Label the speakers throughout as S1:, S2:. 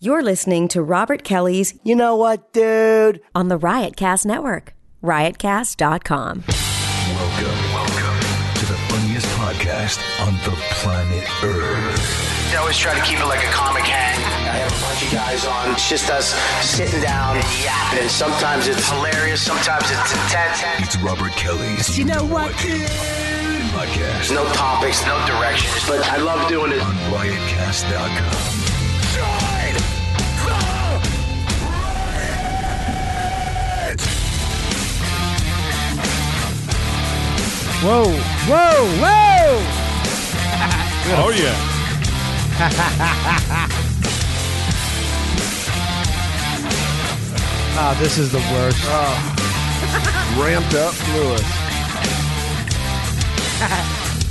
S1: You're listening to Robert Kelly's
S2: You know what, dude?
S1: on the Riotcast Network, riotcast.com.
S3: Welcome, welcome to the funniest podcast on the planet Earth.
S4: I always try to keep it like a comic hang. I have a bunch of guys on. It's just us sitting down and yapping. And sometimes it's hilarious, sometimes it's intense.
S3: It's Robert Kelly's You Know What Dude
S4: There's
S3: podcast
S4: no topics, no directions, but I love doing it.
S3: on riotcast.com.
S2: Whoa, whoa, whoa!
S5: Oh yeah.
S2: Ah, this is the worst.
S6: Oh. ramped up Lewis.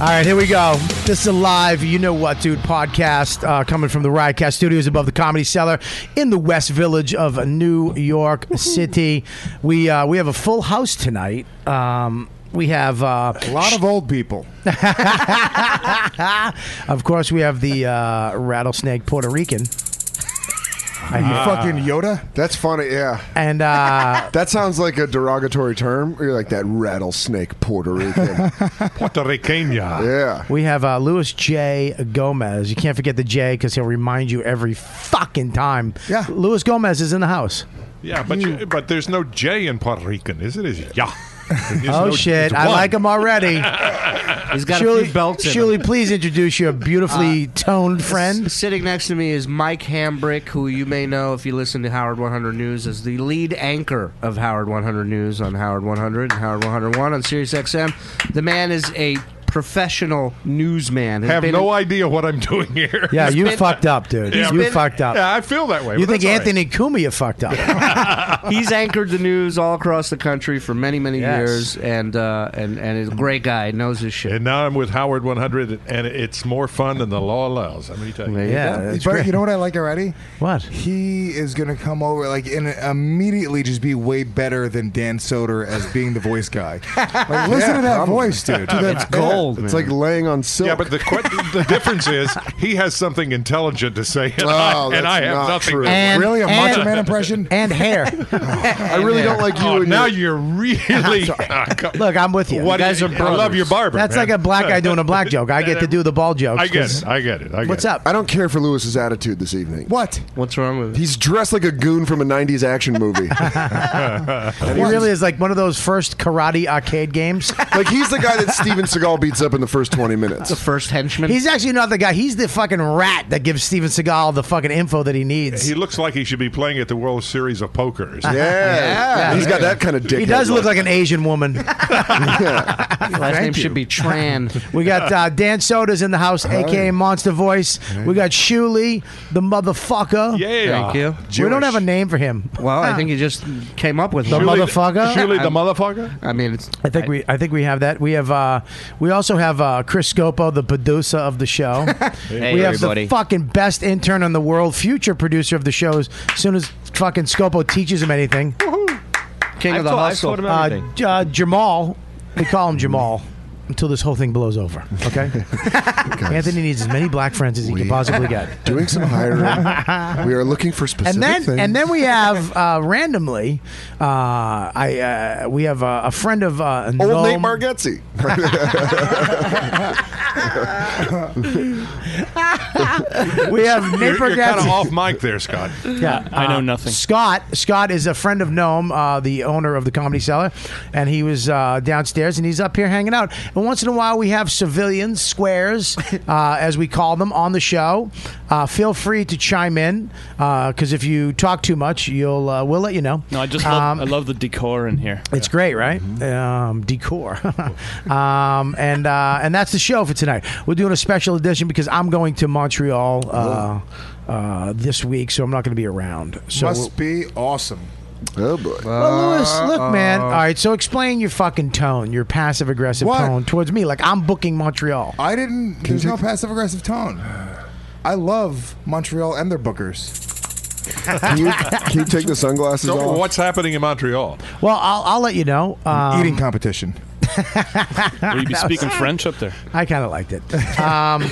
S2: All right, here we go. This is a live, you know what, dude, podcast uh, coming from the Riotcast Studios above the Comedy Cellar in the West Village of New York City. We uh, we have a full house tonight. Um, we have, uh,
S6: A lot of old people.
S2: of course, we have the uh, rattlesnake Puerto Rican,
S6: Fucking Yoda? That's funny, yeah.
S2: and uh,
S6: That sounds like a derogatory term. You're like that rattlesnake Puerto Rican.
S5: Puerto Ricania.
S6: yeah.
S2: we have uh, Louis J. Gomez. You can't forget the J because he'll remind you every fucking time.
S6: Yeah.
S2: Louis Gomez is in the house.
S5: Yeah, but you, but there's no J in Puerto Rican, is it? Is it? Yeah.
S2: Oh shit! I like him already.
S7: He's got a
S2: Shirley,
S7: few belts in him.
S2: Shirley, please introduce your
S6: Uh,
S2: beautifully toned friend.
S7: Sitting next to me is Mike Hambrick, who you may know if you listen to Howard 100 News as the lead anchor of Howard 100 News on Howard 100 and Howard 101 on Sirius XM. The man is a professional newsman. Has
S5: Have
S7: been-
S5: no idea what I'm doing here.
S2: Yeah, you
S7: been-
S2: fucked up, dude.
S5: Yeah,
S2: you
S5: been-
S2: fucked up.
S5: Yeah, I feel that way.
S2: you
S5: but
S2: think
S5: that's all
S2: Anthony Cumia fucked up?
S7: He's anchored the news all across the country for many, many
S2: Yes.
S7: years, and uh, and and is a great guy. Knows his
S5: right.
S7: shit.
S5: And now I'm with Howard 100, and it's more fun than the law allows. Let me tell you.
S7: There you
S2: yeah,
S7: go.
S2: that's
S8: but
S2: great.
S8: you know what I like already?
S2: what?
S8: He is gonna come over like and immediately just be way better than Dan Soder as being the voice guy. Like, listen to that
S6: probably.
S8: voice, dude.
S7: It's gold.
S6: It's
S7: man.
S6: like laying on silk.
S5: Yeah, but the que- the difference is he has something intelligent to say, and,
S6: Oh,
S5: I,
S6: that's
S5: and I have
S6: not
S5: nothing.
S6: true.
S5: to-
S2: And-
S8: really a Macho
S2: and-
S8: Man impression.
S2: And hair.
S6: I really don't like you.
S5: Oh,
S6: and
S5: now
S6: your-
S5: you're really. Ah, come-
S2: Look, I'm with you.
S5: what
S7: guys
S5: do
S7: are
S5: I love
S7: brothers.
S5: your barber.
S2: That's
S5: man.
S2: like a black guy doing a black joke. I get to do the ball jokes.
S5: I get
S2: 'cause-
S5: it. I get it. I get
S2: What's
S5: it.
S2: up?
S6: I don't care for Lewis's attitude this evening.
S8: What?
S7: What's wrong with it?
S6: He's dressed like a goon from a 90s action movie.
S2: He really is like one of those first karate arcade games.
S6: like, he's the guy that Steven Seagal beats up in the first 20 minutes.
S7: The first henchman.
S2: He's actually not the guy. He's the fucking rat that gives Steven Seagal the fucking info that he needs.
S5: He looks like he should be playing at the World Series of Poker.
S6: yeah. He's got that kind of dick.
S2: He does look like an Asian woman.
S7: Last name should be Tran.
S2: We got uh, Dan Soda's in the house, aka Monster Voice. We got Shuli, the motherfucker.
S5: Yeah.
S7: Thank you.
S2: We don't have a name for him.
S7: Well, I think he just came up with one.
S2: Surely- motherfucker?
S5: Surely the motherfucker?
S7: I mean, it's
S2: I think we I think we have that. We have uh, we also have uh, Chris Scopo, the producer of the show. we have the fucking best intern in the world, future producer of the shows. As soon as fucking Scopo teaches him anything,
S7: king of the hustle.
S2: uh, J- uh, Jamal, we call him Jamal. Until this whole thing blows over, okay? Anthony needs as many black friends as he can
S6: We-
S2: possibly get.
S6: Doing some hiring. we are looking for specific
S2: and then
S6: things.
S2: and then we have uh, randomly, uh, I uh, we have uh, a friend of uh,
S6: Old
S2: Noam-
S6: Nate Margetzi.
S2: We have Nate
S5: You're, kind of
S2: Bargatze.
S5: off mic there, Scott.
S2: Yeah, I know nothing. Scott Scott is a friend of Gnome, uh, the owner of the Comedy Cellar, and he was uh, downstairs and he's up here hanging out. And once in a while, we have civilians, squares, uh, as we call them, on the show. Uh, feel free to chime in because if you talk too much, you'll uh, we'll let you know.
S9: No, I just love,
S2: Um,
S9: I love the decor in here.
S2: It's great, right?
S8: Mm-hmm.
S2: Um, decor, um, and uh, and that's the show for tonight. We're doing a special edition because I'm going to Montreal uh, uh, this week, so I'm not going to be around. So,
S8: Must be awesome. Uh,
S6: oh, boy.
S2: well, Lewis, look, man. All right, so explain your fucking tone, your passive aggressive
S8: What?
S2: tone towards me. Like I'm booking Montreal.
S8: I didn't. There's no passive aggressive tone. I love Montreal and their bookers.
S6: Can you, can you take the sunglasses
S5: So
S6: off?
S5: what's happening in Montreal?
S2: Well, I'll, I'll let you know. Um,
S8: Eating competition.
S9: Will you be speaking French up there?
S2: I kind of liked it. Um,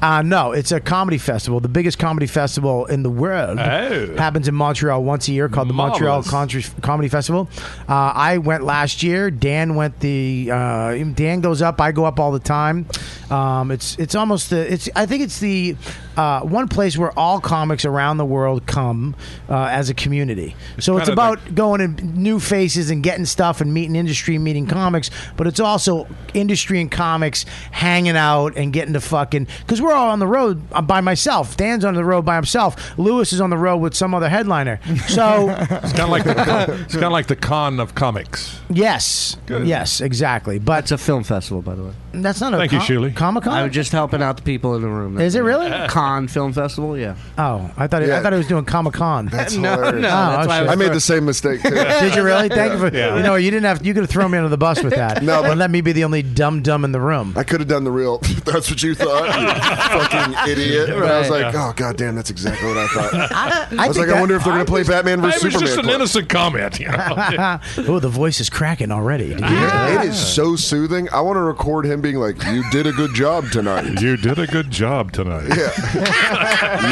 S2: Uh, no, it's a comedy festival, the biggest comedy festival in the world.
S5: Oh.
S2: Happens in Montreal once a year called the Montreal
S5: Marvelous.
S2: Country Comedy Festival. Uh, I went last year. Dan went the uh, Dan goes up. I go up all the time. Um, it's it's almost the it's I think it's the uh, one place where all comics around the world come uh, as a community. so it's
S5: kinda
S2: about going in new faces and getting stuff and meeting industry, meeting comics, but it's also industry and comics hanging out and getting to fucking because we're all on the road uh, by myself. Dan's on the road by himself. Lewis is on the road with some other headliner. So
S5: It's kind of like the, it's kind of like the con of comics.
S2: yes, yes, exactly. But
S7: It's a film festival, by the way.
S2: that's not a
S5: Thank you, Shirley.
S2: Comic
S7: I
S2: Con.
S7: was just helping out the people in the room.
S2: Is it really?
S7: Con Film Festival? Yeah.
S2: Oh, I thought I
S6: Yeah.
S2: thought he was doing Comic Con.
S7: No,
S6: hilarious.
S7: no.
S2: Oh,
S7: that's why I,
S2: shit.
S7: was
S6: I made the same mistake too.
S2: Did you really? Thank you for you know you didn't have you could have thrown me under the bus with that.
S6: No, but-
S2: and let me be the only dumb dumb in the room.
S6: I could have done the real. That's what you thought, you fucking idiot. And I was
S7: Right.
S6: like, oh god damn, that's exactly what I thought. I, was
S2: think
S6: like,
S2: that-
S6: I wonder if they're gonna play Batman
S5: I
S6: versus
S5: was
S6: Superman.
S5: just an
S6: clip.
S5: innocent comment. You know?
S2: oh, the voice is cracking already. Did you hear that?
S6: It is so soothing. I want to record him being like, "You did a good job tonight.
S5: you did a good job tonight.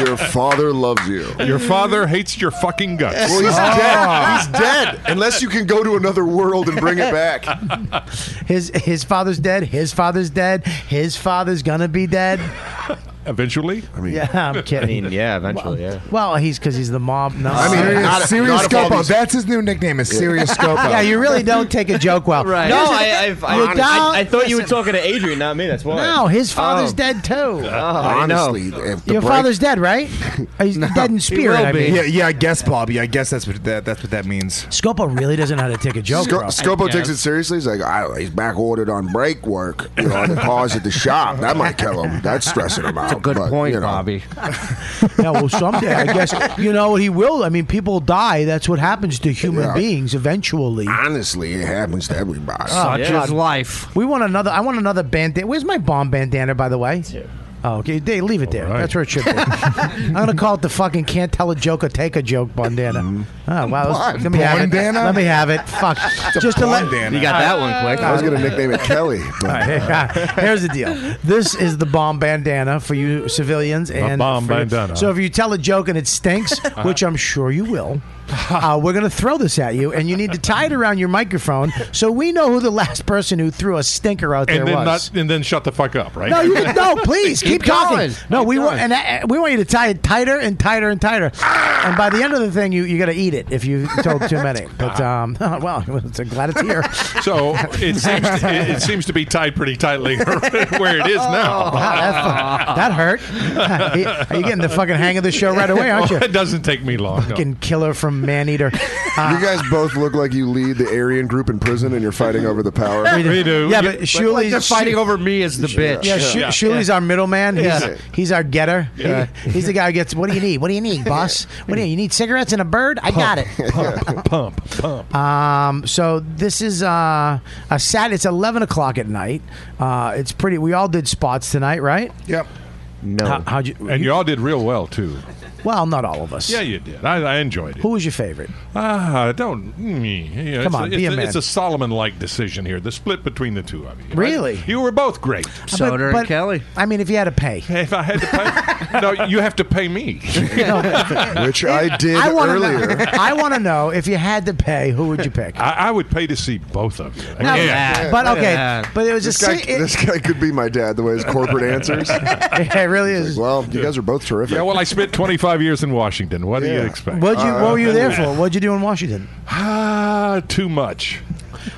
S6: Your father loves you."
S5: Your father hates your fucking guts. Ah.
S6: Well, he's dead. He's dead. Unless you can go to another world and bring it back.
S2: His his father's dead. His father's dead. His father's gonna be dead.
S5: Eventually,
S2: Yeah, I'm
S9: I
S2: kidding.
S9: mean, yeah, eventually, yeah.
S2: Well, he's because he's the mob. No,
S6: I mean,
S8: Serious,
S6: not a-
S8: serious
S6: not a
S8: Scopo.
S6: Bobby's-
S8: That's his new nickname. Is serious Scopo.
S2: yeah, you really don't take a joke well.
S7: Right.
S9: No,
S2: No,
S9: I, I've, I,
S2: You're down-
S9: I, I thought you were
S2: listen.
S9: talking to Adrian, not me. That's why.
S2: no, his father's
S9: Oh.
S2: dead too.
S9: I know.
S6: Honestly, if the
S2: Your
S6: break-
S2: father's dead, right? He's dead in spirit.
S7: will
S2: I
S7: be.
S2: mean,
S8: yeah, yeah. I guess Bobby. I guess that's what that, that's what that means.
S2: Scopo really doesn't know how to take a joke.
S6: Sco-
S2: bro.
S6: Scopo
S9: guess.
S6: takes it seriously. He's like, I, he's back ordered on break work. You know, on the cars at the shop. That might kill him. That's stressing him out.
S7: a good
S6: but,
S7: point,
S6: you know.
S7: Bobby.
S2: yeah, well, someday I guess you know he will. I mean, people die. That's what happens to human
S6: Yeah.
S2: beings eventually. Oh,
S6: Honestly, it happens to everybody.
S7: Such
S9: yeah.
S7: is life.
S2: We want another. I want another bandana. Where's my bomb bandana, by the way? Oh, okay. Dave, leave it there.
S5: All right.
S2: That's where it should be. I'm gonna call it the fucking can't tell a joke or take a joke bandana.
S6: Mm-hmm.
S2: Oh wow,
S8: Bon-
S2: let me have it.
S8: bandana?
S2: Let me have it. Fuck. Just to let.
S8: Bandana.
S9: You got that
S8: Uh,
S9: one quick.
S6: I was going to nickname it Kelly. But
S2: Here's the deal. This is the bomb bandana for you civilians and
S5: bomb
S2: for-
S5: bandana. Uh-huh.
S2: So if you tell a joke and it stinks, which I'm sure you will, uh, we're gonna throw this at you, and you need to tie it around your microphone so we know who the last person who threw a stinker out there
S5: and then
S2: was.
S5: not, and then shut the fuck up, right?
S2: No, you can, no, please keep,
S7: Keep
S2: talking.
S7: going.
S2: No,
S7: Keep
S2: we want
S7: going.
S2: and uh, we want you to tie it tighter and tighter and tighter. and by the end of the thing, you you got to eat it if you told too many. But um, well, it's, I'm glad it's here.
S5: Ah. So it seems to, it, it seems to be tied pretty tightly where it is now.
S2: Oh, Wow, that, fu- that hurt. Are you getting the fucking hang of the show right away, aren't you?
S5: it doesn't take me long. no.
S2: Fucking killer from man eater. Uh,
S6: you guys
S5: Ah.
S6: both look like you lead the Aryan group in prison and you're fighting over the power.
S5: We do.
S2: Yeah,
S5: You-
S2: but Shuli's
S7: They're fighting over me as the bitch.
S2: Yeah, Shu-
S5: Yeah.
S2: Shuli's our middleman. He's,
S6: Yeah.
S2: he's our getter. He- he's the guy who gets. What do you need? What do you need, boss? What do you, you need? Cigarettes and a bird? I got it.
S5: pump, pump, pump.
S2: Um, so this is uh, a Sat. It's eleven o'clock at night. Uh, it's pretty. We all did spots tonight, right?
S8: Yep.
S9: No.
S2: How, how'd you?
S5: and you all did real well too.
S2: well, not all of us.
S5: Yeah, you did. I, I enjoyed it.
S2: Who was your favorite?
S5: Ah, don't. mm, yeah, it's
S2: on,
S5: a,
S2: be a
S5: it's
S2: man.
S5: It's a Solomon-like decision here. The split between the two of you. right?
S2: Really?
S5: You were both great.
S7: Soder and Kelly.
S2: I mean, if you had to pay,
S5: If I had to pay, no, you have to pay me.
S6: Which I did
S2: I want to know.
S6: earlier.
S2: I want to know if you had to pay, who would you pick?
S5: I, I would pay to see both of you.
S2: No,
S7: Yeah.
S2: But
S7: Look at
S2: okay,
S7: that.
S2: but it was
S6: This
S2: a.
S6: guy,
S2: se- it-
S6: this guy could be my dad, the way his corporate answers.
S2: it really is.
S6: Well, you guys are both terrific.
S5: Yeah, well, I spent 25 years in Washington. What do
S6: Yeah. Uh,
S5: you expect? Uh,
S2: What'd you, what were you there for? What'd you do in Washington?
S5: Ah, too much.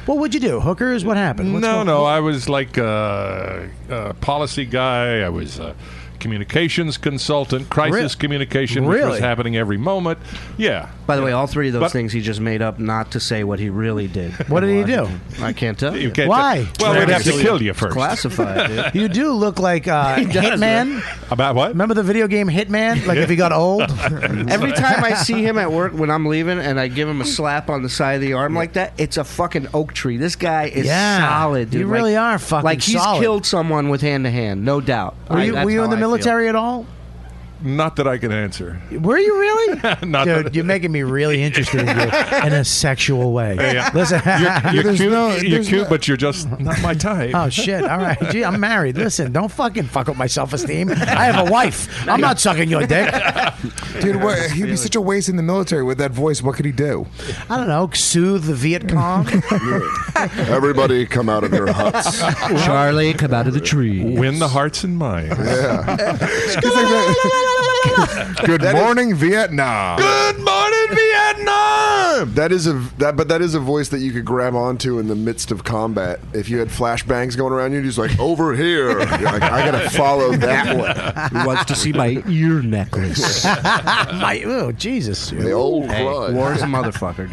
S2: What would you do? Hookers? What happened? What's
S5: no,
S2: going-
S5: no. I was like a, a policy guy. I was a communications consultant, crisis
S2: Really?
S5: communication, which
S2: Really?
S5: was happening every moment. Yeah.
S7: By the way, all three of those
S5: But-
S7: things he just made up not to say what he really did.
S2: What did he do?
S7: I can't tell.
S5: You
S7: You.
S5: can't
S2: Why?
S5: say- well, we'd have to kill you first.
S7: Classified, dude.
S2: You do look like uh, Hitman.
S5: About what?
S2: Remember the video game Hitman? Like if he got old.
S7: Every time I see him at work when I'm leaving and I give him a slap on the side of the arm like that, it's a fucking oak tree. This guy is
S2: Yeah.
S7: solid, dude.
S2: You really
S7: Like-
S2: are fucking
S7: Like he's
S2: solid.
S7: killed someone with hand to hand, no doubt.
S2: Were
S7: I-
S2: you,
S7: that's
S2: were you
S7: how
S2: in the
S7: I feel.
S2: military at all?
S5: Not that I can answer.
S2: Were you really?
S5: Not
S2: Dude,
S5: that-
S2: you're making me really interested in you in a sexual way.
S5: yeah.
S2: Listen.
S5: You're
S8: There's
S5: cute,
S8: no-
S5: you're
S8: there's
S5: cute
S8: no-
S5: but you're just not my type.
S2: Oh shit! All right, gee, I'm married. Listen, don't fucking fuck up my self-esteem. I have a wife. I'm not sucking your dick. I
S8: Dude, what, he'd be such a waste in the military with that voice. What could he do?
S2: don't know. Soothe the Viet Cong.
S6: Everybody come out of your huts.
S7: Charlie, come out of the tree.
S5: Win the hearts and minds.
S8: He's like that- Good morning, Vietnam.
S5: Good morning, Vietnam.
S10: That is a that, but that is a voice that you could grab onto in the midst of combat. If you had flashbangs going around you, just like over here, You're like I gotta follow that one.
S7: Who wants to see my ear necklace?
S2: my, oh Jesus!
S10: The old crud.
S7: War's a motherfucker.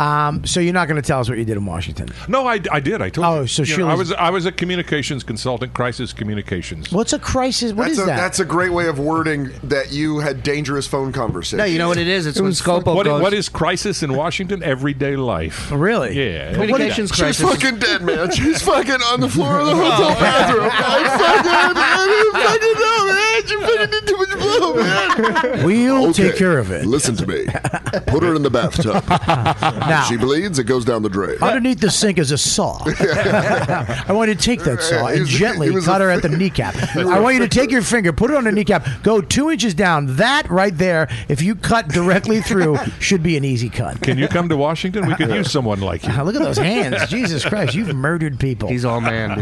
S2: Um, so you're not going to tell us what you did in Washington?
S5: No, I, I did. I told
S2: Oh,
S5: you.
S2: so
S5: You know,
S2: she
S5: I
S2: was-
S5: was I was a communications consultant, crisis communications.
S2: What's a crisis? What
S10: that's
S2: is
S10: a,
S2: that?
S10: That's a great way of wording that you had dangerous phone conversations.
S7: no, you know what it is? It's when Scopo
S5: What,
S7: goes.
S5: what is crisis in Washington? Everyday life.
S2: really?
S5: Yeah.
S2: But what is-
S7: Communications
S10: She's
S7: crisis.
S10: fucking dead, man. She's fucking on the floor of the
S2: Oh,
S10: hotel bathroom. I fucking, I didn't fucking know, man. She fucking did too much blow, man.
S2: We'll
S10: Okay.
S2: take care of it.
S10: Listen to me. Put her in the bathtub.
S2: Now,
S10: She bleeds, it goes down the drain.
S2: underneath the sink is a saw. I want you to take that saw
S10: He
S2: and
S10: was-
S2: gently
S10: he was
S2: cut
S10: a-
S2: her at the kneecap. I want you to take your finger, put it on the kneecap, go two inches down. That right there, if you cut directly through, should be an easy cut.
S5: Can you come to Washington? We could use someone like you.
S2: Now, look at those hands. Jesus Christ, you've murdered people. Uh-huh.
S7: He's all man,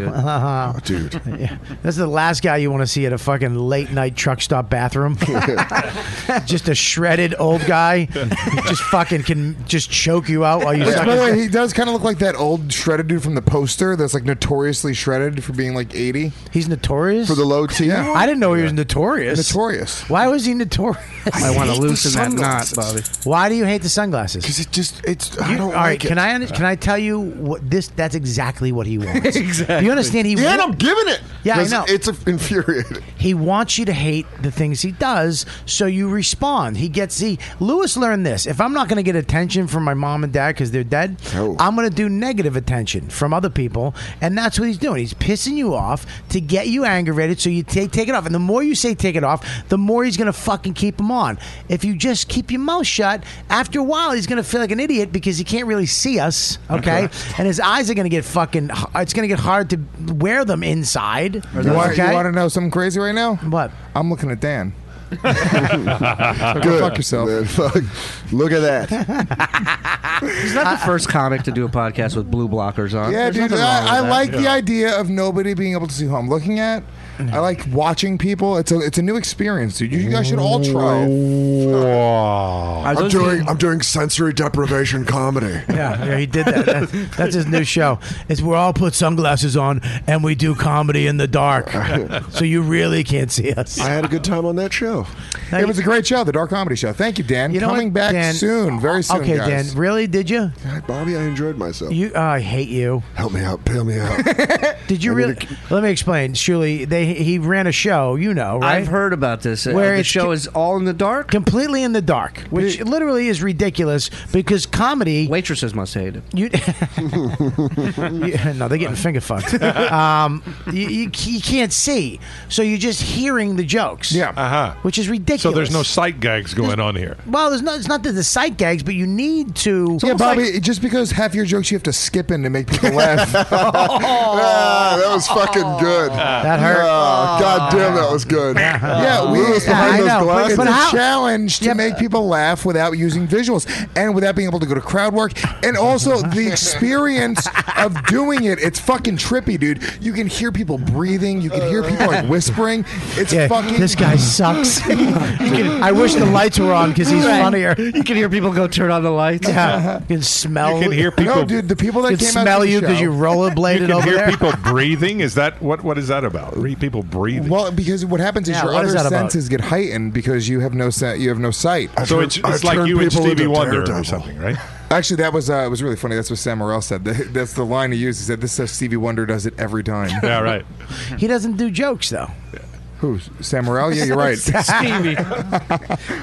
S7: dude.
S10: Dude.
S2: Yeah. That's the last guy you want to see at a fucking late night truck stop bathroom. just a shredded old guy, just fucking can just choke you out while you
S8: Which,
S2: suck
S8: by
S2: his
S8: the way, he does kind of look like that old shredded dude from the poster that's like notoriously shredded for being like 80.
S2: He's notorious
S10: For the low T.
S2: I didn't know he was notorious.
S8: Notorious.
S2: Why was he notorious?
S7: I want to loosen that knot,
S10: sunglasses.
S7: Bobby.
S2: Why do you hate the sunglasses?
S10: Because it just, it's, I
S2: You-
S10: don't
S2: all
S10: like
S2: right,
S10: it.
S2: can I under- can I tell you what this? That's exactly what he wants. exactly. You understand? He
S10: Yeah, and
S2: wa-
S10: I'm giving it.
S2: Yeah, I
S10: 'Cause
S2: know.
S10: It's infuriating.
S2: He wants you to hate the things he does, so you respond. He gets the Lewis learned this. If I'm not going to get attention from my mom and dad because they're dead,
S10: Oh.
S2: I'm going to do negative attention from other people, and that's what he's doing. He's pissing you off to get you aggravated, so you take take it off. And the more you say take it off, the more he's going to fucking keep him on. If you just keep your mouth shut, after a while he's going to feel like an idiot because he can't really see us, okay? and his eyes are going to get fucking. It's going to get hard to wear them inside.
S8: You want,
S2: okay?
S8: you want to know something crazy right now?
S2: What?
S8: I'm looking at Dan. Go fuck yourself.
S10: Man, fuck. Look at that.
S7: He's not the first comic to do a podcast with blue blockers on.
S8: Yeah,
S7: There's
S8: dude.
S7: nothing wrong with
S8: I, I
S7: that.
S8: like the idea of nobody being able to see who I'm looking at. I like watching people. It's a it's a new experience, dude. You guys should all try it.
S7: Are
S10: I'm
S7: those
S10: doing, I'm doing sensory deprivation comedy.
S2: Yeah, yeah, he did that. That's, that's his new show. It's we're all put sunglasses on and we do comedy in the dark, so you really can't see us.
S10: I had a good time on that show.
S2: Now,
S8: It was a great show, the Dark Comedy Show. Thank you, Dan.
S2: you know
S8: Coming
S2: what,
S8: back
S2: Dan?
S8: soon, very soon,
S2: Okay,
S8: guys.
S2: Dan. Really? Did you?
S10: God, Bobby, I enjoyed myself.
S2: You? oh, I hate you.
S10: Help me out. Bail me out.
S2: Did you really? Let me explain. Shuli, they he ran a show. You know, right?
S7: I've heard about this. Uh,
S2: Where
S7: the
S2: it's
S7: show
S2: ki-
S7: is all in the dark.
S2: completely in the dark, which literally is ridiculous because comedy.
S7: Waitresses must hate it.
S2: You, You- no, they're getting finger fucked. Um, you, you, you can't see, so you're just hearing the jokes.
S8: Yeah.
S5: Uh-huh.
S2: which is ridiculous.
S5: So there's no sight gags going on here.
S2: Well, there's no. It's not that the sight gags, but you need to.
S8: yeah, Bobby. just because half your jokes you have to skip in to make people laugh.
S10: Ah, that was fucking good.
S2: Oh. That hurt.
S10: Ah, God damn, that was good.
S8: yeah, we
S10: Lewis
S2: I
S10: behind those
S2: know, but-
S10: glasses.
S8: It's
S2: but
S8: a
S2: how-
S8: challenge to make people laugh without using visuals and without being able to go to crowd work, and also the experience of doing it. It's fucking trippy, dude. You can hear people breathing. You can hear people like whispering. It's
S2: Yeah,
S8: fucking.
S2: this guy sucks. You can- I wish the lights were on because he's funnier.
S7: You can hear people go turn on the lights.
S2: Yeah, you can smell.
S5: You can hear people.
S8: no, dude. The people that
S2: You can
S8: came out
S2: smell
S8: to the
S2: you because
S8: show-
S2: you
S5: you
S2: rollerbladed
S5: can
S2: over
S5: hear
S2: there.
S5: people breathing. Is that what? What is that about? Re- people breathing.
S8: Well, because what happens is
S2: Yeah,
S8: your
S2: what is that
S8: other
S2: about?
S8: senses get heightened because you have no sen- you have no sight.
S5: so it's,
S10: I've
S5: it's like
S10: turned
S5: you and
S10: people
S5: Stevie
S10: into
S5: Wonder or
S10: daredevil.
S5: something, right?
S8: Actually, that was uh, it was really funny. That's what Sam Morrell said. That's the line he used. He said, "This is how Stevie Wonder does it every time."
S5: Yeah, right.
S2: He doesn't do jokes though.
S8: Who's Samarel? Yeah, you're right.
S2: Stevie.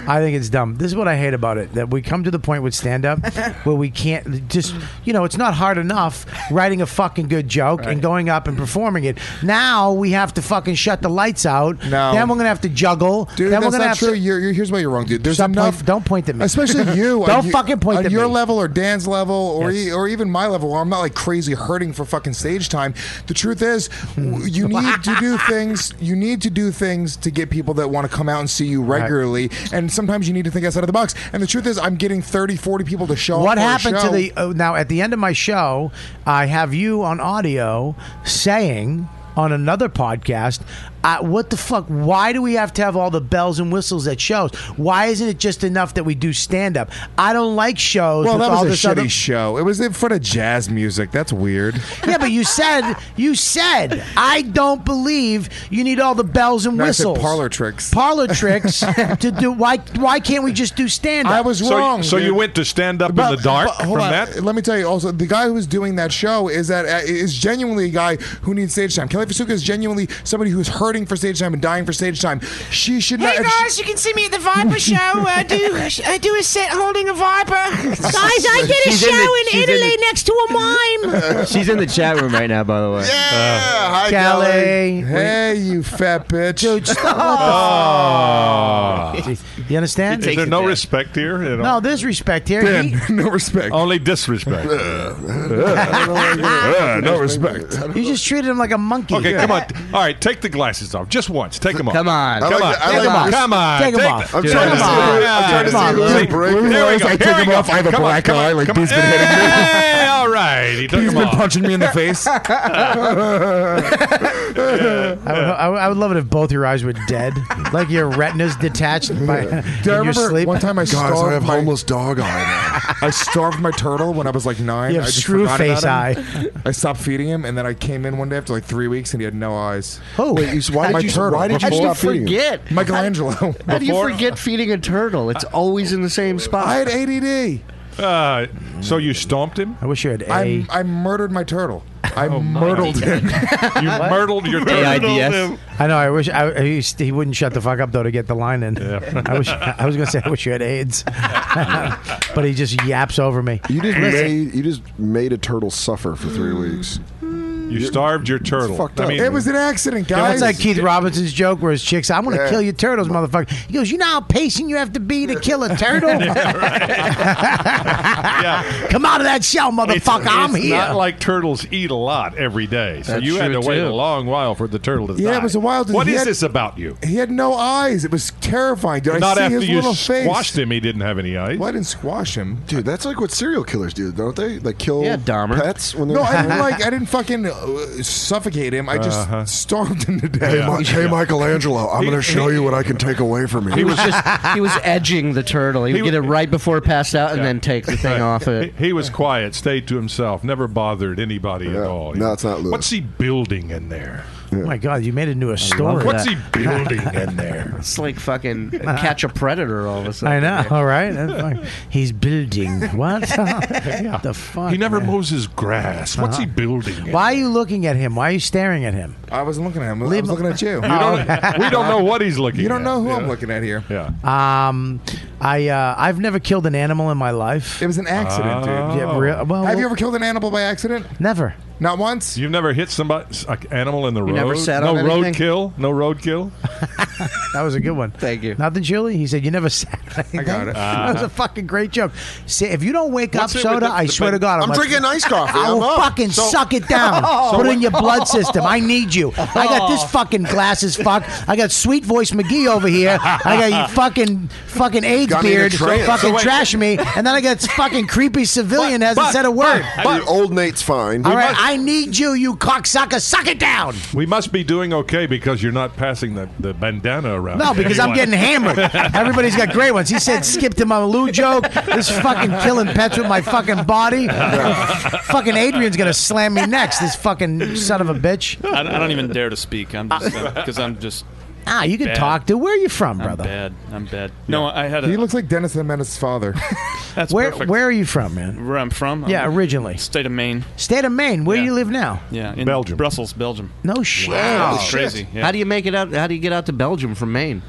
S2: I think it's dumb. This is what I hate about it that we come to the point with stand up where we can't just, you know, it's not hard enough writing a fucking good joke and going up and performing it. Now we have to fucking shut the lights out.
S8: No.
S2: Then we're going to have to juggle.
S8: Dude,
S2: then
S8: that's
S2: we're gonna
S8: not
S2: have
S8: true.
S2: to.
S8: You're, you're, here's why you're wrong, dude. There's
S2: Stop
S8: enough.
S2: point- don't point at me.
S8: Especially you.
S2: Don't
S8: on you-
S2: fucking point
S8: on
S2: at
S8: your
S2: me.
S8: level or Dan's level or
S2: Yes.
S8: e- or even my level. Where I'm not like crazy hurting for fucking stage time. The truth is,
S2: Hmm.
S8: w- you need to do things. You need to do things to get people that want to come out and see you regularly. And sometimes you need to think outside of the box. And the truth is, I'm getting 30, 40 people to show
S2: What
S8: up. for a
S2: happened to
S8: show.
S2: the oh, now at the end of my show? I have you on audio saying on another podcast, uh, "What the fuck? Why do we have to have all the bells and whistles at shows? Why isn't it just enough that we do stand up? I don't like shows.
S8: Well,
S2: with
S8: that
S2: all
S8: was a
S2: this
S8: shitty
S2: other-
S8: show. It was in front of jazz music. That's weird.
S2: yeah, but you said you said I don't believe you need all the bells and
S8: No, I said
S2: whistles.
S8: parlor tricks.
S2: Parlor tricks to do. Why? Why can't we just do stand up?
S8: I was
S5: So,
S8: wrong.
S5: so you
S8: dude.
S5: went to stand up in
S8: But-
S5: the dark
S8: but
S5: from
S8: hold on.
S5: that?
S8: Let me tell you. Also, the guy who's doing that show is that uh, is genuinely a guy who needs stage time. Kelly Fasuka is genuinely somebody who's hurting for stage time and dying for stage time. She should not.
S11: Hey guys, you can see me at the Viper show. I do I do a set holding a Viper. Guys, I did a
S9: She's in
S11: show
S9: the-
S11: in,
S9: she's in
S11: Italy
S9: the-
S11: next to a mime.
S9: She's in the chat room right now, by the way. Uh,
S10: Yeah, hi,
S2: Kelly.
S8: Hey, you fat bitch.
S2: Dude, stop.
S5: Ah.
S2: you understand?
S5: Is there no respect here? at
S2: No,
S5: all?
S2: there's respect here. He- Oh,
S8: Dan, no respect.
S5: Only disrespect.
S8: Uh, no respect.
S2: You just treated him like a monkey.
S5: Okay, come on. All right, take the glasses off. Just once. Take them off.
S7: Come on.
S5: Come
S10: I like
S5: on.
S10: the- I
S5: Take
S10: like
S5: them off.
S10: the-
S5: Come on.
S2: Take 'em
S5: Take the-
S2: off.
S10: I'm
S5: Yeah.
S10: trying to see.
S2: Come
S10: who-
S5: on.
S10: I'm trying to see
S2: Come on,
S10: who has a
S2: Luke.
S10: break.
S8: Let me
S5: There we
S8: realize
S5: go.
S8: I
S5: Here
S8: took
S5: we
S8: him
S5: go.
S8: off. I have a
S5: Come on,
S8: black
S5: come on,
S8: eye, like,
S5: come on.
S8: he's been hitting me.
S5: Hey, all right. He took
S8: He's
S5: him
S8: been
S5: off.
S8: punching me in the face.
S2: I would, I would- I would love it if both your eyes were dead, like your retinas detached by in
S8: Do I
S2: your
S8: remember
S2: sleep.
S8: one time I
S10: Guys, I have
S8: starved my,
S10: homeless dog eye
S8: I starved my turtle when I was like nine.
S2: You have
S8: I just
S2: screw
S8: forgot
S2: face
S8: about
S2: eye.
S8: him. I stopped feeding him, and then I came in one day after like three weeks, and he had no eyes.
S2: Oh,
S10: now. You- Why
S8: My
S10: did you?
S8: turtle.
S10: Why did
S7: How
S10: you
S7: do you
S10: stop feeding? him?
S7: forget?
S8: Michelangelo.
S7: How do you
S5: Before-
S7: forget feeding a turtle? It's always in the same
S8: I
S7: spot.
S8: had ADD.
S5: Uh, so you stomped him? Oh
S2: I wish you had a.
S8: I, I murdered my turtle. I murdered him.
S5: You murdered your
S9: AIDS.
S5: turtle.
S2: I know. I wish I, I used to- he wouldn't shut the fuck up though to get the line in. I wish I was gonna say I wish you had AIDS, but he just yaps over me.
S10: You just made you just made a turtle suffer for three weeks.
S5: You starved your turtle.
S10: fucked
S5: I
S10: up.
S5: mean,
S8: It was an accident,
S2: That's
S8: guys.
S2: like Keith Robinson's joke where his chick said, "I'm gonna
S10: Yeah.
S2: kill you turtles, motherfucker." He goes, "You know how patient you have to be to kill a turtle?
S5: yeah.
S2: Come out of that shell, motherfucker!
S5: It's,
S2: I'm
S5: it's
S2: here."
S5: Not like turtles eat a lot every day, so
S7: That's
S5: you had to
S7: true,
S5: wait
S7: too.
S5: a long while for the turtle to die.
S8: Yeah, it was a wild-
S5: What
S8: he
S5: is
S8: had-
S5: this about you?
S8: he had no eyes. It was terrifying. Did
S5: Not
S8: I see
S5: after
S8: his
S5: you
S8: little face?
S5: squashed him, he didn't have any eyes.
S8: Well, I didn't squash him.
S10: Dude, that's like what serial killers do, don't they? They kill
S7: Yeah, Dahmer.
S10: pets when they're
S8: No, I didn't like. I didn't fucking uh, suffocate him. I just
S12: Uh-huh.
S8: starved him to death.
S10: Hey, Mi- hey, Michelangelo, I'm going to show you what I can take away from you.
S7: He was just he was edging the turtle. He would
S5: He-
S7: get it right before it passed out and then take the thing off
S5: He,
S7: it.
S5: he was quiet, stayed to himself, never bothered anybody at
S10: Yeah.
S5: all.
S10: No, it's not Lewis.
S5: What's he building in there?
S2: Oh my god, you made it into a story.
S5: What's he building in there?
S7: It's like fucking catch a predator all of a sudden.
S2: Uh, I know. All right. That's fine. He's building. What? The fuck.
S5: He never
S2: man? Uh-huh.
S5: mows his grass. What's he building? in
S2: Why are you looking at him? Why are you staring at him?
S8: I wasn't looking at him. I
S2: Leave
S8: was
S2: him-
S8: looking at you.
S5: You don't, we don't know what he's looking.
S8: You don't
S5: at.
S8: know who
S5: yeah.
S8: I'm looking at here.
S5: Yeah.
S2: Um, I uh, I've never killed an animal in my life.
S8: It was an accident,
S5: Ah.
S8: dude.
S2: Yeah, real- well,
S8: Have you ever killed an animal by accident?
S2: Never.
S8: Not once.
S5: You've never hit somebody, s- a animal in the road.
S7: never sat
S5: no
S7: on anything?
S5: roadkill. No roadkill.
S2: That was a good one.
S7: Thank you.
S2: Nothing, Julie. He said you never sat. I
S8: got it.
S2: that was a fucking great joke. See, if you don't wake up,
S5: What's it with
S2: soda,
S5: the-
S2: I
S5: the
S2: swear to
S5: pen-
S2: God, I'm,
S10: I'm
S2: like,
S10: drinking ice coffee.
S2: I
S10: I'm
S2: will
S10: up.
S2: fucking suck it down. Put it in your blood system. I need you. I got this fucking glasses fuck. I got sweet voice McGee over here. I got you fucking fucking AIDS
S10: Got me in a
S2: beard
S10: trance.
S2: fucking
S5: So wait-
S2: trash me, and then I got this fucking creepy civilian hasn't
S5: but-
S2: said a word.
S10: Dude, old Nate's fine.
S2: All right, I need you, you cocksucker. Suck it down.
S5: We must be doing okay because you're not passing the, the bandana around.
S2: No, because I'm getting hammered. Everybody's got great ones. He said, skip to my Lou joke. This fucking killing pets with my fucking body. fucking Adrian's going to slam me next, this fucking son of a bitch.
S12: I, I don't even dare to speak. I'm just because I'm just
S2: Ah, you can
S12: Bad.
S2: talk to. Where are you from, brother?
S12: Bad. I'm bad. No, I had
S8: He
S12: a.
S8: looks like Dennis the Menace's father.
S12: That's
S2: where
S12: perfect.
S2: Where are you from, man?
S12: Where I'm from?
S2: Yeah,
S12: I'm-
S2: originally.
S12: State of Maine.
S2: State of Maine. Where do you live now?
S12: Yeah, in Belgium. Brussels, Belgium.
S2: No shit.
S12: Wow. That's crazy, yeah.
S7: How do you make it out? How do you get out to Belgium from Maine?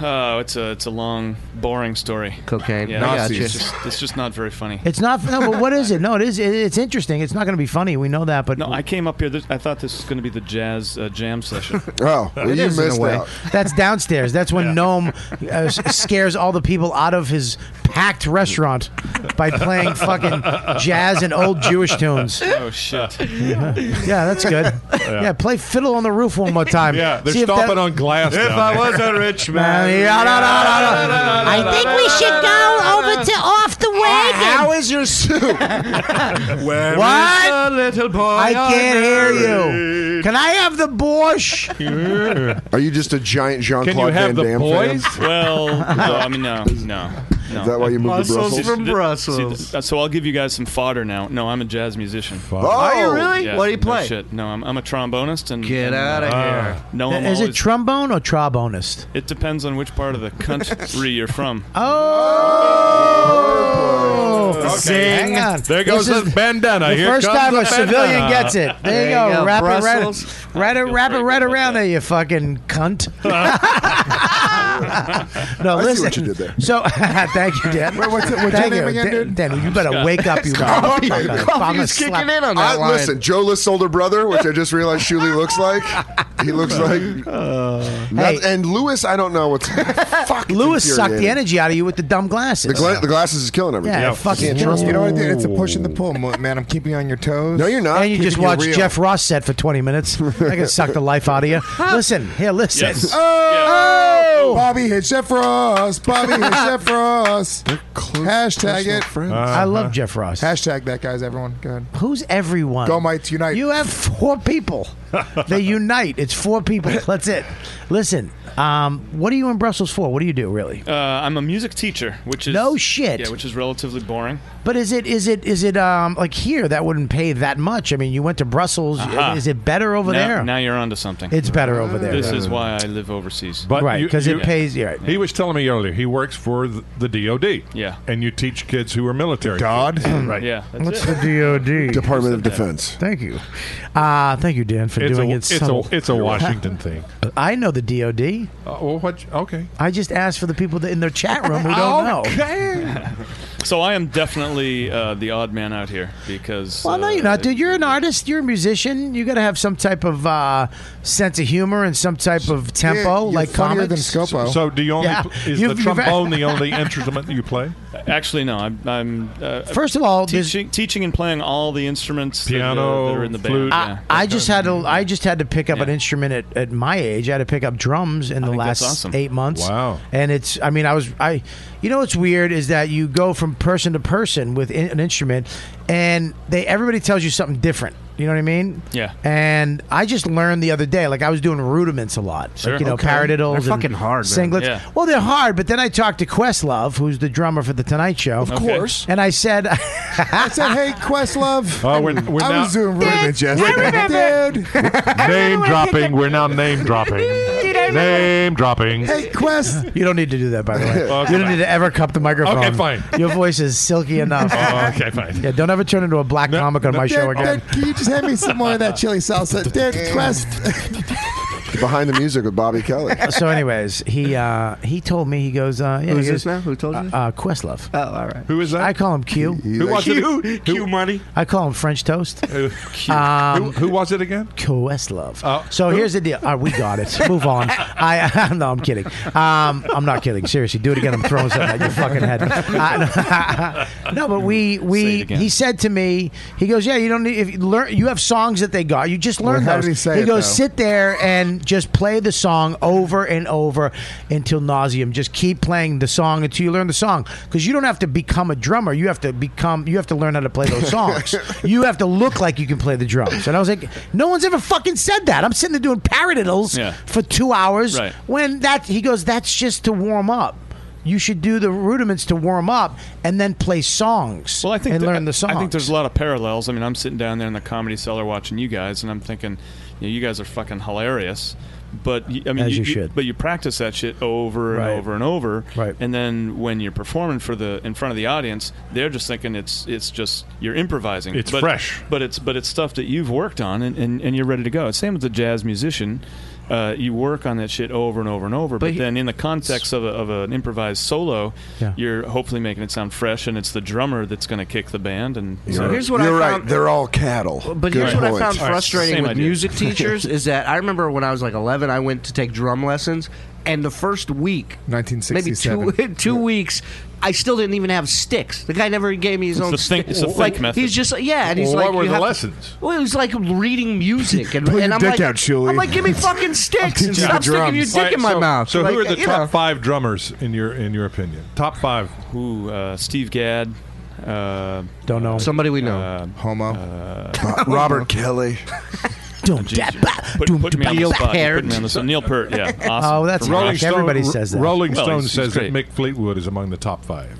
S12: Oh, it's a it's a long, boring story.
S7: Cocaine.
S12: Yeah,
S7: I
S12: it's,
S7: gotcha.
S12: just, it's just not very funny.
S2: It's not. No, but what is it? No, it is. It, it's interesting. It's not going to be funny. We know that, but
S12: No, I came up here. This, I thought this was going to be the jazz uh, jam session.
S10: oh,
S2: It is, in a way. That's downstairs. That's when Gnome uh, s- scares all the people out of his packed restaurant by playing fucking jazz and old Jewish tunes.
S12: Oh shit!
S2: Yeah, that's good. Yeah.
S12: Yeah.
S2: play Fiddle on the Roof one more time.
S5: Yeah, they're
S2: See if
S5: stomping
S2: that-
S5: on glass.
S12: If
S5: down
S12: I
S5: there.
S12: was a
S5: rich
S11: I think we should go over to off the wagon. How
S2: is your soup?
S11: Where
S2: What?
S11: is the
S12: little boy?
S2: I can't hear
S10: married?
S2: you. Can I have the borscht?
S10: Are you just a giant Jean
S12: Can you
S10: Claude Van
S12: have the
S10: Damme
S12: boys?
S10: fan?
S12: Well, uh, no, I mean no, no. no.
S10: Is that why you moved to
S12: Muscles
S10: Brussels?
S12: from Brussels. uh, so I'll give you guys some fodder now. No, I'm a jazz musician.
S10: Oh! Are you
S7: really?
S12: Yeah,
S7: What do you
S12: no
S7: play?
S12: shit. No, I'm, I'm a trombonist. And
S7: Get
S12: and,
S7: outta
S2: Ah.
S12: uh,
S7: here.
S5: Ah.
S12: No, I'm
S2: is it
S12: always-
S2: trombone or trombonist?
S12: It depends on which part of the country you're from.
S2: Oh,
S12: Okay.
S2: Hang on.
S12: There goes
S2: This
S12: the
S2: is
S12: bandana.
S2: The
S12: Here
S2: first
S12: comes
S2: time
S12: the
S2: a civilian
S12: bandana.
S2: gets it. There, you go. Wrap
S12: Brussels.
S2: it right, right, wrap it right around there, you fucking cunt. no,
S10: I see
S2: listen.
S10: what you did there.
S2: So, thank you, Dan.
S10: Wait, what's it- what's
S2: thank
S10: your name
S2: you,
S10: again,
S2: Dan,
S10: dude?
S2: Dan, you better wake up, you
S10: Scott.
S2: motherfucker.
S10: Scott,
S2: I'ma
S10: he's
S2: slap-
S10: I- Listen, Joe List's older brother, which I just realized Shuli looks like. He looks like.
S12: Uh,
S10: Not- And Lewis, I don't know what's. fuck, it's
S2: Lewis sucked the
S10: infuriating.
S2: energy out of you with the dumb glasses.
S10: The, gla- the glasses is killing everything.
S2: Yeah, Yeah. fucking trust
S8: you
S2: me.
S8: know what I did? It's a push and the pull, mo- man. I'm keeping you on your toes.
S10: No, you're not.
S2: and you just watched Jeff Ross set for 20 minutes. I can suck the life out of you. Listen, here, listen.
S8: Yes. Oh, Bobby hit Jeff Ross. Bobby hit Jeff Ross. Hashtag
S2: personal
S8: it.
S2: friends. I love Jeff Ross.
S8: Hashtag that guy's everyone. Go ahead.
S2: Who's everyone?
S8: Go Mites Unite.
S2: You have four people. they unite. It's four people. That's it. Listen, um, what are you in Brussels for? What do you do, really?
S12: Uh, I'm a music teacher, which is
S2: No shit.
S12: Yeah, which is relatively boring.
S2: But is it is it is it um, like here that wouldn't pay that much? I mean, you went to Brussels.
S5: Uh-huh.
S12: Aha.
S2: Is it better over
S12: now,
S2: there?
S12: Now you're onto something.
S2: It's better over there.
S12: This is why I live overseas.
S5: But
S2: Right,
S5: you-
S2: 'cause it
S5: you-
S2: pays- yeah, right.
S5: He was telling me earlier he works for th- the DoD.
S12: Yeah.
S5: and you teach kids who are military.
S8: God?
S5: right?
S12: Yeah. That's
S2: What's
S12: it.
S2: the DOD?
S10: Department of Defense.
S2: Thank you. Uh, thank you, Dan, for
S5: It's
S2: doing
S5: a,
S2: it.
S5: it's, a,
S2: subtle.
S5: it's a Washington thing.
S2: I know the DOD.
S5: Uh, well, what? Okay. Oh,
S2: I just asked for the people that in their chat room who don't know.
S12: So I am definitely uh, the odd man out here because.
S2: Well, no,
S12: uh,
S2: you're not, dude. You're an artist. You're a musician. You got to have some type of uh, sense of humor and some type of tempo,
S8: you're
S2: like
S8: funnier
S2: comics.
S8: than Scopo.
S5: So, so do you only?
S2: Yeah.
S5: pl- Is
S2: You've-
S5: the
S2: you've-
S5: trombone the only instrument you play?
S12: Actually, no. I'm. I'm uh,
S2: First of all, there's-
S12: teaching, teaching and playing all the instruments.
S5: Piano,
S12: that, uh, that are in the band.
S5: flute.
S12: Yeah.
S2: I, I just had to. I just had to pick up an instrument at, at my age. I had to pick up drums in the
S12: think
S2: last
S12: that's awesome.
S2: eight months.
S5: Wow.
S2: And it's. I mean, I was. I. You know what's weird is that you go from person to person with in, an instrument, and they everybody tells you something different. You know what I mean?
S12: Yeah.
S2: And I just learned the other day. Like I was doing rudiments a lot.
S12: Sure.
S2: Like you know,
S12: Okay.
S2: paradiddles.
S7: They're
S2: and
S7: fucking hard, man.
S2: Singlets.
S12: Yeah.
S2: Well, they're hard. But then I talked to Questlove, who's the drummer for the Tonight Show, of
S12: course.
S2: And I said,
S8: I said, hey, Questlove.
S5: Oh, we're, we're
S8: I
S5: now
S8: was doing really just
S11: I remember.
S8: Dude.
S5: name dropping. We're now name dropping. name dropping.
S8: Hey, Quest.
S2: You don't need to do that, by the way.
S5: Okay.
S2: You don't need to ever cup the microphone.
S5: Okay, fine.
S2: Your voice is silky enough.
S5: Oh, okay, fine.
S2: Yeah, don't ever turn into a black comic on my show
S8: Dude,
S2: again.
S8: dude, can you just hand me some more of that chili salsa? Dude, Quest.
S10: Behind the music with Bobby Kelly.
S2: so, anyways, he uh, he told me he goes. Uh, yeah,
S7: Who's
S2: he
S7: this
S2: goes,
S7: now? Who told you? this?
S2: Uh, Questlove.
S7: oh, all right.
S5: Who is that?
S2: I call him Q.
S5: who was it?
S12: Q money.
S2: I call him French toast.
S5: Who, who, who was it again?
S2: Questlove.
S5: Oh.
S2: so here's the deal. Uh, we got it. Move on. I no, I'm kidding. Um, I'm not kidding. Seriously, do it again. I'm throwing something at your fucking head. Uh, no, but we
S12: Say it
S2: we
S12: again.
S2: he said to me, he goes, yeah, you don't need if you learn. You have songs that they got. You just learn
S8: how
S2: those.
S8: did he say it,
S2: goes,
S8: though?
S2: sit there and just play the song over and over until nauseum. Just keep playing the song until you learn the song because you don't have to become a drummer. You have to become. You have to learn how to play those songs. you have to look like you can play the drums. And I was like, no one's ever fucking said that. I'm sitting there doing paradiddles
S12: Yeah.
S2: for two hours
S12: Right.
S2: when that he goes that's just to warm up you should do the rudiments to warm up and then play songs
S12: Well, I think
S2: and
S12: th-
S2: learn the
S12: I-
S2: songs
S12: I think there's a lot of parallels. I mean, I'm sitting down there in the comedy cellar watching you guys, and I'm thinking, you, know, you guys are fucking hilarious. But y- I mean,
S2: As you
S12: should. But you practice that shit over
S2: Right.
S12: and over and over. Right. And then when you're performing for the in front of the audience, they're just thinking it's it's just you're improvising.
S5: It's
S12: but,
S5: fresh.
S12: But it's but it's stuff that you've worked on and, and, and you're ready to go. It's same with the jazz musician. Uh, you work on that shit over and over and over, but,
S7: he-
S12: then in the context of, a, of an improvised solo, you're hopefully making it sound fresh, and it's the drummer that's going to kick the band. And so-
S10: You're, you're right. They're all cattle.
S7: But
S10: Good
S7: here's what
S10: point.
S7: I found frustrating
S12: Same
S7: with
S12: idea.
S7: music teachers is that I remember when I was like 11, I went to take drum lessons, and the first week, maybe
S8: 1967.
S7: two two weeks, I still didn't even have sticks. The guy never gave me his
S12: It's
S7: own
S12: a think-
S7: stick.
S12: it's a
S7: like,
S12: think method.
S7: He's just yeah, and he's
S5: Well,
S7: like,
S5: what were
S7: you
S5: the
S7: have to-
S5: lessons?
S7: well, it was like reading music, and,
S5: Pull
S7: and
S5: your
S7: I'm
S5: dick
S7: like,
S5: out, Shuey.
S7: I'm like, give me fucking sticks and
S5: Yeah.
S7: stop sticking your dick
S5: All right,
S7: in my
S5: so,
S7: mouth.
S5: So
S7: Like,
S5: who are the
S7: you
S5: top
S7: know.
S5: five drummers in your in your opinion? Top five.
S12: Who? Uh, Steve Gadd. Uh,
S2: Don't know.
S7: Somebody we
S12: know. Uh,
S8: Homo.
S10: Robert Kelly.
S2: Don't
S12: put, put me on
S2: Neil
S12: the spot. You Put
S2: Peart.
S12: me on the spot. Neil Peart. Yeah. Awesome.
S2: Oh, that's
S12: From
S2: nice.
S12: Rock.
S2: Everybody says that.
S5: Rolling
S12: Well,
S5: Stone
S12: he's-
S5: says
S12: he's
S5: that
S12: great.
S5: Mick Fleetwood is among the top five.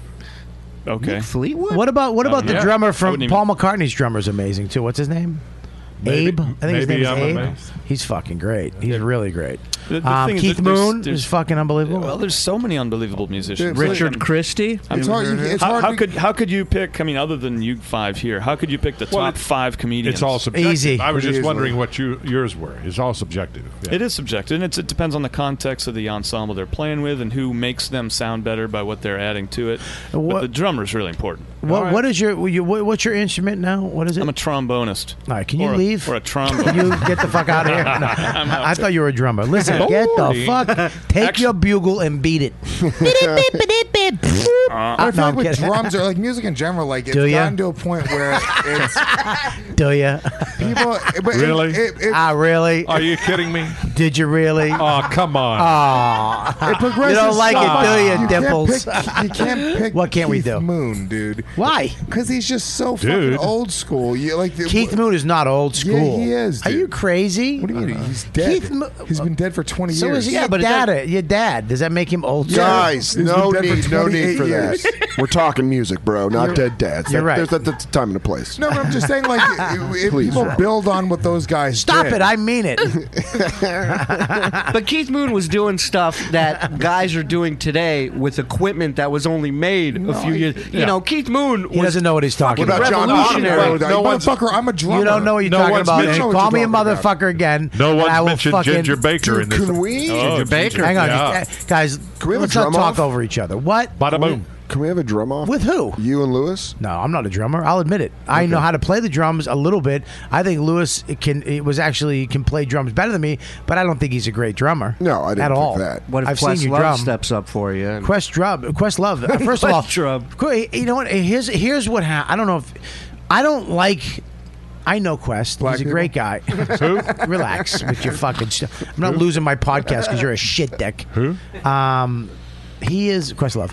S12: Okay. Um,
S7: Fleetwood.
S2: What about what
S5: I
S2: about
S5: don't
S2: the
S5: know.
S2: drummer
S5: I
S2: from
S5: wouldn't
S2: Paul McCartney's drummer is amazing too. What's his name?
S5: Maybe-
S2: Abe. I think his name
S5: maybe
S2: is
S5: I'm
S2: Abe.
S5: amazed.
S2: He's fucking great. He's really great.
S12: The- the
S2: um,
S12: thing is
S2: Keith
S12: that there's-
S2: Moon is
S12: there's-
S2: fucking unbelievable.
S12: Well, there's so many unbelievable musicians.
S7: Richard Christie.
S12: I mean,
S8: It's hard- it's
S12: Mm-hmm. how,
S8: hard
S12: how
S8: to-
S12: could how could you pick? I mean, other than you five here, how could you pick the top
S5: Well, it-
S12: five comedians?
S5: It's all subjective.
S2: Easy. uh,
S5: I was
S2: Pretty
S5: just
S2: easily.
S5: wondering what you, yours were. It's all subjective. Yeah.
S12: It is subjective, and it's, it depends on the context of the ensemble they're playing with, and who makes them sound better by what they're adding to it.
S2: What-
S12: but the drummer's really important.
S2: what what is your, you- what, what's your instrument now? What is it?
S12: I'm a trombonist.
S2: All right, can you
S12: or a-
S2: leave?
S12: or a trombone?
S2: Can you get the fuck out of here? No.
S12: I'm out.
S2: I, I thought you were a drummer. Listen, get the
S12: Boring.
S2: fuck. Take your bugle and beat it.
S12: uh,
S8: I feel
S2: No,
S8: like
S2: I'm
S8: with
S2: kidding.
S8: drums or like music in general, like it's
S2: Do ya?
S8: gotten to a point where it's
S2: Do ya?
S8: people. But it-
S5: Really?
S8: It, it,
S2: Ah, really?
S5: Are you kidding me?
S2: Did you really?
S5: Oh, come on.
S2: Aw.
S8: it progresses.
S2: You don't like
S8: so much.
S2: it, do you,
S8: can't
S2: Dimples?
S8: pick- you can't pick.
S2: What can't we
S8: Keith
S2: do?
S8: Moon, dude.
S2: Why?
S8: Because he's just so
S5: Dude.
S8: fucking old school. You like the-
S2: Keith Moon is not old
S8: Yeah,
S2: school.
S8: he is.
S2: Are
S8: dude.
S2: you crazy?
S8: What do you mean? He's dead.
S2: Uh, Keith Mo-
S8: he's been dead for 20
S2: So
S8: years.
S2: is your dad. your dad. Does that make him old?
S8: Yeah.
S2: school?
S10: Guys,
S8: He's
S10: no
S8: been dead for
S10: need, no need for
S8: 28 years.
S10: that. We're talking music, bro, not dead dads.
S2: you're
S10: That-
S2: right.
S10: There's that, that's the time and a place.
S8: No, but I'm just saying, like, if
S10: Please,
S8: people
S10: Rob.
S8: build on what those guys
S2: Stop
S8: did.
S2: it. I mean it.
S7: But Keith Moon was doing stuff that guys are doing today with equipment that was only made a few years. You
S5: yeah.
S7: know, Keith Moon
S2: He
S7: was
S2: doesn't know what he's talking
S10: What
S2: about.
S10: about John
S7: revolutionary.
S10: Bonham?
S8: No
S10: No one's-
S8: motherfucker, I'm a drummer.
S2: You don't know what you're
S5: No
S2: talking
S5: one's
S2: about.
S5: mentioned
S2: and
S8: what
S2: call me a
S8: you're talking
S2: motherfucker
S8: about.
S2: again.
S5: No
S2: and I
S5: one's
S2: will
S5: mentioned
S2: fucking,
S5: Ginger Baker in
S10: Dude,
S5: this.
S10: can we?
S12: Oh,
S7: Ginger Baker.
S2: Hang on,
S5: Yeah.
S2: just, uh, guys.
S10: Can we have a
S2: let's not
S10: drum
S2: talk
S10: off?
S2: over each other. What?
S5: Bada boom.
S10: Can we have a drum off?
S2: With who?
S10: You and Lewis?
S2: No, I'm not a drummer. I'll admit it. I know how to play the drums a little bit. I think Lewis can. It was actually can play drums better than me, but I don't think he's a great drummer.
S10: No, I didn't
S2: at
S10: think
S2: all.
S10: that.
S7: What if
S2: I've
S7: Quest
S2: seen you
S7: Love
S2: drum.
S7: steps up for you? and-
S2: Quest Drub, Quest Love. Uh, First of all,
S7: Quest Drub.
S2: Qu- You know what? uh, Here's here's what happened. I don't know if I don't like. I know Quest.
S8: Black
S2: He's a
S8: people?
S2: great guy. Relax with your fucking stuff. I'm not losing my podcast because you're a shit dick. Who? Um, he is Quest Love.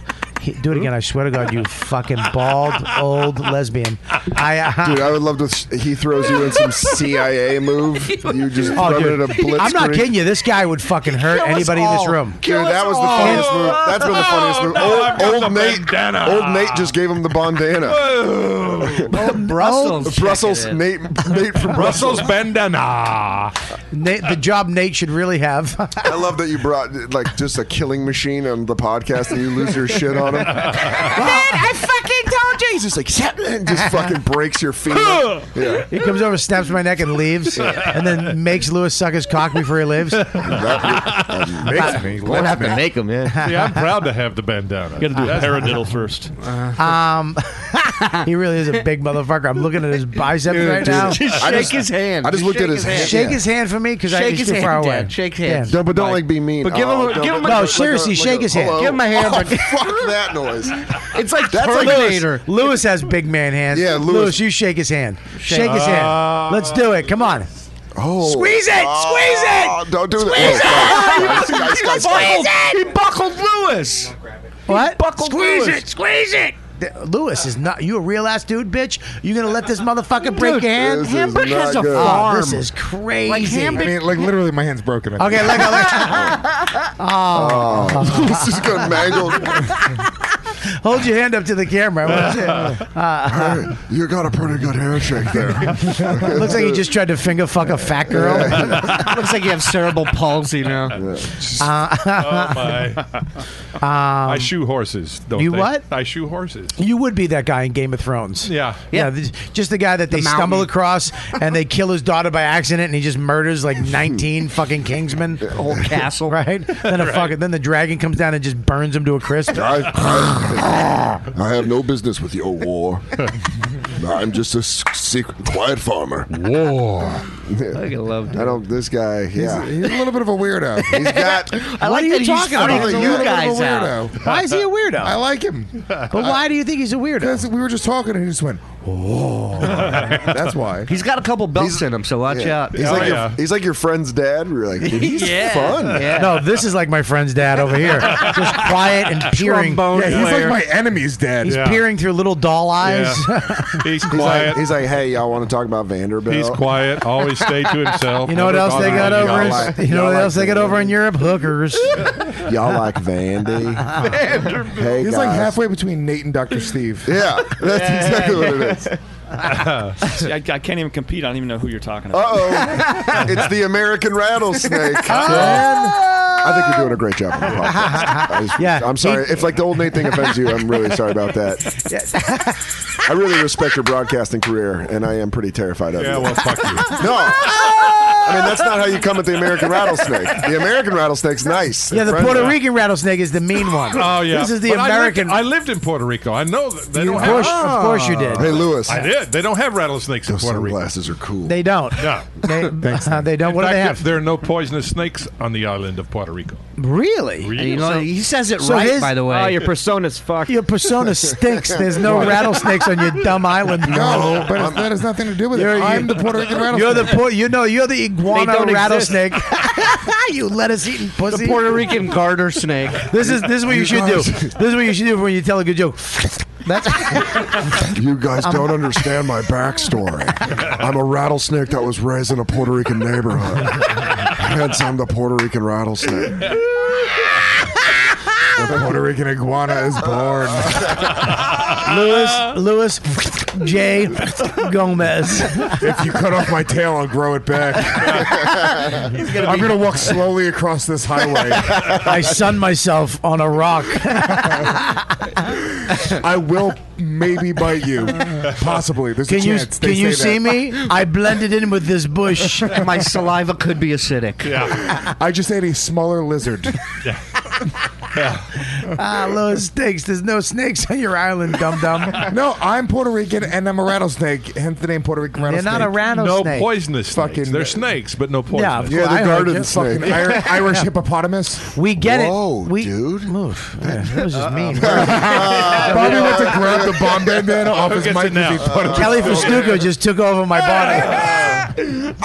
S2: do it again. I swear to God, you fucking bald old lesbian. I uh,
S10: Dude, I would love to. He throws you in some CIA move. You just
S2: Oh,
S10: throw it
S2: dude.
S10: in a blitz.
S2: I'm not kidding you. This guy would fucking hurt
S7: Kill us
S2: anybody in this
S7: all.
S2: room.
S10: Dude, that was the funniest move. That's been the funniest move.
S5: no, I've got
S10: old
S5: the
S10: old Nate,
S5: bandana.
S10: old Nate just gave him the bandana.
S2: Oh,
S7: Brussels. checking
S10: Oh, Brussels,
S7: it.
S10: Nate, Nate from Brussels.
S5: Brussels bandana.
S2: Nate, the job Nate should really have.
S10: I love that you brought like just a killing machine on the podcast and you lose your shit on him.
S11: Man, I fucking told you.
S10: He's just like, and just fucking breaks your feet. yeah,
S2: He comes over, snaps my neck, and leaves, and then makes Lewis suck his cock before he leaves.
S10: that would amaze me.
S9: We'll have to make them, yeah.
S5: See, I'm proud to have the bandana.
S12: You got to do a paradiddle first.
S2: Um, he really is a big motherfucker. I'm looking at his biceps right now.
S7: Just shake
S10: just-
S7: his hand.
S10: I just looked
S7: shake
S10: at his hand.
S2: Shake
S10: Yeah.
S2: his hand for me because I
S7: Shake
S2: he's
S7: his
S2: too far
S7: hand,
S2: away.
S7: Dan. Shake hands.
S10: No, but don't like be mean.
S7: But give him a-
S10: Oh, don't-
S7: give him a-
S2: No, seriously, shake his hand.
S10: hello.
S7: Give him a hand,
S10: Oh,
S7: but-
S10: fuck that noise.
S7: It's like
S10: That's like
S7: Terminator.
S2: Lewis has big man hands.
S10: Yeah, Lewis-
S2: you shake his hand. Shake his
S5: Ah.
S2: hand. Let's do it. Come on.
S10: Oh,
S2: Squeeze it! Squeeze it!
S10: Oh, don't do that. Oh, guys, guys, guys, guys.
S7: he buckled Lewis.
S2: What?
S7: buckled
S2: squeeze
S7: Lewis.
S2: it. Squeeze it. Th- Lewis is not. You a real ass dude, bitch. You gonna let this motherfucker break your hand?
S10: This is Hamburg not has a good.
S2: Oh,
S10: farm.
S2: this is crazy.
S8: I mean, like literally, my hand's broken. I
S2: Okay,
S8: think.
S2: look, look. Oh.
S10: Oh. This is good mangled.
S2: Hold your hand up to the camera. What's it? Uh,
S10: you got a pretty good handshake there.
S2: Looks like he just tried to finger fuck a fat girl.
S7: Looks like you have cerebral palsy now.
S2: Uh,
S5: oh my! I shoe horses. Don't
S2: you
S5: they?
S2: what?
S5: I shoe horses.
S2: Um, You would be that guy in Game of Thrones.
S5: Yeah.
S2: Yeah. th- just the guy that they stumble across and they kill his daughter by accident and he just murders like 19 fucking Kingsmen. Whole
S7: castle.
S2: Right? Then a fucking, then the dragon comes down and just burns him to a crisp.
S10: I have no business with your war. I'm just a s- secret, quiet farmer. War. I
S7: love.
S10: I don't. This guy. Yeah.
S8: He's a little bit of a weirdo.
S10: He's got.
S2: I
S8: What
S2: like
S8: are you
S2: that he's
S8: talking
S2: freaking
S8: about?
S2: you
S8: He's a little bit of a
S2: guys
S8: weirdo.
S2: out. Why is he a weirdo?
S8: I like him. But
S2: why do you think he's a weirdo?
S8: Because we were just talking and he just went, oh. That's why.
S7: He's got a couple belts in him, so watch
S10: Yeah.
S7: out.
S10: He's like your, he's like your friend's dad. We're like, dude, he's
S7: Yeah.
S10: fun.
S7: Yeah.
S2: No, this is like my friend's dad over here. Just quiet and peering.
S8: Yeah, he's like my enemy's dad.
S2: He's
S10: Yeah.
S2: peering through little doll eyes.
S5: He's
S10: He's like,
S5: quiet.
S10: he's like, hey, y'all want to talk about Vanderbilt?
S5: He's quiet. Always stay to himself.
S2: You know what
S5: Never
S2: else they
S5: bother
S2: got over?
S5: anybody.
S2: In, you know
S10: y'all
S2: what
S10: like
S2: else they got over in Europe? Hookers.
S10: Y'all like Vandy? hey,
S8: He's like
S10: guys.
S8: halfway between Nate and Dr. Steve.
S10: Yeah, that's exactly what it is.
S12: See, I, I can't even compete. I don't even know who you're talking
S10: Uh
S12: about.
S10: oh, it's the American rattlesnake.
S2: Ah.
S10: I think you're doing a great job on the podcast. I just-
S2: Yeah,
S10: I'm sorry.
S2: he-
S10: if like the old Nate thing offends you, I'm really sorry about that. I really respect your broadcasting career, and I am pretty terrified of
S5: Yeah,
S10: you.
S5: well, fuck you.
S10: No. I mean, that's not how you come at the American rattlesnake. The American rattlesnake's nice.
S2: Yeah, the
S10: Friendly.
S2: Puerto Rican rattlesnake is the mean one.
S5: Oh yeah.
S2: This is the
S5: But I lived-
S2: American.
S5: I lived, in Puerto Rico. I know that they
S2: Of
S5: don't have. Oh.
S2: course- of course you did.
S10: Hey, Lewis.
S5: I did. They don't have rattlesnakes in
S10: Those
S5: Puerto Rico.
S10: sunglasses are cool.
S2: They don't.
S5: Yeah.
S2: They, uh, they don't.
S5: In
S2: What do they
S5: fact,
S2: have?
S5: There are no poisonous snakes on the island of Puerto Rico.
S2: Really?
S7: You know, he says it
S2: So
S7: right,
S2: his-
S7: by the way.
S8: Ah,
S9: Oh, your persona's fucked.
S2: Your persona stinks. There's no rattlesnakes on your dumb island.
S8: No, but it's, that has nothing to do with
S2: You're-
S8: it.
S2: you-
S8: I'm the Puerto Rican rattlesnake.
S2: You're the Pu- you know you're the iguana
S9: don't exist.
S2: rattlesnake. you lettuce eating pussy.
S7: the Puerto Rican garter snake.
S2: this is this is what you should do. This is what you should do when you tell a good joke. That's
S10: You guys
S2: Um,
S10: don't understand my backstory. I'm a rattlesnake that was raised in a Puerto Rican neighborhood. Hence, I'm the Puerto Rican rattlesnake.
S2: Ah!
S8: the Puerto Rican iguana is born.
S2: Lewis Lewis J Gomez.
S8: if you cut off my tail, I'll grow it back. I'm going to walk slowly across this highway.
S2: I sun myself on a rock.
S8: I will maybe bite you. Possibly. There's
S2: Can
S8: a
S2: you
S8: chance. They
S2: can you
S8: say
S2: see
S8: that.
S2: me? I blended in with this bush.
S7: My saliva could be acidic.
S8: I just ate a smaller lizard.
S2: Ah, Lewis stinks. There's no snakes on your island, dum dum.
S8: No, I'm Puerto Rican and I'm a rattlesnake, hence the name Puerto Rican
S2: You're
S8: rattlesnake.
S2: not a
S5: No
S2: rattlesnake.
S5: poisonous snakes.
S8: Fucking-
S5: They're snakes, but no
S2: Yeah, of
S5: poisonous.
S10: You're
S2: I
S10: the
S2: heard you.
S10: garden
S8: Fucking
S10: snake.
S8: Irish, Irish hippopotamus.
S2: We get
S10: Whoa,
S2: it. We,
S10: dude.
S2: Oof. Yeah, that was just mean.
S8: Bobby went to grab the bomb bandana off
S5: Who
S8: his
S5: gets
S8: mic
S5: it now?
S8: because he thought it was
S2: Kelly Festuco just took over my body.
S11: I'm in.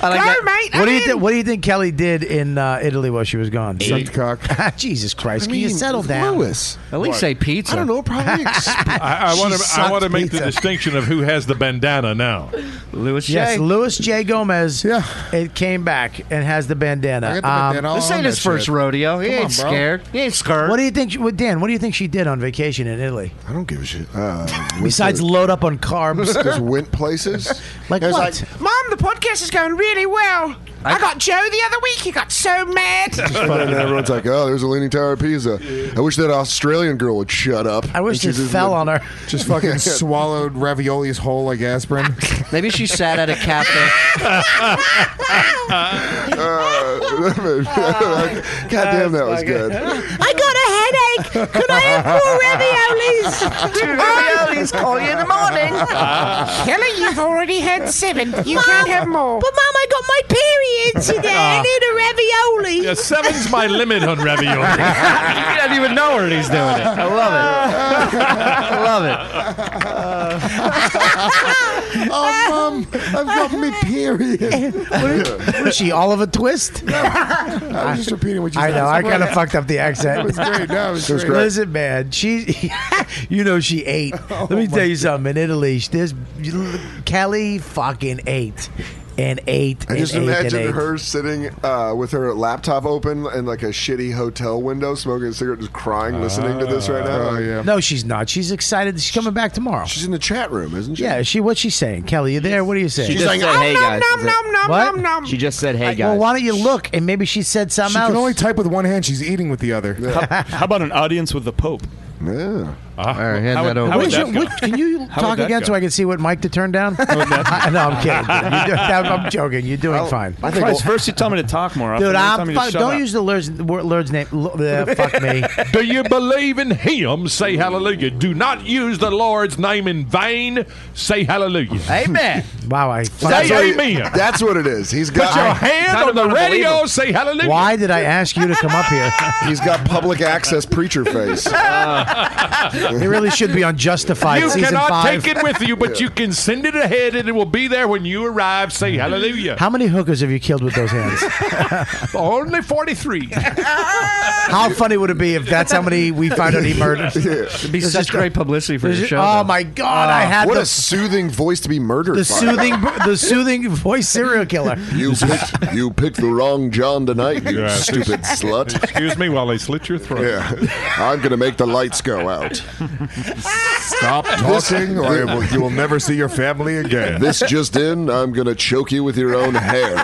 S7: I like
S11: Go,
S7: that.
S11: mate.
S2: What
S11: I'm
S2: do you
S11: in.
S2: think? What do you think Kelly did in uh, Italy while she was gone? Ah,
S8: sucked cock.
S2: Jesus Christ! Can you settle down? Ah,
S10: Lewis.
S7: At least say pizza.
S10: I don't know. Probably. Exp-
S5: I, I want to. I
S2: sucked
S5: want to make the
S2: pizza.
S5: distinction of who has the bandana now.
S7: Louis
S2: Yes,
S7: J.
S2: Louis J. Gomez.
S8: Yeah.
S2: it came back and has the bandana.
S8: I got the
S2: Um,
S8: bandana
S7: this
S8: on
S7: ain't
S8: that
S7: his first
S8: shit.
S7: rodeo. He
S8: Come
S7: ain't
S8: on, bro.
S7: scared. He ain't scared.
S2: What do you think, she- well, Dan? What do you think she did on vacation in Italy?
S10: I don't give a shit. Uh, went
S2: Besides
S10: to-
S2: load up on carbs,
S10: just went places.
S2: like
S10: It's
S2: what?
S11: Mom, the podcast is going really well. I, got Joe the other week. He got so mad.
S10: It's funny, and everyone's like, "Oh, there's a leaning tower of Pisa." I wish that Australian girl would shut up.
S2: I wish
S10: And she
S2: this
S10: just
S2: fell
S10: would-
S2: on her.
S8: Just fucking swallowed raviolis whole like aspirin.
S7: Maybe she sat at a cafe.
S10: Uh, God damn, that was good.
S11: I got a headache. Could I have four raviolis? Two raviolis. Call you in the morning. Kelly, you've already had seven. You can't have more. Ah, But Mom, I got my period today. I need a ravioli.
S5: Yeah, seven's my limit on ravioli.
S7: he doesn't even know her and he's doing it. I love it. I love it.
S8: oh, mom, I've got me period.
S2: Was she Oliver Twist?
S8: I was just repeating what you
S2: I
S8: said.
S2: know. I kind of fucked up the accent.
S8: That was great. That was,
S10: was
S8: great. Oh
S10: great.
S2: Listen, man, she, you know, she ate. Let me tell you something. In Italy, this Kelly fucking ate. and eight.
S10: I
S2: and
S10: just
S2: eight and
S10: imagine
S2: eight.
S10: her sitting uh, with her laptop open in like a shitty hotel window, smoking a cigarette, just crying, listening to this right now.
S5: Oh,
S10: Like,
S2: No, she's not. She's excited. She's coming back tomorrow. She's
S10: in the chat room, isn't
S2: she? Yeah. is She. What's she saying, Kelly? You there? What are you saying?
S9: She just said, "Hey guys." is it?
S2: What?
S9: She just said, "Hey guys."
S2: Well, why don't you look? And maybe she said
S8: She
S2: something
S8: can
S2: else.
S8: only type with one hand. She's eating with the other.
S12: How, how about an audience with the Pope? Ah,
S10: Yeah.
S12: All
S7: right,
S2: How would- how would you- what- can you
S12: How would
S2: talk
S12: that
S2: again
S12: go?
S2: so I can see what mic to turn down? no, I'm kidding. You're doing- I'm joking. You're doing fine.
S12: I think first you tell me to talk more.
S2: Dude, I'm
S12: fine.
S2: fu- don't use the Lord's, Lord's name. L- uh, fuck me.
S5: Do you believe in him? Say hallelujah. Do not use the Lord's name in vain. Say hallelujah.
S2: Amen. wow, I
S5: Say
S10: what-
S5: amen.
S10: that's what it is. He's
S5: Put
S10: got
S5: your hand on the radio. Say hallelujah.
S2: Why did I ask you to come up here?
S10: He's got public access preacher face.
S2: It really should be on Justified
S5: you
S2: season
S5: cannot
S2: five.
S5: take it with you, but you can send it ahead, and it will be there when you arrive. Say hallelujah.
S2: How many hookers have you killed with those hands?
S5: Only forty-three.
S2: How funny would it be if that's how many we found out he murdered?
S7: It'd be
S2: There's
S7: such
S2: just a-
S7: great publicity for
S2: there's
S7: your
S2: ju-
S7: show.
S2: Oh
S7: though.
S2: my God! I had
S10: Ah, what
S2: the,
S10: a soothing voice to be murdered.
S2: the
S10: by.
S2: soothing, the soothing voice serial killer.
S10: You picked, you picked the wrong John tonight, you
S5: Yeah.
S10: stupid slut.
S5: Excuse me while they slit your throat.
S10: Yeah, I'm gonna make the lights go out.
S8: Stop talking, or you will, you will never see your family again.
S10: This just in, I'm gonna choke you with your own hair.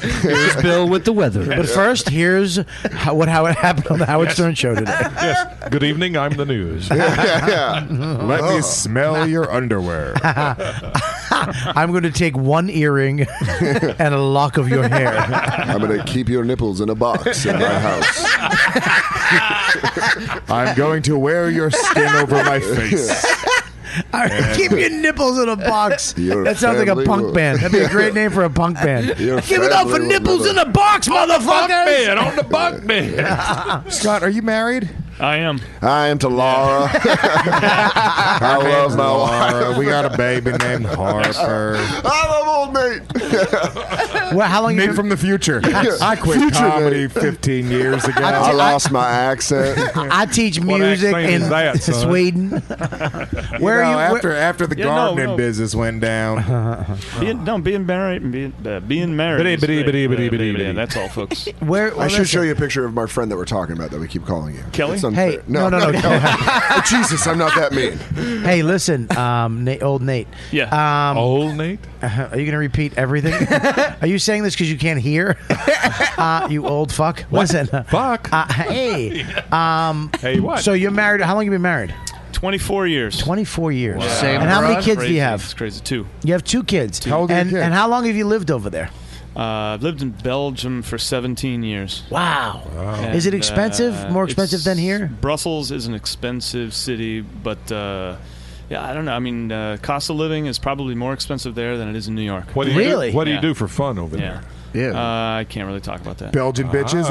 S7: Here's Bill with the weather.
S2: But first, here's how, what how it happened on the Howard Stern show today.
S5: Yes. Good evening. I'm the news.
S8: Let
S5: Oh.
S2: Oh.
S8: me smell your underwear.
S2: I'm going to take one earring and a lock of your hair.
S10: I'm gonna keep your nipples in a box in my house.
S8: I'm going to wear your skin over my face.
S2: All right, keep your nipples in a box.
S10: Your
S2: that sounds like a
S10: family
S2: punk
S10: will-
S2: band. That'd be a great name for a punk band.
S10: Your
S2: Give it up for
S10: family will
S2: nipples in
S10: never-
S2: a box,
S5: Bunk
S2: motherfuckers!
S5: bed on the bunk bed.
S8: Scott, are you married?
S12: I am.
S10: I am to Laura. I love my wife.
S8: Laura, we got a baby named Harper.
S10: I love old mate.
S2: Well, how long
S8: Nate
S2: you
S8: from the future. I quit
S10: Future
S8: comedy
S10: Nate.
S8: 15 years ago.
S10: I lost my accent.
S2: I teach
S5: What
S2: music
S5: accent
S2: in
S5: is that, son?
S2: Sweden.
S8: You
S2: Where
S8: know,
S2: are you?
S8: after
S2: where-
S8: after the
S12: Yeah, no,
S8: gardening
S12: no.
S8: business went down?
S12: Being, no, being married, being, uh, being married.
S5: Biddy,
S12: is
S5: biddy,
S12: great.
S5: biddy, biddy,
S12: Uh,
S5: biddy,
S12: yeah,
S5: biddy.
S12: That's all, folks.
S2: Where,
S10: I
S2: well,
S10: should show
S2: listen.
S10: you a picture of my friend that we're talking about that we keep calling you.
S12: Kelly?
S10: It's unfair.
S2: Hey, no, no, no,
S10: Jesus, I'm not that mean.
S2: Hey, listen, um, Nate, old Nate.
S12: Yeah.
S2: Um,
S5: Old Nate.
S2: Uh-huh. Are you going to repeat everything? Are you saying this because you can't hear? uh, you old fuck. Listen.
S5: Fuck.
S2: Uh, hey. Um,
S5: Hey, what?
S2: So you're married. How long you been married?
S12: 24 years.
S2: 24 years.
S7: Same
S2: and how
S7: for
S2: many
S7: us.
S2: kids do
S12: Crazy.
S2: you have?
S12: It's crazy, too.
S2: You have two kids.
S8: How old are your
S2: and,
S8: kids?
S2: and how long have you lived over there?
S12: Uh, I've lived in Belgium for 17 years.
S2: Wow. Is it
S12: And,
S2: expensive?
S12: uh,
S2: More expensive than
S12: it's-
S2: here?
S12: Brussels is an expensive city, but uh, yeah, I don't know. I mean, uh, cost of living is probably more expensive there than it is in New York.
S5: What do you
S2: Really?
S5: Do? What do you
S12: Yeah.
S5: do for fun over
S12: Yeah.
S5: there?
S12: Yeah. Uh, I can't really talk about that.
S8: Belgian
S2: Ah,
S8: bitches.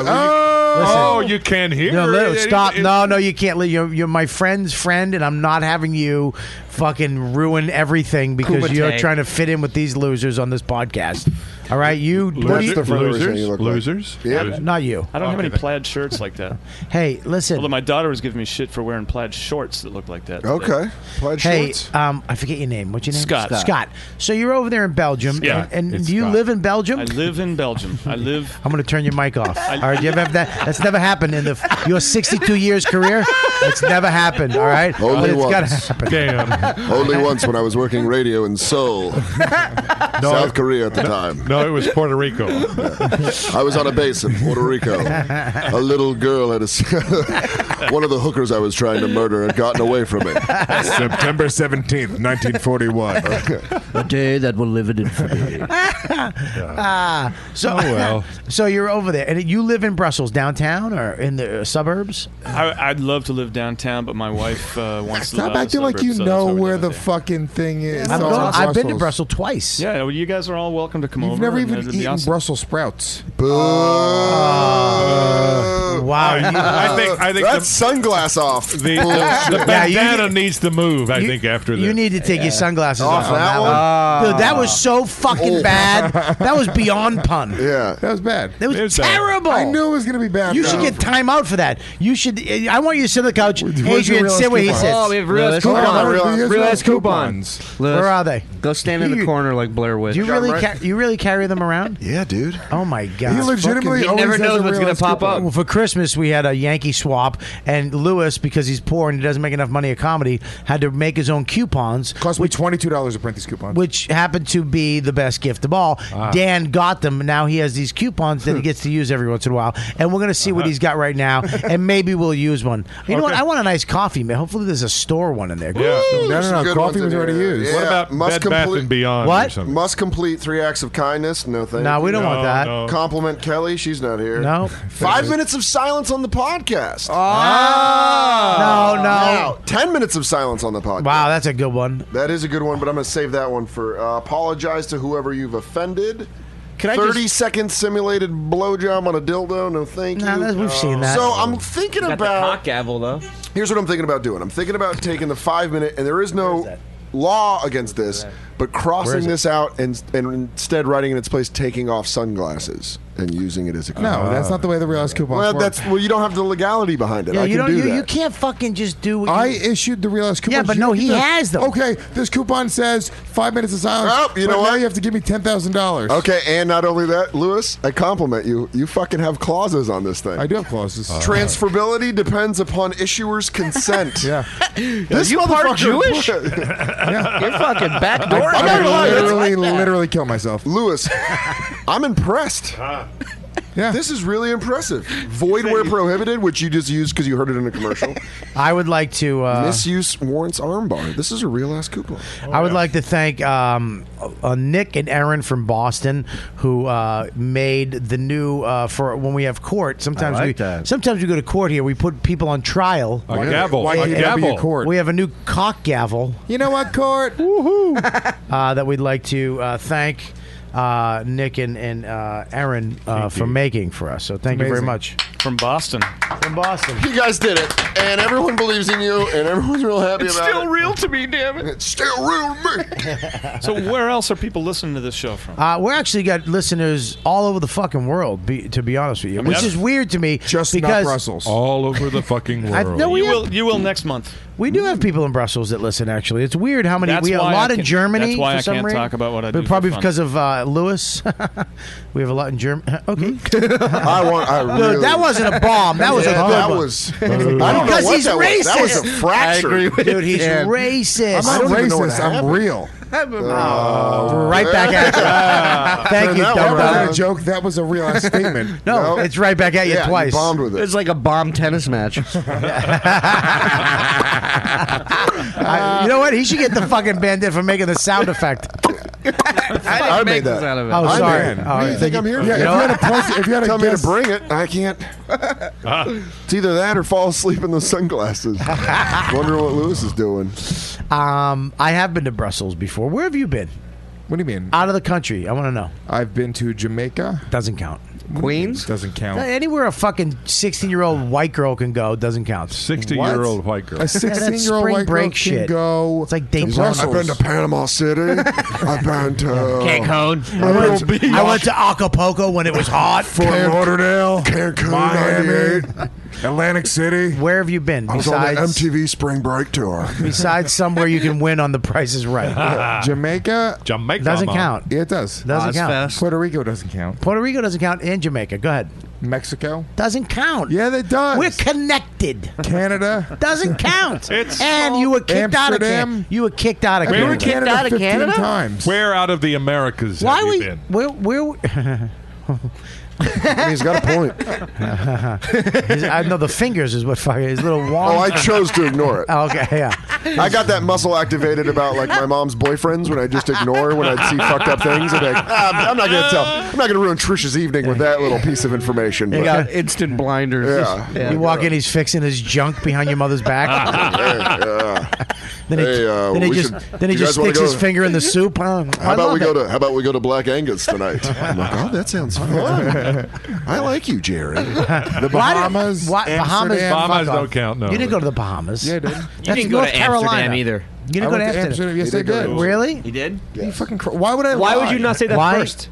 S5: Oh,
S2: Listen.
S5: you can't hear.
S2: No,
S5: it.
S2: no, stop.
S5: It- it-
S2: No, no, you can't. li- You're, you're my friend's friend, and I'm not having you fucking ruin everything because
S7: Kumite.
S2: you're trying to fit in with these losers on this podcast. All right, you. what do you-
S5: Loser-
S10: the front of everything
S5: losers,
S10: you look like?
S5: losers.
S10: Yep.
S5: losers.
S2: not you.
S12: I don't have
S5: Okay,
S12: any
S5: then.
S12: plaid shirts like that.
S2: Hey, listen.
S12: Although my daughter was giving me shit for wearing plaid shorts that looked like that. today.
S10: Okay. Plaid
S2: Hey,
S10: shorts.
S2: um, I forget your name. What's your name?
S12: Scott.
S2: Scott. So you're over there in Belgium,
S5: Scott.
S2: and, and
S5: It's
S2: do you
S5: Scott.
S2: live in Belgium?
S12: I live in Belgium. I live.
S2: I'm going to turn your mic off. all right, you ever have that? That's never happened in the your 62 years career. It's never happened. All right, but
S10: Only
S2: it's got to
S10: once.
S2: happen.
S5: Damn.
S10: Only once when I was working radio in Seoul, South Korea at the time.
S5: No, it was Puerto Rico.
S10: I was on a base in Puerto Rico. A little girl had a s one of the hookers I was trying to murder had gotten away from me.
S8: September 17th, 1941.
S7: A day that will live it in infamy.
S2: Ah, so
S5: well.
S2: so you're over there, and you live in Brussels downtown or in the uh, suburbs?
S12: I, I'd love to live downtown, but my wife uh, wants to
S8: Stop
S12: live out in
S8: acting like
S12: suburbs,
S8: you
S12: so that's
S8: know
S12: how we
S8: where
S12: live
S8: the
S12: out there.
S8: fucking thing is.
S2: I'm
S8: It's
S2: going,
S8: all
S2: I've been to
S8: Brussels.
S2: Brussels twice.
S12: Yeah, well, you guys are all welcome to come
S8: You've
S12: over.
S8: never
S12: and
S8: even
S12: it'd be
S8: eaten
S12: awesome.
S8: Brussels sprouts.
S10: Boo!
S2: Wow, you-
S5: I think I think
S10: Uh, that's sunglass off.
S5: the, the, the
S2: Yeah, you-
S5: bandana needs to move. I think after this,
S2: You need to take your sunglasses off,
S5: Off
S2: on
S5: that
S2: that one.
S5: one?
S2: Dude, that
S8: Ah.
S2: was so fucking
S5: Oh.
S2: bad. That was beyond pun.
S10: Yeah.
S8: That was bad.
S2: That was terrible.
S8: I knew it was going to be bad.
S2: You should
S8: though.
S2: get time out for that. You should. I want you to sit on the couch.
S8: your
S2: Adrian,
S8: real
S2: sit where he
S8: coupon?
S2: sits.
S8: Oh, we have real Real ass coupon. coupon. Real ass- real ass coupons.
S2: Where are they?
S7: Go stand in
S2: You-
S7: the corner like Blair Witch.
S2: Do you really ca- you really carry them around?
S10: yeah, dude.
S2: Oh my god!
S7: He legitimately He always never has knows a what's real gonna pop scoop. up.
S2: Well, for Christmas we had a Yankee swap, and Lewis, because he's poor and he doesn't make enough money at comedy, had to make his own coupons. Cost me
S8: twenty two dollars to print these coupons,
S2: which happened to be the best gift of all. Dan got them. Now he has these coupons that he gets to use every once in a while, and we're gonna see what he's got right now, and maybe we'll use one. You know what? I want a nice coffee, man. Hopefully there's a store one in there.
S10: Ooh, there's some good ones in here. Yeah.
S5: What about Bed Bath and Beyond or
S2: What?
S5: something?
S10: Must complete three acts of kindness. No thank
S2: No,
S10: you.
S2: we don't want No, that. no.
S10: Compliment Kelly. She's not here.
S2: No.
S10: Five minutes of silence on the podcast.
S8: Ah.
S2: Oh. No, no.
S10: Now, ten minutes of silence on the podcast.
S2: Wow, that's a good one.
S10: That is a good one, but I'm going to save that one for uh, apologize to whoever you've offended.
S2: Can I
S10: 30 second simulated blowjob on a dildo. No, thank
S2: Nah,
S10: you. Um,
S2: that's- we've seen that.
S10: So I'm thinking
S9: Got the
S10: about
S9: cock gavel though.
S10: Here's what I'm thinking about doing. I'm thinking about taking the five minute, and there is no law against this, but
S8: Where is
S10: crossing
S8: it?
S10: this out and and instead writing in its place, taking off sunglasses and using it as a. Uh,
S8: No, that's
S12: Ah.
S8: not the way the real ass coupons
S10: Well,
S8: work.
S10: that's well, you don't have the legality behind it.
S8: Yeah,
S10: I can
S8: you don't-
S10: do
S8: you-
S10: that.
S8: you
S2: can't fucking just do. What
S8: I issued the real ass coupons.
S2: Yeah, but
S8: You
S2: no,
S8: don't get
S2: he
S8: the-
S2: has them.
S8: Okay, this coupon says five minutes of silence.
S10: Oh, you
S8: but
S10: know
S8: now
S10: what?
S8: you have to give me ten thousand dollars.
S10: Okay, and not only that, Lewis, I compliment you. You fucking have clauses on this thing. I
S8: do have clauses.
S10: Transferability depends upon issuer's consent. yeah.
S8: you part Jewish?
S10: You're
S7: fucking
S8: I,
S10: backdoor.
S8: I would literally, literally kill myself.
S10: Lewis, I'm impressed.
S8: Yeah.
S10: This is really impressive. Void where prohibited, which you just used because you heard it in a commercial.
S2: I would like to uh,
S10: Misuse warrants armbar. This is a real ass coupon.
S2: I would like to thank um, uh, Nick and Aaron from Boston who uh, made the new uh, for when we have court. Sometimes
S7: like
S2: we
S7: that.
S2: sometimes we go to court here. We put people on trial.
S5: A Why- gavel. why A can't it be a gavel. court?
S2: We have a new cock gavel
S8: You know what, Court?
S2: uh, that we'd like to uh, thank uh, Nick and, and uh, Aaron uh, for making for us. So thank you very
S10: Amazing.
S2: much.
S12: From Boston.
S2: From Boston.
S10: You guys did it, and everyone believes in you, and everyone's real happy
S12: It's
S10: about
S12: still
S10: it.
S12: real to me, damn it.
S10: It's still real to
S12: me. so where else are people listening to this show from?
S2: Uh, we're actually got listeners all over the fucking world. Be, to be honest with you,
S12: I mean,
S2: which
S12: that's-
S2: is weird to me. Just because
S12: Oh.
S5: All over the fucking
S2: I-
S5: world.
S2: no, we
S12: you
S2: have-
S12: will. You will next month.
S2: We do have people in Brussels that listen. Actually, it's weird how many.
S12: That's
S2: we have a
S12: why I
S2: lot in
S12: can-
S2: Germany.
S12: that's why
S2: for
S12: I
S2: some
S12: can't
S2: reason,
S12: talk about what I
S2: but
S12: do for
S2: Probably
S12: fun.
S2: because of uh, Lewis. we have a lot in Germany. okay,
S10: I want. I
S2: Dude,
S10: really-
S2: that wasn't a bomb. That was a
S10: Yeah,
S2: good
S10: That
S2: one.
S10: was. I don't know
S2: Because
S10: what
S2: he's
S10: that was. That was a
S2: racist.
S10: fracture.
S2: I agree with Dude, he's Dan. racist.
S10: I
S2: I'm
S10: don't
S2: not
S10: even know what
S2: racist, I'm
S10: happened. Uh,
S8: real.
S2: We're right back at you. Thank you,
S8: That
S2: Dumbo.
S8: wasn't a joke. That was a real ass statement.
S2: No, it's right back at you twice.
S7: It's like a bomb tennis match.
S2: I- you know what? He should get the fucking bandit for making the sound effect.
S10: I, made that.
S2: out of it. Oh,
S10: I
S2: sorry.
S10: made it.
S2: All
S10: What do
S2: right.
S10: you think I'm here?
S2: Yeah, if you
S10: for?
S2: had a
S8: plus, if you had a
S10: tell
S8: guess-
S10: me to bring it, I can't. it's either that or fall asleep in the sunglasses. Wondering what Lewis is doing.
S2: Um, I have been to Brussels before. Where have you been?
S8: What do you mean?
S2: Out of the country. I want to know.
S8: I've been to Jamaica.
S2: Doesn't count.
S7: Queens
S8: doesn't count.
S2: Uh, Anywhere a fucking 16 year old white girl can go doesn't count.
S5: 60 year old white girl.
S2: Yeah,
S8: A
S2: that's
S8: 16 year old
S2: spring
S8: white
S2: break
S8: girl
S2: shit.
S8: can go.
S2: It's like
S8: to
S2: Daytona.
S8: Brussels.
S10: I've been to Panama City. I've been to
S2: I went, I went to Acapulco when it was hot.
S8: Fort Lauderdale,
S10: Cancun,
S8: Miami,
S10: 98.
S8: Atlantic City.
S2: Where have you been?
S10: I was on the
S2: Besides,
S10: MTV Spring Break tour.
S2: besides somewhere you can win on the Price is Right.
S8: Jamaica
S5: Jamaica
S2: Doesn't count.
S8: Yeah, it does.
S2: Doesn't count.
S8: Ozfest. Puerto Rico doesn't count.
S2: Puerto Rico doesn't count, and Jamaica. Go ahead.
S8: Mexico
S2: Doesn't count.
S8: Yeah, that does.
S2: We're connected.
S8: Canada.
S2: Doesn't count.
S5: It's-
S2: and you were kicked out of Canada.
S8: Amsterdam.
S2: You were kicked out of
S5: We
S2: Canada.
S5: were kicked
S8: Canada 15 times.
S5: Where out of the Americas
S2: Why
S5: have
S2: were
S5: you
S2: you?
S5: been?
S2: Where, where,
S10: He's got a point.
S2: His- I know the fingers is what fucking his little wand.
S10: Oh, I chose to ignore it.
S2: Okay, yeah.
S10: I got that muscle activated about like my mom's boyfriends when I just ignore when I'd see fucked up things. And be like, "Ah, I'm not gonna tell. I'm not gonna ruin Trisha's evening with that little piece of information.
S2: You got
S7: instant blinders.
S10: Yeah. Uh,
S2: you walk in, he's fixing his junk behind your mother's back.
S10: Then
S2: then
S10: he,
S2: he,
S10: hey, uh,
S2: then he
S10: we
S2: just
S10: should-
S2: then he
S10: you
S2: just
S10: guys wanna
S2: sticks
S10: go-
S2: his finger in the soup. Huh?
S10: How about we go to How about we go to Black Angus tonight? I'm like, oh, that sounds fun. I like you, Jerry. The
S2: Why did-
S10: Bahamas,
S2: why- Bahamas,
S10: Amsterdam,
S2: fuck
S10: Bahamas
S2: off.
S10: don't count, no.
S2: you didn't go to the Bahamas. Yeah, I did.
S10: You didn't go to Amsterdam either.
S2: You didn't
S8: I
S2: go to
S8: went to
S2: Amsterdam.
S8: Amsterdam. Yes, He did I go to did. Amsterdam.
S2: Really?
S8: He
S9: did.
S8: You fucking. Cr- why would I?
S9: Why would
S8: lie?
S9: you not say that
S8: Why?
S9: first?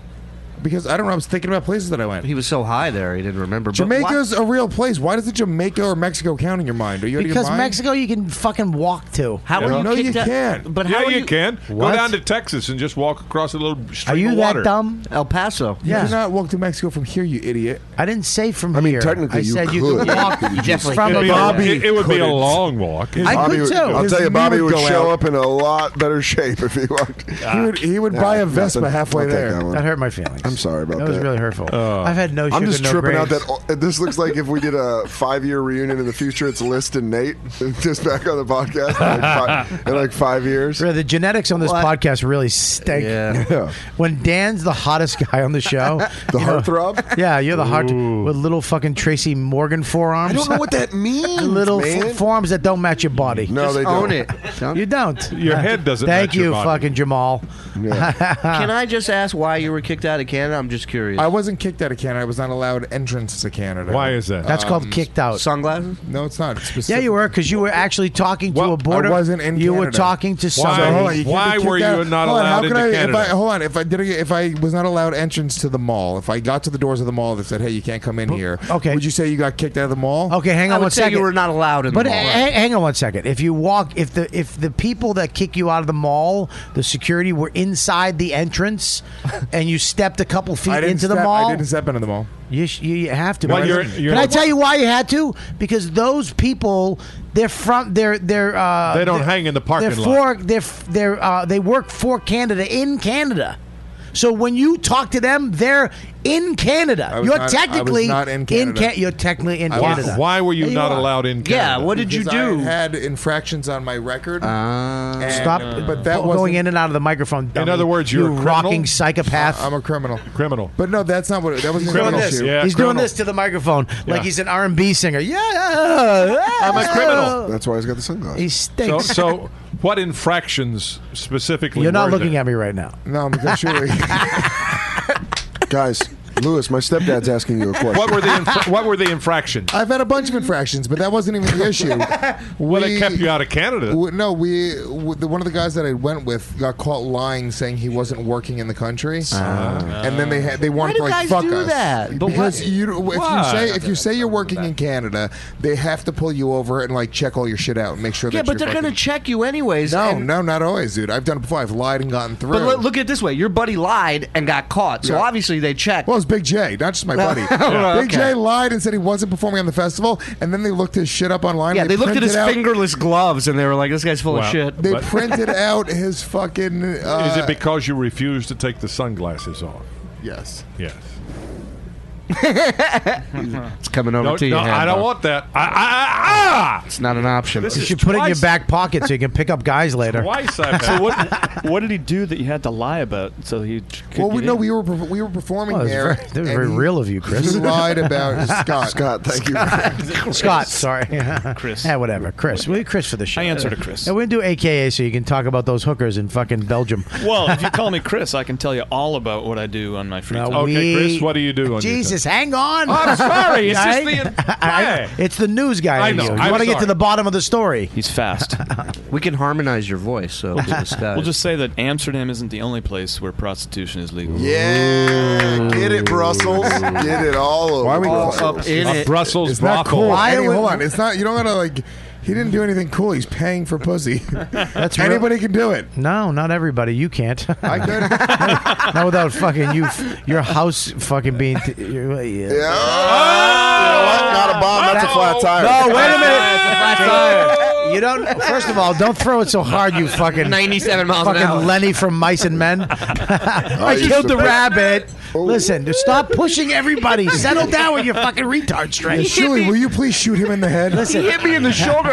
S8: Because I don't know. I was thinking about places that I went.
S7: He was so high there, he didn't remember. but
S8: Jamaica's a real place. Why doesn't Jamaica or Mexico count in your mind? Are you out of your
S2: Because
S8: mind?
S2: Mexico, you can fucking walk to.
S8: How are you No, you kicked out- can't.
S7: But
S5: yeah,
S7: how are
S5: you,
S7: you-
S5: can
S2: What?
S5: go down to Texas and just walk across a little stream
S2: Are you
S5: of
S2: that
S5: water.
S2: dumb?
S7: El Paso.
S8: You
S2: Yeah.
S8: did not walk to Mexico from here, you idiot.
S2: I didn't say from
S8: I mean,
S2: here.
S8: technically
S2: I
S8: you
S2: said you
S8: could.
S2: could
S8: Yeah,
S2: walk
S8: you definitely
S2: from
S5: It'd be a-
S2: Bobby.
S5: it, it would be a
S10: couldn't.
S5: long walk.
S2: I
S10: Bobby
S2: could
S10: would-
S2: too.
S10: I'll
S2: His
S10: tell you,
S2: knee
S10: Bobby
S2: would
S10: would
S2: go
S10: show
S2: out.
S10: up in a lot better shape if he walked.
S8: He would- he would buy a Vespa halfway there.
S2: That hurt my feelings.
S10: I'm sorry about that.
S2: That was really hurtful.
S5: Uh,
S10: Oh.
S2: I've had no
S10: I'm
S2: sugar,
S10: just
S2: no
S10: tripping out
S2: grapes.
S10: that all- this looks like if we did a five year reunion in the future, it's List and Nate just back on the podcast in like five, in like five years.
S2: Yeah, the genetics on this podcast really stink.
S10: Yeah.
S2: when Dan's the hottest guy on the show,
S10: The
S2: you know-
S10: heartthrob?
S2: Yeah, you're the heart with little fucking Tracy Morgan forearms.
S10: I don't know what that means,
S2: little
S10: man.
S2: f- forearms that don't match your body.
S10: No, Just they don't. own it.
S2: You don't.
S5: Your head doesn't
S2: Thank
S5: match your
S2: you,
S5: body.
S2: fucking Jamal.
S7: Can I just ask why you were kicked out of Canada? I'm just curious.
S8: I wasn't kicked out of Canada. I was not allowed entrance to Canada.
S5: Why is that?
S2: That's called
S8: Um,
S2: kicked out.
S7: Sunglasses?
S8: No, it's not. It's specific.
S2: Yeah, you were because you were actually talking to a border.
S8: I wasn't in.
S2: You were
S8: Canada.
S2: talking to
S5: Why-
S2: somebody.
S8: hold on, you can't
S5: why
S8: be
S5: were
S8: kicked
S5: you
S8: out.
S5: not
S8: hold on, how
S5: allowed
S8: can
S5: into
S8: I,
S5: Canada?
S8: If I, hold on, if I did, if I was not allowed entrance to the mall, if I got to the doors of the mall that said, "Hey, you can't come in here," okay, would you say you got kicked out of the mall?
S2: Okay, hang on one second. but eh,
S8: mall.
S2: ha- ha- hang on one second. If you walk, if the if the people that kick you out of the mall, the security were inside the entrance, and you stepped a couple feet
S8: I didn't
S2: into the
S8: step-
S2: mall,
S8: I didn't step into the mall.
S2: You, sh- you you have to.
S8: No,
S2: man.
S8: I you're- you're-
S2: Can I tell you why you had to? Because those people, they're front, they're they're uh,
S5: They don't
S2: they're-
S5: hang in the parking
S2: they're
S5: lot.
S2: For, they're f- they're uh, they work for Canada in Canada. So when you talk to them, they're in Canada.
S5: was
S2: You're
S5: not- I was
S2: technically
S5: not in Canada.
S2: Ca- you're technically in
S5: Why-
S2: Canada.
S5: why were you
S2: There
S5: not
S2: are.
S5: allowed in Canada?
S8: Because I had infractions on my record. and-
S2: Ah. Stop!
S8: But that wasn't
S2: going in and out of the microphone. dummy.
S5: uh, other words,
S2: you
S5: you're a criminal?
S2: rocking psychopath.
S8: I'm a criminal.
S5: Criminal.
S8: But no, that's not what. That
S2: He's
S8: wasn't
S2: doing
S8: an
S2: this.
S8: issue.
S2: he's doing this to the microphone like
S8: Yeah.
S2: he's an R&B singer. Yeah, I'm a criminal.
S10: That's why he's got the sunglasses.
S2: He
S5: So,
S2: stinks.
S5: so what infractions specifically?
S2: You're not
S5: were
S2: looking
S5: there?
S2: at me right now.
S8: No, I'm because surely.
S10: Guys, Lewis, my stepdad's asking you a question.
S5: What were the inf- what were the infractions?
S8: I've had a bunch of infractions, but that wasn't even the issue.
S5: Well,
S8: We-
S5: they kept you out of Canada.
S8: W- No, we w- the, one of the guys that I went with got caught lying, saying he wasn't working in the country, Uh, and then they had they wanted
S7: Ah. Why do
S8: to like
S7: guys
S8: fuck
S7: do
S8: us.
S7: that? But
S8: because
S7: why-
S8: you if you
S7: Why?
S8: say if you say you're working in Canada, they have to pull you over and like check all your shit out and make sure.
S7: Yeah,
S8: that
S7: but
S8: you're
S7: they're gonna
S8: fucking-
S7: check you anyways.
S8: No,
S7: and-
S8: no, not always, dude. I've done it before. I've lied and gotten through.
S7: But look, look at it this way: your buddy lied and got caught, so
S8: Yeah.
S7: obviously they checked.
S8: Well, it's Big J, not just my buddy.
S7: Yeah.
S8: Big
S7: Okay.
S8: J lied and said he wasn't performing on the festival, and then they looked his shit up online.
S7: yeah,
S8: and
S7: they looked at
S8: printed
S7: his
S8: out-
S7: fingerless gloves and they were like, "This guy's full
S5: Wow.
S7: of shit."
S8: They
S5: But-
S8: printed out his fucking. Uh,
S5: Is it because you refused to take the sunglasses off?
S8: Yes.
S5: Yes.
S7: it's coming over
S5: no,
S7: to you.
S5: no, I don't want that. I, I, I, ah!
S7: It's not an option.
S5: This
S2: you
S5: is
S2: should put it in your
S5: twice-
S2: back pocket so you can pick up guys later.
S5: Twice I've had.
S12: So what? what did he do that you had to lie about? So he could
S8: Well, we
S12: get
S8: no,
S12: in?
S8: we were perf- we were performing
S2: Well, that was
S8: there.
S2: very- that was
S8: and
S2: very
S8: he-
S2: real of you, Chris.
S8: He lied about Scott.
S10: Scott, thank you.
S2: Scott, sorry. Chris. yeah, whatever. Chris. We need Chris for the show.
S12: I answer to Chris.
S2: Yeah, we're going to do AKA so you can talk about those hookers in fucking Belgium.
S12: well, if you call me Chris, I can tell you all about what I do on my free
S2: No,
S12: time.
S2: Okay, we- Chris, what do
S5: you do
S2: Jesus, hang on.
S12: Oh, I'm sorry, it's just the-
S2: I- I- it's the news guy.
S12: I
S2: in
S12: know,
S2: You,
S12: I'm
S2: want to get
S12: sorry.
S2: to the bottom of the story.
S12: He's fast.
S7: we can harmonize your voice, so it'll be this guy.
S12: We'll just say that Amsterdam isn't the only place where prostitution is legal.
S10: Yeah, get it, Brussels. Get it all over.
S8: Why are we
S10: Brussels.
S8: up
S12: in A it? Brussels
S8: it's not
S12: brothel.
S8: cool.
S12: Why
S8: Any-
S12: would-
S8: hold on, it's not. You don't gotta like. He didn't do anything cool. He's paying for pussy.
S2: That's real-
S8: anybody can do it.
S2: No, not everybody. You can't. I could. not without fucking you, f- your house fucking being. T- you- yeah.
S10: Not a bomb. That's a flat tire.
S2: No, wait a minute. You don't. First of all, don't throw it so hard. You fucking
S9: 97 miles an
S2: Fucking
S9: hour.
S2: Lenny from Mice and Men. I
S9: used
S2: killed
S9: to
S2: the
S9: be-
S2: rabbit. Listen, just stop pushing everybody. Settle down with your fucking retard
S8: Yeah,
S2: strength.
S8: Shirley, will you please shoot him in the head?
S2: Listen,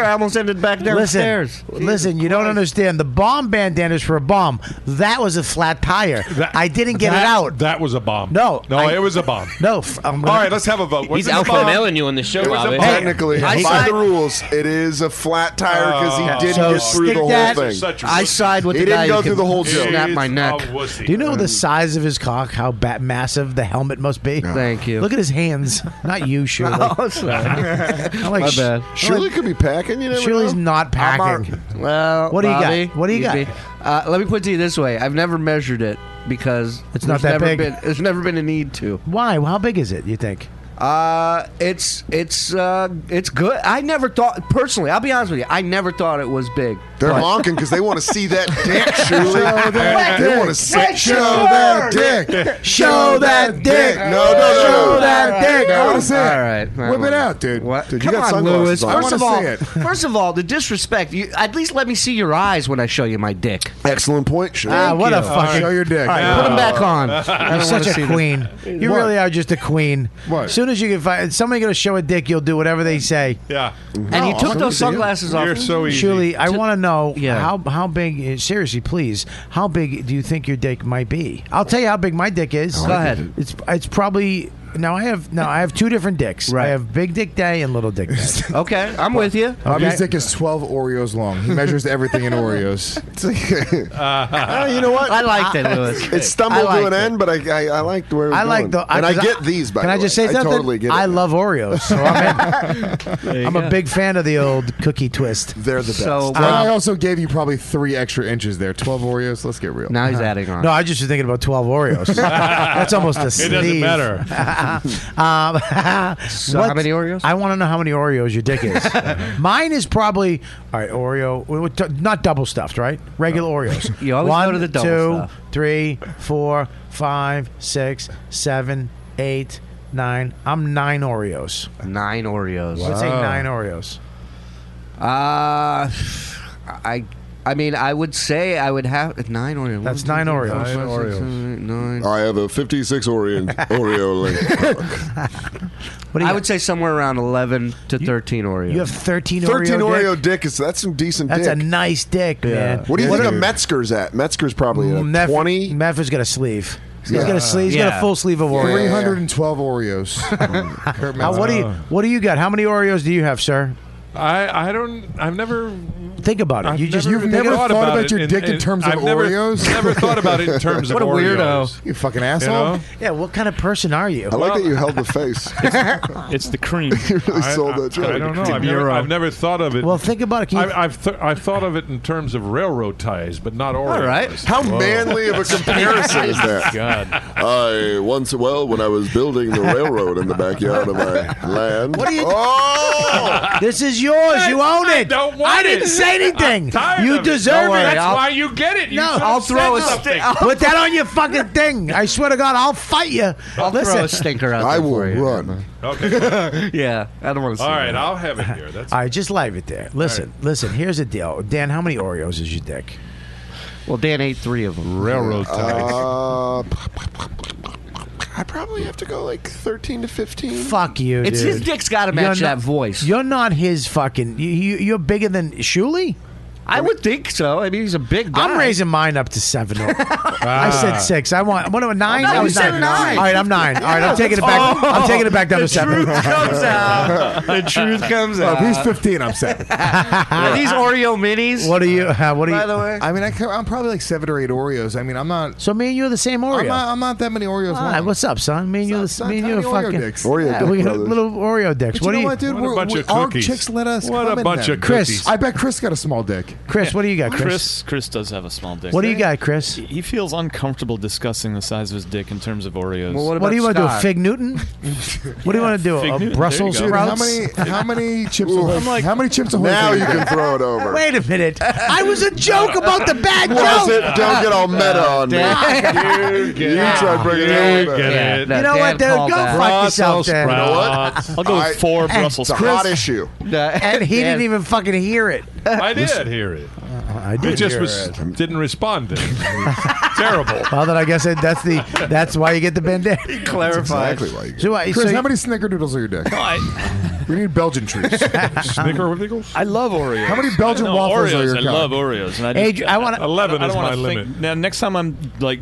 S2: I almost ended back
S8: downstairs.
S2: Listen, listen you don't understand. The bomb bandana is for a bomb. That was a flat tire. I didn't get
S5: that-
S2: it out.
S5: That was a bomb.
S2: No,
S5: No,
S2: I-
S5: it was a bomb.
S2: No. f- I'm gonna-
S5: All right, let's have a vote. Was
S9: He's
S5: it a
S9: alpha
S5: bomb?
S9: mailing you on the show,
S5: It was a
S9: Bobby.
S5: bomb.
S10: Technically,
S5: I
S10: by
S5: side-
S10: the rules, it is a flat tire because
S2: Oh.
S10: he didn't
S2: So
S10: get through
S2: stick
S10: the whole
S2: that-
S10: thing.
S2: such a
S7: I side with
S10: he
S7: the
S10: didn't
S7: guy who
S10: go
S7: can
S10: through the whole joke.
S7: snap my neck.
S2: Do you know the size of his cock? How bat- massive the helmet must be?
S7: Thank you.
S2: Look at his hands. Not you, Shirley.
S7: Oh, sorry.
S2: I'm like,
S7: My
S2: sh-
S7: bad.
S2: I'm
S10: Shirley
S2: like,
S10: could be packing. You never
S2: Shirley's
S10: know.
S2: not packing.
S7: Well,
S2: What do you got?
S7: Uh, Bobby,
S2: What do you
S7: you'd
S2: got?
S7: be- uh, let me put it to you this way: I've never measured it because
S2: It's not
S7: there's
S2: that
S7: never
S2: big.
S7: Been, there's never been a need to.
S2: Why? How big is it? You think?
S7: Uh, it's it's uh, it's good. I never thought personally. I'll be honest with you. I never thought it was big.
S10: They're
S7: but-
S10: honking because they want to see that dick, Shirley.
S8: Show that
S10: they
S8: dick.
S10: want to see
S8: Show that dick. Show that dick.
S10: No, no, no.
S8: Show that dick. I want to see it.
S7: All right,
S8: Whip it out, dude.
S7: What?
S10: Dude, you
S7: Come
S10: got
S7: on,
S10: sunglasses
S7: Lewis.
S10: on. I
S7: First of all,
S10: wanna see
S7: first of all, the disrespect. You, at least let me see your eyes when I show you my dick.
S10: Excellent point, Shirley.
S2: Ah, what a
S7: you.
S2: fucking. uh,
S8: Show your dick.
S7: All right, put 'em back on. I
S2: You're
S7: don't
S2: such
S7: wanna see
S2: a
S7: them.
S2: queen. You
S8: What?
S2: really are just a queen.
S8: What?
S2: As soon as you can find somebody going to show a dick, you'll do whatever they say.
S5: Yeah.
S7: And you
S8: No,
S7: took
S8: I'm gonna
S7: those
S8: do it.
S7: sunglasses off.
S5: You're so easy.
S2: Shirley, I want to know
S7: Yeah.
S2: how how big. eh, Seriously, please, how big do you think your dick might be? I'll tell you how big my dick is.
S7: Go ahead.
S2: It's it's probably now. I have now I have two different dicks. I
S7: Right.
S2: have big dick day and little dick day.
S7: Okay, I'm with you.
S8: Bobby's
S2: Okay.
S8: dick is 12 Oreos long. He measures everything in Oreos.
S10: It's like-
S5: Uh,
S10: Ah, you know what?
S7: I liked it, Lewis.
S10: It
S7: I
S10: stumbled
S7: liked
S10: to an
S7: it.
S10: end, but I I, I liked where it was
S2: I like
S10: going.
S2: the
S10: and I
S2: 'cause
S10: get these. By
S2: can
S10: the
S2: I just
S10: way.
S2: say something?
S10: I totally get it.
S2: I love Oreos. So I'm, in- I'm a big fan of the old cookie twist. Um,
S10: They're the best.
S7: So
S8: Well, I
S7: well,
S8: also gave you probably three extra inches there. 12 Oreos. Let's get real.
S7: now he's adding on.
S2: No, I just was thinking about 12 Oreos. That's almost a
S5: It
S2: sneeze.
S5: doesn't matter.
S2: um,
S7: So
S2: what-
S7: how many Oreos?
S2: I want to know how many Oreos your dick is. Mine is probably all right. Oreo, we- we- not double stuffed, right? Regular Oreos.
S7: You always
S2: One,
S7: go to the double
S2: two,
S7: stuff.
S2: three, four, five, six, seven, eight, nine. I'm nine Oreos.
S7: Nine Oreos.
S2: Let's say nine Oreos.
S7: Uh, I. I mean, I would say I would have nine Oreos.
S2: That's nine
S7: One, two,
S2: Oreos.
S7: three, four,
S5: Nine
S7: five, six,
S5: Oreos.
S7: seven, eight, nine.
S10: I have a 56 Oreo Oreo link.
S2: What do you
S7: I
S2: got?
S7: would say somewhere around eleven to thirteen Oreos.
S2: You have 13,
S10: 13
S2: Oreo.
S10: Oreo
S2: dick?
S10: dick, is that's some decent
S2: That's a
S10: dick.
S2: nice dick, man.
S10: what do you
S8: What
S10: think
S8: a-
S10: a Metzger's at? Metzger's probably at
S2: Neff,
S10: 20.
S2: Neff has got a sleeve. He's got a sleeve. He's got a
S7: Yeah.
S2: full sleeve of Oreos.
S8: 312 Oreos. Kurt
S2: Now,
S8: Metzger.
S2: what do you What do you got? How many Oreos do you have, sir?
S5: I, I don't. I've never.
S2: Think about it.
S5: I've
S2: you just
S5: never
S2: you've
S8: You've never
S2: never.
S8: thought about your dick in terms of
S5: I've never-
S8: Oreos?
S5: Never thought about it in terms
S7: What
S5: of
S7: a weirdo.
S5: Oreos.
S8: You fucking asshole.
S5: know?
S2: Yeah, what kind of person are you?
S10: I like that you held the face.
S12: It's the cream.
S10: you really
S5: I,
S10: sold
S5: I-
S10: that joke.
S5: I don't know. I've never, I've never thought of it.
S2: Well, think about it. Can you-
S5: I, I've th- I've thought of it in terms of railroad ties, but not Oreos.
S7: right.
S10: How manly of a comparison is that?
S5: God.
S10: I once, well, when I was building the railroad in the backyard of my land.
S2: What do you-
S10: Oh!
S2: this is yours. you own
S5: I
S2: it.
S5: don't want
S2: I didn't
S5: it.
S2: say anything.
S5: I'm tired
S2: you
S5: of it.
S2: deserve
S7: Don't worry,
S2: it.
S5: That's
S7: I'll-
S5: why you get it. You
S2: No,
S5: should've
S2: I'll
S7: throw
S5: said
S7: a-
S5: something.
S2: Put that on your fucking thing. I swear to God, I'll fight you.
S7: I'll
S2: Listen,
S7: throw a stinker out.
S10: I
S7: there
S10: will
S7: for you.
S10: run.
S5: Okay.
S7: Yeah, I don't want to.
S5: All right. I'll have it here. That's
S2: All right, just leave it there. Listen, listen. Here's the deal, Dan. How many Oreos is your dick?
S7: Well, Dan ate three of them.
S5: railroad ties.
S10: Uh, I probably have to go like 13 to 15.
S2: Fuck you,
S7: It's
S2: dude.
S7: his dick's got to
S2: You're
S7: match
S2: not-
S7: that voice.
S2: You're not his fucking. You, you, you're bigger than Shuley.
S7: I would think so. I mean, he's a big. Guy. Ah.
S2: I'm raising mine up to seven. Oh. I said six. I want what am I, nine?
S7: No,
S2: I
S7: you
S2: was
S7: said
S2: nine.
S7: nine. Oh.
S2: All right, I'm nine. All right, I'm taking it back. I'm taking it back down to seven.
S7: comes out. The truth comes
S8: Oh, if he's 15, I'm seven.
S7: Are these Oreo minis?
S2: What are you? Uh, what are you?
S7: By the way,
S8: I mean, I, ca- I'm probably like seven or eight Oreos. I mean, I'm not.
S2: So me and you are the same Oreo.
S8: I'm not, I'm not that many Oreos.
S2: All right,
S8: long.
S2: what's up, son? Me and you, are the-
S8: Son,
S2: me and
S8: how
S2: you are
S8: many Oreo
S2: fucking
S8: dicks?
S10: Oreo
S2: Yeah,
S10: dick
S2: we got
S10: brothers.
S2: little Oreo dicks.
S8: But
S2: What
S8: you
S2: do you,
S8: know what, dude?
S5: What a
S8: We're,
S5: bunch
S8: we-
S5: of
S8: our
S5: cookies.
S8: chicks let us.
S5: What a
S8: come in
S5: bunch
S8: them.
S5: of
S2: Chris,
S5: cookies.
S8: I bet Chris got a small dick.
S2: Chris? What do you got, Chris?
S12: Chris, Chris does have a small dick.
S2: What do you got, Chris?
S12: He feels uncomfortable discussing the size of his dick in terms of Oreos.
S7: Well,
S2: What do you
S7: about
S2: want to do? A
S7: Scott?
S2: fig Newton? What do you want to do?
S12: Fig Newton, there
S2: A
S12: you
S2: Brussels
S12: go.
S8: Dude, how
S2: sprouts?
S8: many? How many chips? Ahoy, how many chips? Ahoy
S10: Now
S8: can
S10: you can throw it over.
S2: Wait a minute! I was a joke about the bad
S10: Was it?
S2: joke.
S10: Don't get all meta on me. you try bringing
S5: You
S10: it all
S5: get
S10: back.
S7: Yeah,
S5: it.
S7: no.
S2: You know what,
S7: Dan
S2: dude? Go
S7: called that.
S2: fuck yourself,
S5: Brussels
S2: Dan.
S10: know what?
S5: sprouts.
S12: I'll go with
S10: I-
S12: four Brussels
S10: It's a
S12: sprouts.
S10: hot issue.
S2: And he didn't even fucking hear it.
S5: I did
S2: Listen.
S5: hear it.
S2: I did
S5: It just
S2: hear
S5: was,
S2: it.
S5: didn't respond. To it. Terrible.
S2: Well, then I guess that- that's the that's why you get the bandana.
S5: clarified.
S10: Exactly why you
S2: So, I-
S8: Chris,
S2: so-
S8: how many snickerdoodles are your dick? we need Belgian trees.
S5: Snickerdoodles?
S12: I love Oreos.
S8: How many Belgian
S12: No,
S8: waffles
S12: Oreos,
S8: are your
S12: I
S8: cock?
S12: love Oreos. And I
S2: Hey, I wanna-
S12: Eleven
S5: is my
S12: limit. Now, next time I'm like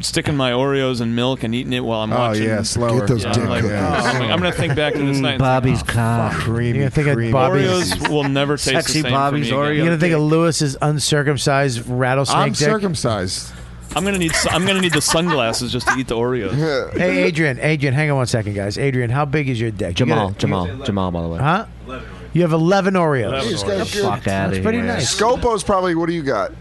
S12: sticking my Oreos in milk and eating it while I'm
S8: Oh,
S12: watching.
S8: yeah, slower. Get those
S12: I'm
S8: dick
S12: like,
S8: cookies.
S12: oh, I'm, I'm gonna think back to this night. and Bobby's
S7: cock.
S2: Oh, You're gonna think of Bobby's.
S12: Oreos will never taste the
S7: Sexy
S12: same
S7: Bobby's
S12: for me again.
S2: You're gonna think of Lewis's uncircumcised rattlesnake
S12: I'm
S2: dick.
S8: circumcised.
S12: I'm gonna need. I'm gonna need the sunglasses just to eat the Oreos.
S2: Hey, Adrian, Adrian, hang on one second, guys. Adrian, how big is your dick? You
S9: Jamal,
S2: gotta-
S9: Jamal, Jamal, by the way.
S2: Huh? You have 11 Oreos.
S10: He's got good-
S9: outta
S2: That's pretty
S9: here.
S2: nice.
S10: Scopo's probably. What do you got?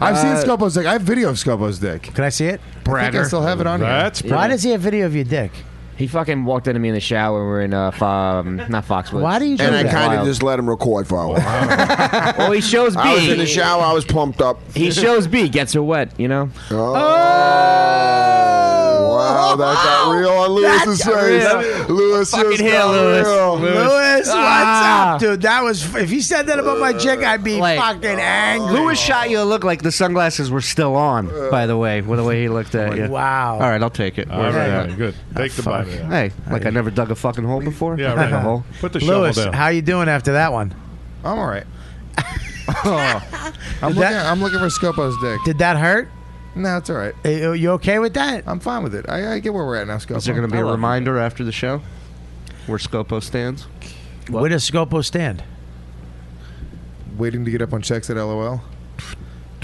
S8: I've seen
S10: Uh,
S8: Scopo's dick. I have video of Scopo's dick.
S2: Can I see it?
S8: I think I still have it on here.
S2: Why does he have video of your dick?
S9: He fucking walked into me in the shower. when We were in uh, fo- um, not Foxwoods.
S2: Why do you
S9: And
S10: And I kind of
S9: Wild.
S10: just let him record for a while.
S9: Well, he shows B.
S10: I was in the shower. I was pumped up. Oh.
S9: He shows B. Gets her wet. You know.
S10: Wow, that got real on Lewis's
S9: got
S10: face.
S9: real.
S10: Lewis just
S9: Fucking
S10: got
S9: hell, Lewis.
S10: real.
S2: Lewis,
S7: Ah.
S2: what's up, dude? That was if you said that about my chick, I'd be
S7: Like-
S2: fucking angry.
S7: Lewis shot you a look like the sunglasses were still
S5: Uh,
S7: on. By the way, with the way he looked at you.
S2: Wow.
S7: All right, I'll take it.
S5: All
S7: Where's
S5: right,
S7: that?
S5: good. Take the bite. of that.
S7: Hey, like I never dug a fucking hole before.
S5: Yeah,
S7: Dug a
S5: right.
S7: hole.
S5: Put the
S2: Lewis,
S5: shovel down.
S2: how you doing after that one?
S8: I'm all right. Oh, I'm,
S2: Did
S8: looking,
S2: that-
S8: I'm looking for Scopo's dick.
S2: Did that hurt?
S8: No, it's all right.
S2: Eh, You okay with that?
S8: I'm fine with it. I, I get where we're at now, Scopo.
S7: Is there going to be
S8: I
S7: a
S8: love it.
S7: reminder after the show where Scopo stands?
S2: Where does Scopo stand?
S8: Waiting to get up on checks at LOL.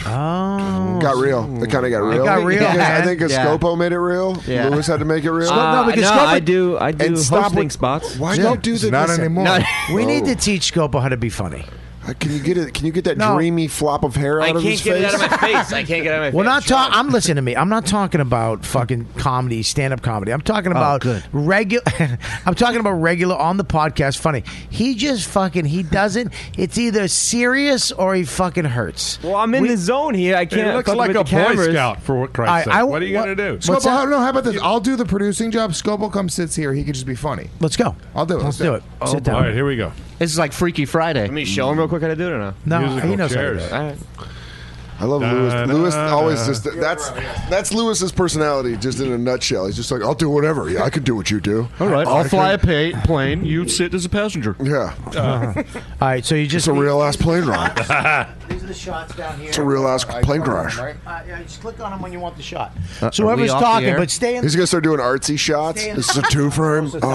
S2: Oh,
S10: Got real. It kind of got real.
S2: got real,
S10: Because I
S2: man.
S10: think because
S7: Yeah.
S10: Scopo made it real.
S7: Yeah.
S10: Lewis had to make it real.
S9: Uh,
S2: no,
S9: no,
S2: because Scopo-
S9: I do. I do
S10: And stop
S9: hosting
S10: with-
S9: spots.
S10: Why do
S8: Yeah,
S10: you do
S8: it's
S10: that?
S8: not
S10: listen,
S8: anymore.
S9: No.
S2: we need to teach Scopo how to be funny.
S10: Oh. uh, Can you get it? Can you get that
S2: No.
S10: dreamy flop of hair out
S9: I
S10: of his
S9: can't get it out
S10: face?
S9: of my face. I can't get it out of my face.
S2: We're not talking. I'm listening to me. I'm not talking about fucking comedy, stand up comedy. I'm talking
S9: Oh,
S2: about
S7: good.
S2: regular. I'm talking about regular on the podcast. Funny. He just fucking. He doesn't. It's either serious or he fucking hurts.
S9: Well, I'm in
S2: We-
S9: the zone here. I
S5: It
S9: can't.
S5: looks
S9: fucking
S5: like
S9: with
S5: a
S9: the
S5: Boy
S9: cameras.
S5: Scout for what Christ's
S2: I-
S5: sake.
S2: I-
S5: what are you
S2: what-
S5: going to do?
S2: What's
S8: Scopo,
S2: that?
S8: how- no, how about this? I'll do the producing job. Scopo comes sits here. He could just be funny.
S2: Let's go.
S8: I'll do it.
S2: Let's do it. Sit down.
S5: All right, here we go.
S7: Oh, This is like Freaky Friday.
S9: Let me show him real quick how to do it or not.
S2: No,
S5: Musical
S2: he knows how to
S5: chairs.
S2: do it.
S9: All right.
S10: I love
S5: Da,
S10: Lewis.
S7: Uh,
S5: da,
S10: Lewis
S5: da.
S10: always just that's that's Lewis's personality, just in a nutshell. He's just like, I'll do whatever. Yeah, I can do what you do.
S7: All right,
S10: I
S7: I'll fly a
S10: can-
S7: pay- plane. You sit as a passenger.
S10: Yeah,
S2: Uh-huh. All right. So you just.
S10: it's a real ass plane ride.
S2: These are the shots down here.
S10: It's a real ass plane crash.
S2: Uh, yeah, just click on them when you want the shot. so
S7: Uh, are we
S2: whoever's
S7: off the
S2: talking,
S7: air?
S2: but stay in.
S10: He's gonna start doing artsy shots. This is a two frame. Uh,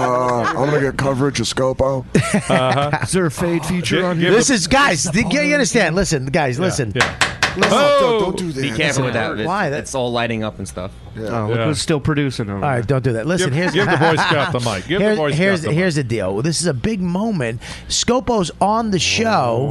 S10: I'm gonna get coverage of Scopo.
S2: Uh-huh.
S7: Is there a fade feature
S5: Give-
S7: on
S5: give
S7: here?
S2: This is guys. th- You understand? Listen, guys. Listen.
S5: Yeah.
S10: Oh, don't, don't do
S9: Be
S10: that.
S9: careful with that. It's,
S2: Why? That-
S9: It's all lighting up and stuff.
S7: Oh, look
S5: Yeah.
S7: who's still producing over
S2: All
S7: there.
S2: right, don't do that. Listen,
S5: Give-
S2: here's
S5: give the Boy Scout the mic. Give the
S2: here's,
S5: Boy Scout
S2: here's,
S5: the mic.
S2: here's the deal. This is a big moment. Scopo's on the show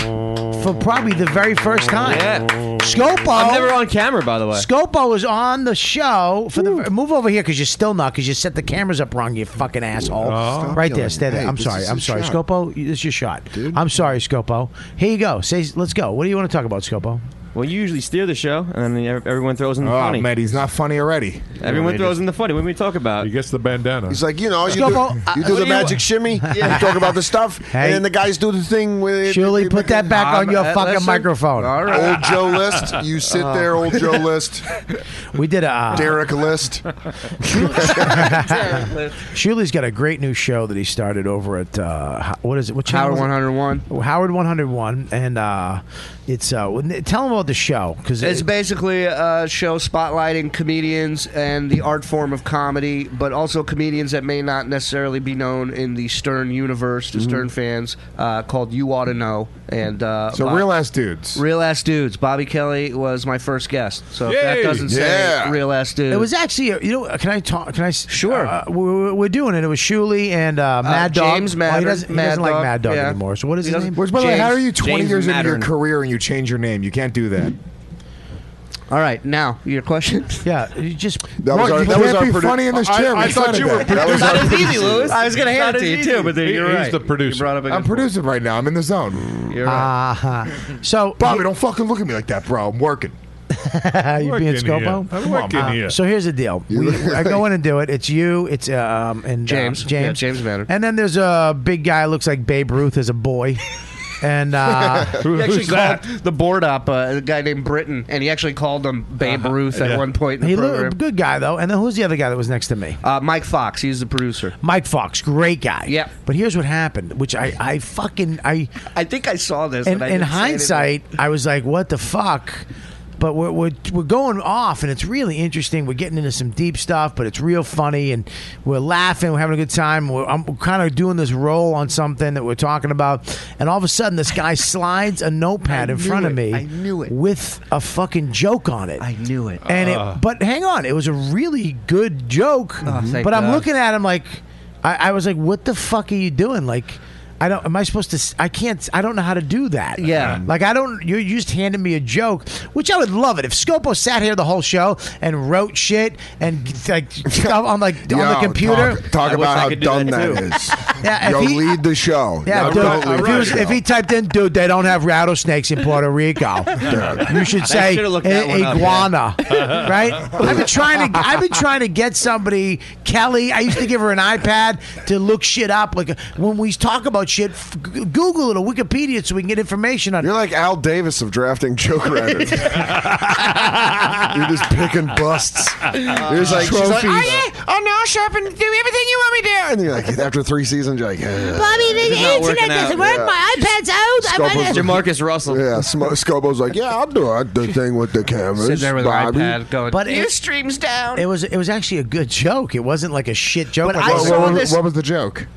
S2: for probably the very first time.
S9: Yeah.
S2: Scopo.
S9: I'm never on camera, by the way.
S2: Scopo is on the show for the move over here because you're still not because you set the cameras up wrong. You fucking asshole!
S5: Stop
S2: right there,
S10: yelling.
S2: stay there.
S10: Hey,
S2: I'm
S10: this
S2: sorry.
S10: is
S2: I'm
S10: a
S2: sorry,
S10: shot.
S2: Scopo. This is your shot. I'm sorry, Scopo. Here you go. Say, let's go. What do you want to talk about, Scopo?
S9: Well, you usually steer the show, and then ev- everyone throws in the
S8: Oh,
S9: funny.
S8: man, he's not funny already.
S9: Everyone throws in the funny. What do we talk about?
S5: He gets the bandana.
S10: He's like, you know, you
S2: Scopo,
S10: do,
S2: uh,
S10: you do
S2: what do you-
S10: the magic shimmy. You talk about the stuff,
S2: Hey.
S10: and then the guys do the thing with.
S2: Julie, put that back on your
S7: uh,
S2: fucking
S7: listen.
S2: microphone. Oh.
S7: All right.
S10: Old Joe List, you sit there, Old Joe List,
S2: We did a. Uh,
S10: Derek List.
S2: Shuli's got a great new show that he started over at uh, Ho- what is it? What channel?
S7: Power
S2: is it?
S7: 101.
S2: Howard 101, and uh, it's uh, when- tell him about the show because
S7: It's basically a show spotlighting comedians and the art form of comedy, but also comedians that may not necessarily be known in the Stern universe to Stern fans, uh, called You Ought to Know. And uh,
S8: So
S7: Bob-
S8: real ass dudes.
S7: Real ass dudes. Bobby Kelly was my first guest, so if that
S5: Yay!
S7: doesn't say
S10: Yeah.
S7: real ass dude.
S2: It was actually, uh, you know, can I talk? Can I? s-
S7: Sure.
S2: Uh, we're, we're doing it. It was Shuley and uh, Mad Dog.
S7: James
S2: Well, he
S7: Maddern-
S2: doesn't, he
S7: Mad
S2: doesn't like
S7: Dog,
S2: Mad Dog
S7: yeah.
S2: anymore. So what is
S7: He
S2: his
S7: doesn't-
S2: name?
S8: Which, by the way, how
S7: James-
S8: are you 20
S9: James
S8: years into your
S9: Mattern.
S8: career and you change your name? You can't do that.
S7: All right, now your question.
S2: Yeah, you just.
S10: That was
S8: Look,
S10: our,
S8: you
S10: that was
S8: can't
S10: our
S8: be
S10: produ-
S8: funny in this chair.
S10: I, I
S8: We
S10: thought
S8: decided
S10: you were
S8: that.
S10: producing.
S9: Not as easy, Lewis.
S7: I was gonna hand it to you too, but then
S5: He-
S7: you're
S5: he's
S7: right.
S5: the producer.
S7: You brought up a
S8: I'm
S7: good
S8: producing right now. I'm in the zone.
S7: point. You're right.
S2: Uh-huh. So,
S8: Bobby, don't fucking look at me like that, bro. I'm working.
S2: you being
S5: Working here.
S2: Scopo?
S5: I'm working
S2: Uh,
S5: here.
S2: So here's the deal. We, I go in and do it. It's you. It's um and uh,
S7: James.
S2: James.
S7: Yeah, James Maddern.
S2: And then there's a big guy looks like Babe Ruth as a boy. And uh,
S7: he actually called the board up uh, a guy named Britton, and he actually called him Babe Ruth at one point in the
S2: He looked-
S7: program.
S2: good guy though. And then who's the other guy that was next to me?
S7: Uh, Mike Fox, he's the producer.
S2: Mike Fox, great guy.
S7: Yeah.
S2: But here's what happened, which I, I fucking I
S7: I think I saw this.
S2: in,
S7: and I
S2: in
S7: didn't say anything.
S2: hindsight, I was like, "What the fuck." But we're, we're, we're going off, and it's really interesting. We're getting into some deep stuff, but it's real funny, and we're laughing. We're having a good time. We're, I'm kind of doing this roll on something that we're talking about, and all of a sudden, this guy slides a notepad
S7: I
S2: in
S7: knew
S2: front
S7: it.
S2: of me
S7: I knew it.
S2: with a fucking joke on it. I
S7: knew it.
S2: And
S7: Ah.
S2: it, but hang on, it was a really good joke.
S7: thank
S2: Mm-hmm. but I'm
S7: God.
S2: looking at him like, I, I was like, "What the fuck are you doing?" Like, I don't. Am I supposed to? s- I can't. I don't know how to do that. Yeah. Like I don't. You you just handed me a joke, which I would love it if Scopo sat here the whole show and wrote shit and like on like on the
S6: Yo,
S2: computer.
S6: Talk, talk about how dumb that is.
S2: Yeah, if
S6: Yo,
S2: he-
S6: lead the show.
S2: Yeah,
S6: Yo,
S2: dude,
S6: don't lead
S2: if,
S6: the
S2: he was-
S6: show.
S2: if he typed in, dude, they don't have rattlesnakes in Puerto Rico. you should
S6: I
S2: say
S6: should've looked that
S2: "I-
S6: one up,
S2: iguana,
S6: yeah.
S2: right? I've been trying to, I've been trying to get somebody, Kelly. I used to give her an iPad to look shit up. Like when we talk about shit, f- Google it or Wikipedia it so we can get information on. it.
S10: You're like Al Davis of drafting joke writers. You're just picking busts. You're just like, she's like,
S11: oh,
S10: "Oh, yeah."
S11: yeah. Oh, no, Sharp, and do everything you want me to do.
S10: And you're like, after three seasons, you're like, "Ugh."
S11: Bobby, the
S10: It's not
S11: internet
S10: working
S11: doesn't
S7: Oh,
S10: out.
S11: work.
S10: Yeah.
S11: My iPad's out. I'm
S6: Scopo's-
S11: gonna-
S6: Yeah, Smo- Scopo's like, yeah, I'll do it. The thing with the cameras.
S7: Sitting there with an
S6: Bobby.
S7: iPad going,
S2: But it-
S11: streams down.
S2: It was it was actually a good joke. It wasn't like a shit joke.
S7: But
S2: like
S7: I
S2: what-
S7: saw
S2: what-
S7: this-
S2: what
S8: was the joke?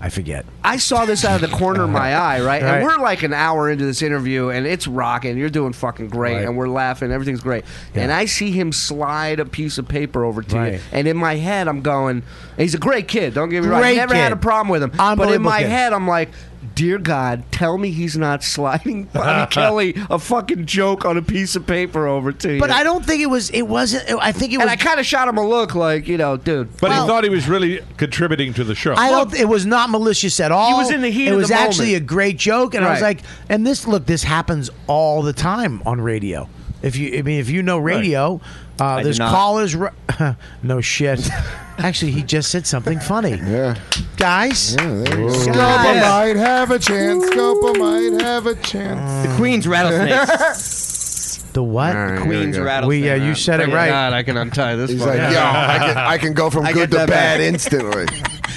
S2: I forget.
S7: I saw this out of the corner of my eye, right?
S2: Right.
S7: And we're like an hour into this interview, and it's rocking. You're doing fucking great,
S2: Right.
S7: and we're laughing. Everything's great. And I see him slide a piece of paper over to you,
S2: Right.
S7: and in my head, I'm going, "He's a great kid. Don't get me wrong. I
S2: Great
S7: never had
S2: kid.
S7: a problem with him. But in
S2: Unbelievable
S7: my
S2: kid.
S7: head, I'm like." Dear God, tell me he's not sliding Bobby Kelly a fucking joke on a piece of paper over to you.
S2: But I don't think it was. It wasn't. I think it was.
S7: and I kind of shot him a look, like you know, dude.
S5: But he thought he was really contributing to the show.
S2: I don't. It was not malicious at all.
S7: was in the heat
S2: It
S7: of
S2: was
S7: the
S2: actually
S7: moment.
S2: a great joke, and I was
S7: Right.
S2: like, and this look, this happens all the time on radio. If you, I mean, if you know radio, uh,
S9: I do
S2: there's
S9: not.
S2: callers. ri- no shit. Actually, he just said something funny. Yeah, guys.
S8: Scopa might have a chance. Scopa might have a chance.
S9: The Queen's rattlesnakes.
S2: The what?
S7: The
S9: Queen's rattlesnake.
S2: We, uh, you said it
S7: Thank
S2: right.
S7: God, I can untie this.
S10: He's
S7: one.
S10: like, yo, I can, I can go from
S7: I
S10: good to
S7: get that
S10: bad
S7: back.
S10: instantly.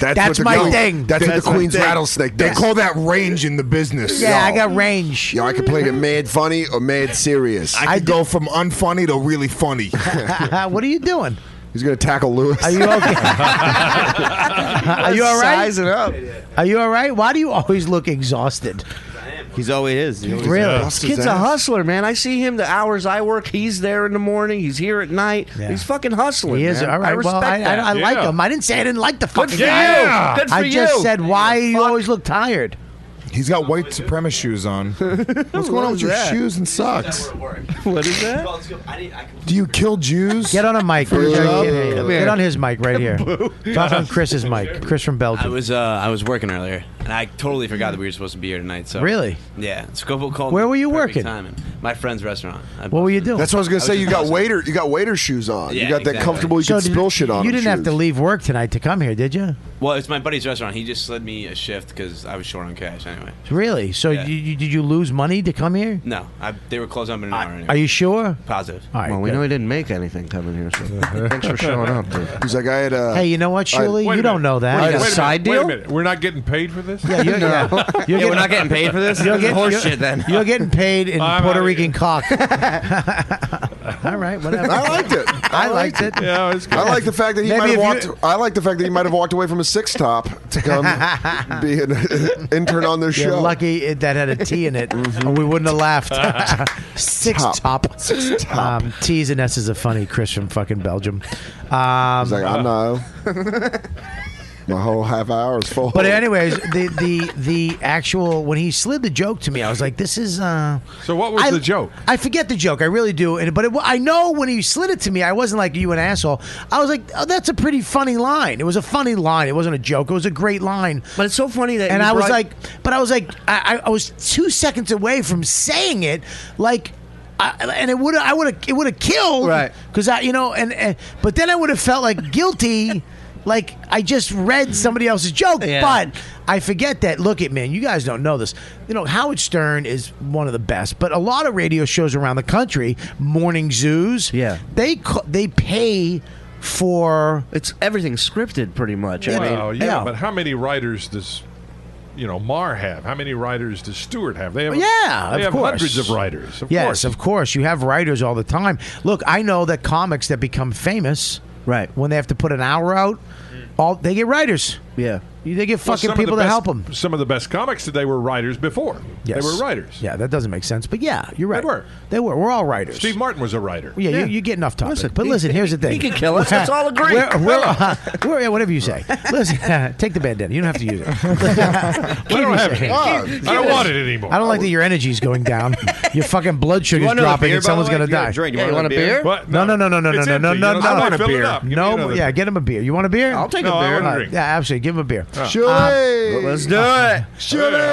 S10: That's,
S2: That's
S10: what the
S2: my
S10: queen-
S2: thing.
S10: That's,
S2: That's
S10: what
S2: my
S10: the Queen's
S2: thing.
S10: rattlesnake
S6: They
S10: does.
S6: call that range in the business.
S2: Yeah, I
S6: Yo.
S2: got range.
S6: Yo, I can play it mad funny or mad serious.
S8: I could go from unfunny to really funny.
S2: what are you doing?
S10: He's gonna tackle Lewis.
S2: Are you okay? Are you all right?
S7: Sizing up.
S2: Are you all right? Why do you always look exhausted?
S9: He's always is. He always is.
S2: Really?
S7: This kid's a hustler, man. I see him the hours I work. He's there in the morning. He's here at night.
S2: Yeah.
S7: He's fucking hustling.
S2: He is.
S7: man.
S2: All right.
S7: I respect
S2: well, I,
S7: that.
S2: I, I like him. I didn't say I didn't like the fucking
S7: for
S2: guy.
S10: Ah.
S7: you. Good for
S2: I just
S7: you.
S2: said, why you always look tired?
S8: He's got white supremacist shoes on. What's going on with your
S7: that?
S8: shoes and socks?
S7: What is that?
S8: Do you kill Jews?
S2: Get on a mic.
S8: Boo.
S2: Get,
S8: Boo.
S2: on his mic right here. Talk on Chris's mic. Chris from
S13: I
S2: Belgium.
S13: was uh, I was working earlier, and I totally forgot that we were supposed to be here tonight. So
S2: Really?
S13: yeah. Scopo called.
S2: Where
S13: me
S2: were you
S13: perfect
S2: working?
S13: Timing. My friend's restaurant. I-
S2: What were you doing?
S10: That's what I was gonna
S13: I
S10: say.
S13: was
S10: you
S13: just
S10: got
S13: asking.
S10: waiter. You got waiter shoes on.
S13: Yeah,
S10: you got that
S13: exactly.
S10: comfortable. You
S2: So
S10: can
S2: did-
S10: spill shit on.
S2: You didn't have to
S10: shoes.
S2: leave work tonight to come here, did you?
S13: Well, it's my buddy's restaurant. He just slid me a shift because I was short on cash anyway.
S2: Really? So
S13: Yeah.
S2: you, you, did you lose money to come here?
S13: No, I, they were closed up in an hour. Anyway.
S2: Are you sure?
S13: positive?
S2: All right.
S7: well, we
S2: good.
S7: know he didn't make anything coming here. So thanks for showing up. Dude.
S10: He's like, I had a.
S2: Uh, Hey, you know what,
S10: I-
S2: Shirley?
S10: wait a
S2: You don't know that.
S10: Wait a minute.
S7: side
S5: Wait a
S7: deal?
S5: minute. We're not getting paid for this?
S2: Yeah, you're, yeah. You're
S9: Yeah, we're not getting paid for this.
S2: You're
S9: This is
S2: getting,
S9: horse
S2: you're-
S9: shit then.
S2: you're getting paid in
S5: I'm
S2: Puerto
S5: outta
S2: Rican cock. All right, whatever.
S10: I liked it. I,
S2: I liked it.
S5: Yeah, it's good.
S10: I like the fact that he
S2: Maybe
S10: might have
S2: if
S10: walked.
S2: you-
S10: I like the fact that he might have walked away from a six top to come be an intern on their
S2: You're
S10: show. Mm-hmm.
S2: lucky it, that had a T in it, or we wouldn't have laughed. Six
S10: Top.
S2: top. Six top. Um, T's and S's are funny. Chris from fucking Belgium. Um,
S10: He's like, I know. My whole half hour is full.
S2: but anyways, the, the the actual when he slid the joke to me, I was like, "This is." Uh,
S5: So what was
S2: I-
S5: the joke?
S2: I forget the joke. I really do. And but it, wa- I know when he slid it to me, I wasn't like you an asshole. I was like, "Oh, that's a pretty funny line." It was a funny line. It wasn't a joke. It was a great line.
S7: But it's so funny that
S2: and
S7: you
S2: I was
S7: brought-
S2: like, but I was like, I, I- I was two seconds away from saying it, like. I, and it would I would have it would have killed
S7: Right.
S2: because I you know and, and but then I would have felt like guilty Like I just read somebody else's joke, but I forget that. Look at man, you guys don't know this. You know Howard Stern is one of the best, but a lot of radio shows around the country, morning zoos, yeah, they co- they pay for
S7: it's everything scripted pretty much. I
S5: Wow,
S7: mean,
S5: yeah, but how many writers does you know Mar have? How many writers does Stewart have? They have
S2: yeah,
S5: they
S2: of
S5: have
S2: course.
S5: hundreds of writers. Of
S2: yes,
S5: course.
S2: of course. You have writers all the time. Look, I know that comics that become famous, right, when they have to put an hour out, all they get writers.
S7: Yeah,
S2: they get
S5: Mm. Well,
S2: fucking
S5: some of the
S2: people to
S5: best-
S2: help them.
S5: Some of the best comics today were writers before.
S2: Yes.
S5: They were writers.
S2: Yeah, that doesn't make sense, but yeah, you're right. They were. They were. We're all writers.
S5: Steve Martin was a writer.
S2: Yeah, You, you get enough topic.
S5: Listen,
S2: but
S5: he-
S2: listen, here's the
S5: he
S2: thing.
S5: can kill us. Let's all agree.
S2: We're, we're, uh, we're- yeah, whatever you say. Listen, take the bandana. You don't have to use it. I
S5: don't have it. Ah, I don't want it anymore.
S2: I don't like that your energy's going down. Your fucking blood sugar's
S5: want another
S2: dropping
S5: beer,
S2: and
S5: by the
S2: someone's
S5: way?
S2: going
S5: If
S2: to
S5: you had a
S2: die.
S5: drink, you Yeah, want you want another a beer? beer? What?
S2: No, no, no, no, no, no,
S5: It's
S2: no, no,
S5: empty.
S2: no,
S5: You
S2: no.
S5: don't have to fill it up. Give me
S2: No,
S5: another
S2: yeah,
S5: beer.
S2: get him a beer. You want a beer?
S5: I'll take a No, I beer. want a
S2: All right,
S5: drink.
S2: Yeah, absolutely. Give him a beer.
S5: Yeah.
S7: Sure.
S2: Um,
S7: Let's do it.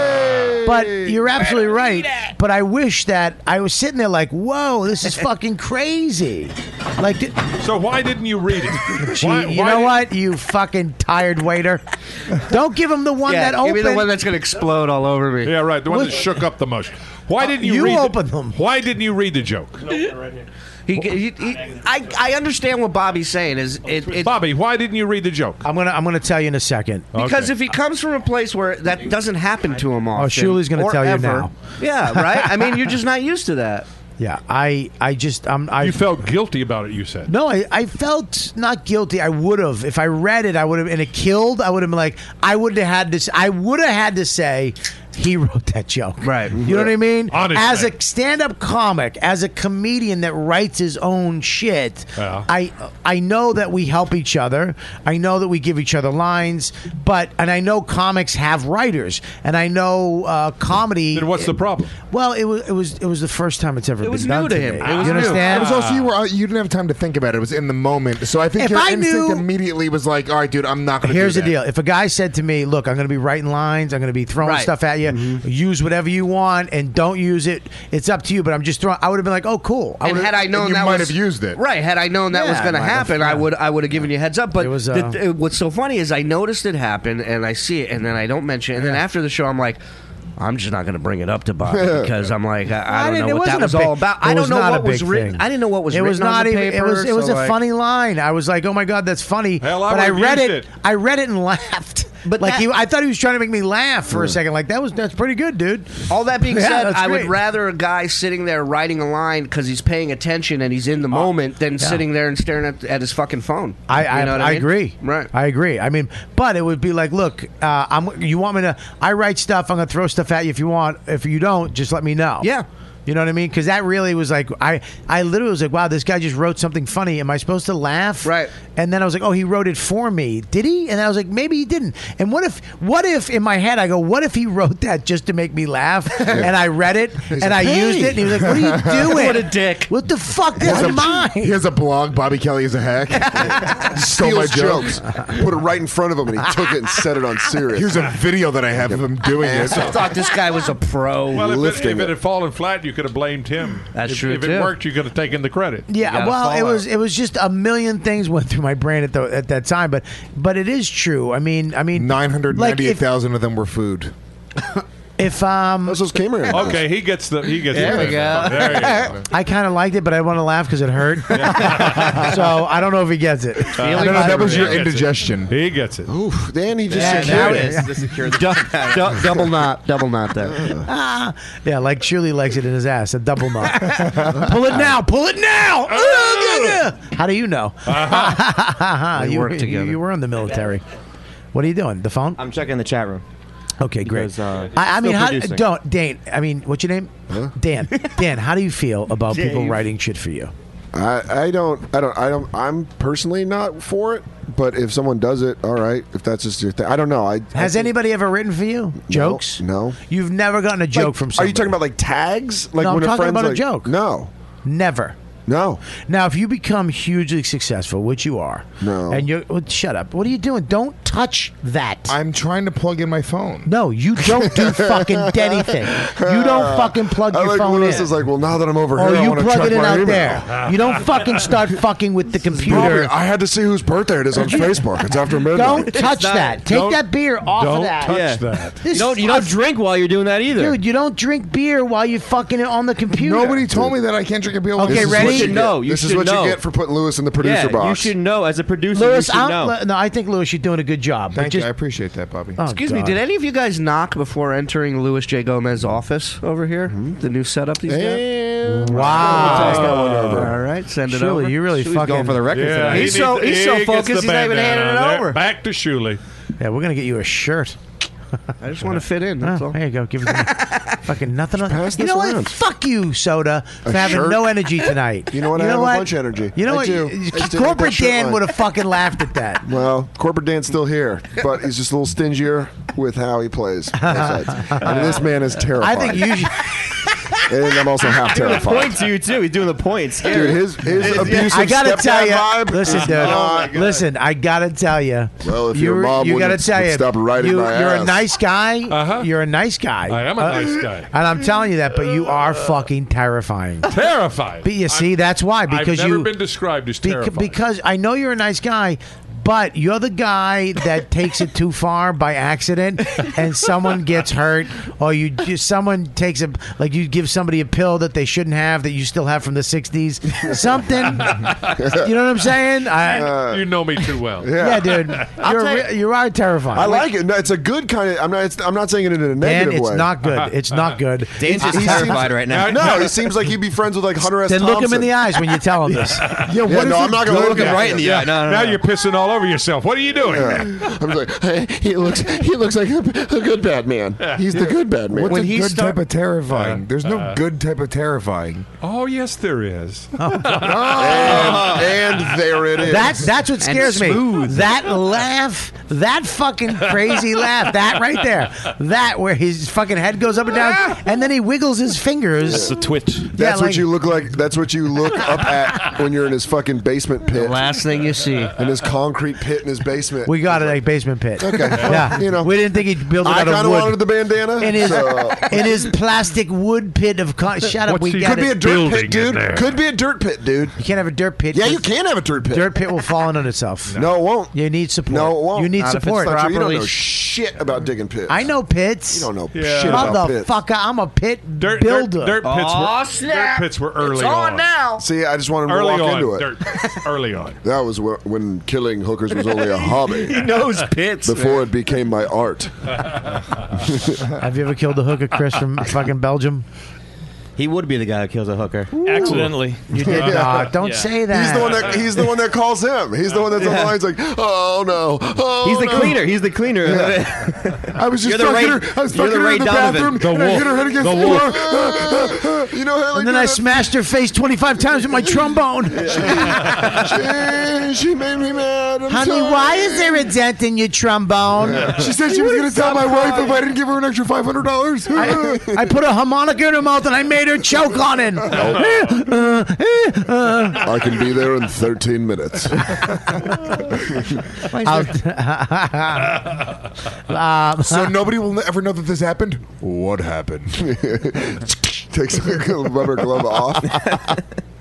S2: But you're absolutely right. But I wish that I was sitting there like, whoa, this is fucking crazy. Like, d-
S5: So why didn't you read it?
S2: gee,
S5: Why-
S2: you
S5: why
S2: know
S5: did-
S2: what? You fucking tired waiter. Don't give him the one that
S7: give
S2: opened.
S7: me the one that's going to explode all over me.
S5: Yeah, right. The one that
S2: What-
S5: shook up the most. Why didn't you?
S2: Uh, You
S5: read
S2: opened
S5: the, them. Why didn't you read the joke?
S7: He, he, he, I, I understand what Bobby's saying is it, it,
S5: Bobby. Why didn't you read the joke?
S2: I'm gonna I'm gonna tell you in a second.
S7: because if he comes from a place where that doesn't happen to him often,
S2: Shuly's Oh, gonna
S7: or
S2: tell you
S7: ever-
S2: now.
S7: Yeah, right. I mean, you're just not used to that.
S2: yeah, I I just I'm I
S5: You felt guilty about it. You said.
S2: No, I, I felt not guilty. I would have if I read it. I would have, and it killed. I would have been like, I would have had this. I would have had to say, he wrote that joke. Right. You know what I mean?
S5: Honestly.
S2: As a stand-up comic, as a comedian that writes his own shit,
S5: Yeah.
S2: I I know that we help each other. I know that we give each other lines, but and I know comics have writers, and I know uh, comedy.
S5: Then what's the problem?
S2: Well, it was it was it was the first time it's ever been done to me. you understand?
S8: It was also you were out- you didn't have time to think about it. It was in the moment. So I think
S2: If
S8: your
S2: I
S8: instinct
S2: knew-
S8: immediately was like, "All right, dude, I'm not going to."
S2: Here's
S8: do
S2: the
S8: that.
S2: deal. If a guy said to me, "Look, I'm going to be writing lines. I'm going to be throwing
S8: Right.
S2: stuff at you.
S8: Mm-hmm.
S2: Use whatever you want, and don't use it. It's up to you." But I'm just throwing. I would have been like, "Oh, cool." I
S7: and
S2: would've-
S7: had I known that was, right? Had I known that was
S2: Yeah,
S7: going to
S2: might have,
S7: happen, I
S2: yeah.
S7: would I would have given you a heads up. But
S2: was,
S7: the-
S2: uh,
S7: th- what's so funny is I noticed it happen, and I see it, and then I don't mention, it. and then after the show, I'm like. I'm just not going to bring it up to Bob because I'm like I, I
S2: didn't-
S7: don't
S2: it
S7: know what
S2: wasn't
S7: that
S2: a
S7: was
S2: big-
S7: all about. I
S2: it
S7: don't
S2: was
S7: know
S2: not a
S7: what was
S2: big
S7: written.
S2: thing.
S7: I didn't know what was
S2: it
S7: written
S2: was not
S7: on the
S2: even-
S7: paper.
S2: it was it was
S7: so,
S2: a
S7: like-
S2: funny line. I was like, "Oh my god, that's funny."
S7: Hell, I
S2: but I
S7: would've
S2: read
S7: used
S2: it,
S7: it.
S2: I read it and laughed. But like
S7: that-
S2: he, I thought he was trying to make me laugh
S8: Mm.
S2: for a second. Like that was that's pretty good, dude.
S7: All that being
S2: Yeah,
S7: said,
S2: that's
S7: I would
S2: great.
S7: rather a guy sitting there writing a line because he's paying attention and he's in
S2: Uh,
S7: the moment than sitting there and staring at, at his fucking phone.
S2: I
S7: You
S2: I,
S7: know what
S2: I
S7: mean?
S2: agree. Right. I agree. I mean, but it would be like, look, uh, I'm. You want me to? I write stuff. I'm gonna throw stuff at you if you want. If you don't, just let me know. Yeah. You know what I mean? Because that really was like I. I literally was like, wow, this guy just wrote something funny. Am I supposed to laugh? Right. And then I was like, oh, he wrote it for me. Did he? And I was like, maybe he didn't. And what if? What if in my head I go, what if he wrote that just to make me laugh? and I read it and I
S8: like,
S2: used it. And he was like, what are you doing? what a dick! What the fuck?
S8: He has
S2: That's
S8: a-
S2: mine.
S8: He has a blog. Bobby Kelly is a hack. Stole my
S10: Steals
S8: jokes.
S10: jokes, put it right in front of him, and he took it and set it on serious.
S8: Here's a video that I have of him doing it.
S10: I thought
S7: this guy was a pro.
S5: Well, if it,
S10: Lifting
S5: if it
S10: it.
S5: had fallen flat, you could have blamed him.
S7: That's
S5: if,
S7: true,
S5: If it
S7: too.
S5: worked, you could have taken the credit.
S2: Yeah, well, it was it was just a million things went through my brain at the, at that time, but but it is true. I mean, I mean, nine hundred
S8: Ninety-eight thousand of them were food.
S2: If um,
S8: those came
S5: Okay, he gets the he gets.
S8: There
S5: the
S8: we go.
S5: There you go.
S2: I kind of liked it, but I want to laugh because it hurt. so I don't know if he gets it. I don't know if he gets it.
S5: He gets it.
S10: Oof, Dan, he just
S2: Yeah, now
S10: secured
S2: it
S10: it.
S2: is.
S10: Just secured
S7: Du- du- double knot, double knot there.
S2: Ah. yeah, like Shirley likes it in his ass, a double knot. pull it now, pull it now.
S7: Oh!
S2: Oh, How do you know?
S7: Uh-huh.
S9: We
S2: you,
S9: work
S2: you-
S9: together.
S2: you were in the military. What are you doing? The phone?
S9: I'm checking the chat room.
S2: Okay, great.
S9: Because, uh,
S2: I, I mean,
S9: still
S2: how,
S9: producing.
S2: don't Dane. I mean, what's your name? Dan. Dan, how do you feel about people
S10: Dave.
S2: writing shit for you?
S10: I, I don't I don't I don't I'm personally not for it, but if someone does it, all right. If that's just your thing, I don't know. I
S2: Has
S10: I,
S2: anybody ever written for you? Jokes?
S10: No.
S2: You've never gotten a joke
S10: Like,
S2: from
S10: Are
S2: somebody.
S10: you talking about like tags? Like
S2: no, I'm
S10: when a
S2: talking
S10: friend's
S2: about a
S10: like-
S2: joke.
S10: No.
S2: Never. No. Now, if you become hugely successful, which you are, no, and you're well, shut up. What are you doing? Don't touch that.
S8: I'm trying to plug in my phone.
S2: No, you don't do fucking anything. You don't fucking plug
S10: Uh, I
S2: your
S10: like
S2: phone
S10: Lewis
S2: in.
S10: is like, well, now that I'm over
S2: or
S10: here, I
S2: you
S10: want to
S2: plug
S10: check
S2: it in
S10: my
S2: out
S10: email.
S2: there. You don't fucking start fucking with the computer.
S10: Bobby, I had to see whose birthday it is on Facebook. It's after midnight.
S2: Don't touch that. Take that beer off
S10: don't
S2: of that.
S10: touch Yeah. that.
S2: This
S10: You don't- you don't
S2: stuff-
S9: drink while you're doing that either.
S2: Dude, you don't drink beer while you're fucking on the computer.
S8: Nobody told me that I can't drink a beer. while
S2: Okay,
S8: I'm-
S2: ready?
S9: You should know. You
S10: this is
S9: should
S10: what
S9: know.
S10: you get for putting Lewis in the producer
S9: yeah,
S10: box.
S9: You should know as a producer.
S2: Lewis,
S9: you should
S2: I'm,
S9: know.
S2: le- no, I think Lewis, you're doing a good job. Oh,
S7: Thank you.
S2: I
S8: appreciate that,
S5: Oh,
S8: Bobby.
S7: Excuse me, did any of you guys knock before entering Louis J. Gomez's office over here?
S5: Hmm?
S7: The new setup he's got?
S2: Wow.
S7: Toss that one
S2: Wow.
S7: over. All right, send it
S2: Surely
S7: over.
S2: you really Shuey's going fucking- for the record
S5: Yeah,
S2: tonight.
S5: he
S7: he's so,
S5: needs-
S7: he's
S5: he
S7: so
S5: gets
S7: focused,
S5: the
S7: he's not even
S5: bandana
S7: handing
S5: on
S7: it
S5: there.
S7: over.
S5: Back to Shuley.
S2: Yeah, we're gonna get you a shirt.
S7: I just want to fit in. That's
S2: Oh,
S7: all.
S2: There you go. Give it to me. fucking nothing. On, you
S7: this
S2: know
S7: around.
S2: what? Fuck you, soda, for
S7: A
S2: having
S7: shirt?
S2: no energy tonight.
S10: You know what? I have a bunch of energy.
S2: You know
S10: I
S2: what? You-
S10: do. I still like that
S2: Corporate
S10: shirt
S2: Dan
S10: line.
S2: would have fucking laughed at that.
S10: Well, corporate Dan's still here, but he's just a little stingier with how he plays. That's it. I mean, this man is terrified.
S2: I think you should.
S10: and I'm also half
S9: Doing the
S10: terrified.
S9: point to you too. He's doing the points.
S10: Dude, his his
S9: His-
S10: abusive
S2: I gotta
S10: stepdad
S2: tell you,
S10: vibe.
S5: Oh,
S10: Oh
S2: listen,
S10: is
S2: dude,
S10: not good.
S2: listen, I gotta tell you.
S10: Well, if your
S2: you're-
S10: mom
S2: you gotta
S10: wouldn't
S2: tell you,
S10: stop riding
S2: you,
S10: my
S2: you're a
S10: ass.
S2: nice guy. You're a nice guy.
S5: Uh-huh. I am a
S2: Uh,
S5: nice guy.
S2: and I'm telling you that, but you are fucking terrifying.
S5: Terrified.
S2: But you see, that's why
S5: I've
S2: because
S5: never
S2: you
S5: been described as
S2: Bec-
S5: terrified.
S2: Because I know you're a nice guy, but you're the guy that takes it too far by accident, and someone gets hurt, or you just someone takes a like you give somebody a pill that they shouldn't have that you still have from the '60s, something. you know what I'm saying? I,
S5: you know me too well.
S2: yeah. dude, you're re- you are terrifying.
S10: I like it. No, it's a good kind of. I'm not. It's, I'm not saying it in a
S2: Dan,
S10: negative
S2: it's
S10: way.
S2: not good. It's not good.
S10: Dan's just
S2: He
S10: terrified right now. No, he seems like he'd be friends with, like, Hunter S.
S2: Then look him in
S10: Thompson.
S2: the eyes when you tell him this.
S10: Yeah, what is no, I'm it not gonna good look him at? right in the
S5: Yeah.
S10: eye. No, no,
S5: now
S10: no.
S5: you're pissing all over yourself. What are you doing?
S10: I'm like, hey, he looks. He looks like a, a good bad man. He's the good bad man.
S8: What's a good type of terrifying? There's no good type of terrifying.
S5: Uh, Oh yes, there is.
S2: Oh,
S10: and, and there it is.
S2: That's that's what scares me. That laugh, that fucking crazy laugh, that right there, that where his fucking head goes up and down, and then he wiggles his fingers.
S10: That's
S12: the twitch.
S10: That's
S2: like-
S10: what you look like. That's what you look up at when you're in his fucking basement pit. The
S7: last thing you see
S10: in his concrete pit in his basement.
S2: We got it a basement pit.
S10: Okay, well,
S2: yeah,
S10: you know.
S2: we didn't think he'd build it
S10: I
S2: out
S10: kind
S2: of
S10: of
S2: wood.
S10: wanted the bandana.
S2: in his
S10: so-
S2: in his plastic wood pit of con- shut up.
S10: What's
S2: We
S10: he-
S2: got
S10: could be
S2: it.
S10: a dirt pit, dude. Could be a dirt pit, dude.
S2: You can't have a dirt pit.
S10: Yeah, you
S2: 'cause
S10: can have a dirt pit.
S2: Dirt pit will fall in on itself.
S10: No, it won't.
S2: You need support.
S10: No, it won't.
S2: You need support.
S10: Not true. You don't know shit about digging pits.
S2: I know pits.
S10: You don't know
S5: Yeah.
S10: shit about pits.
S2: Motherfucker, I'm a pit
S5: Dirt, dirt,
S2: builder.
S5: dirt pits
S10: Aw,
S5: were
S10: snap.
S5: dirt pits were early
S10: See, I just wanted to
S5: Early
S10: walk
S5: on,
S10: into it.
S5: dirt pits, early on.
S10: That was wh- when killing hookers was only a hobby.
S5: He knows pits,
S10: Before
S5: man.
S10: it became my art.
S2: Have you ever killed a hooker, Chris, from fucking Belgium?
S9: He would be the guy who kills a hooker.
S12: Accidentally.
S2: You did not. Don't say that.
S10: He's the one that he's the one that calls him. He's the one that's on the
S9: Yeah.
S10: line's like, oh no, oh
S9: He's the
S10: no."
S9: cleaner. He's the cleaner.
S10: I was just
S9: You're the Ray-
S10: fucking her. I was
S9: you're the
S10: fucking her
S9: Ray
S10: in the
S9: Donovan.
S10: bathroom.
S9: The
S10: and I
S9: wolf.
S10: hit her head against
S9: The
S10: the,
S9: wolf.
S10: door. you know how
S2: And
S10: like,
S2: then I smashed her face 25 times with my trombone.
S10: she, she made me mad. I'm
S2: Honey,
S10: sorry.
S2: why is there a dent in your trombone?
S10: She said she was going to tell my wife if I didn't give her an extra five hundred dollars.
S2: I, I put a harmonica in her mouth and I made her choke on it. Uh,
S10: I can be there in 13 minutes.
S2: Uh,
S8: so nobody will ever know that this happened. What happened?
S10: Takes a rubber glove off.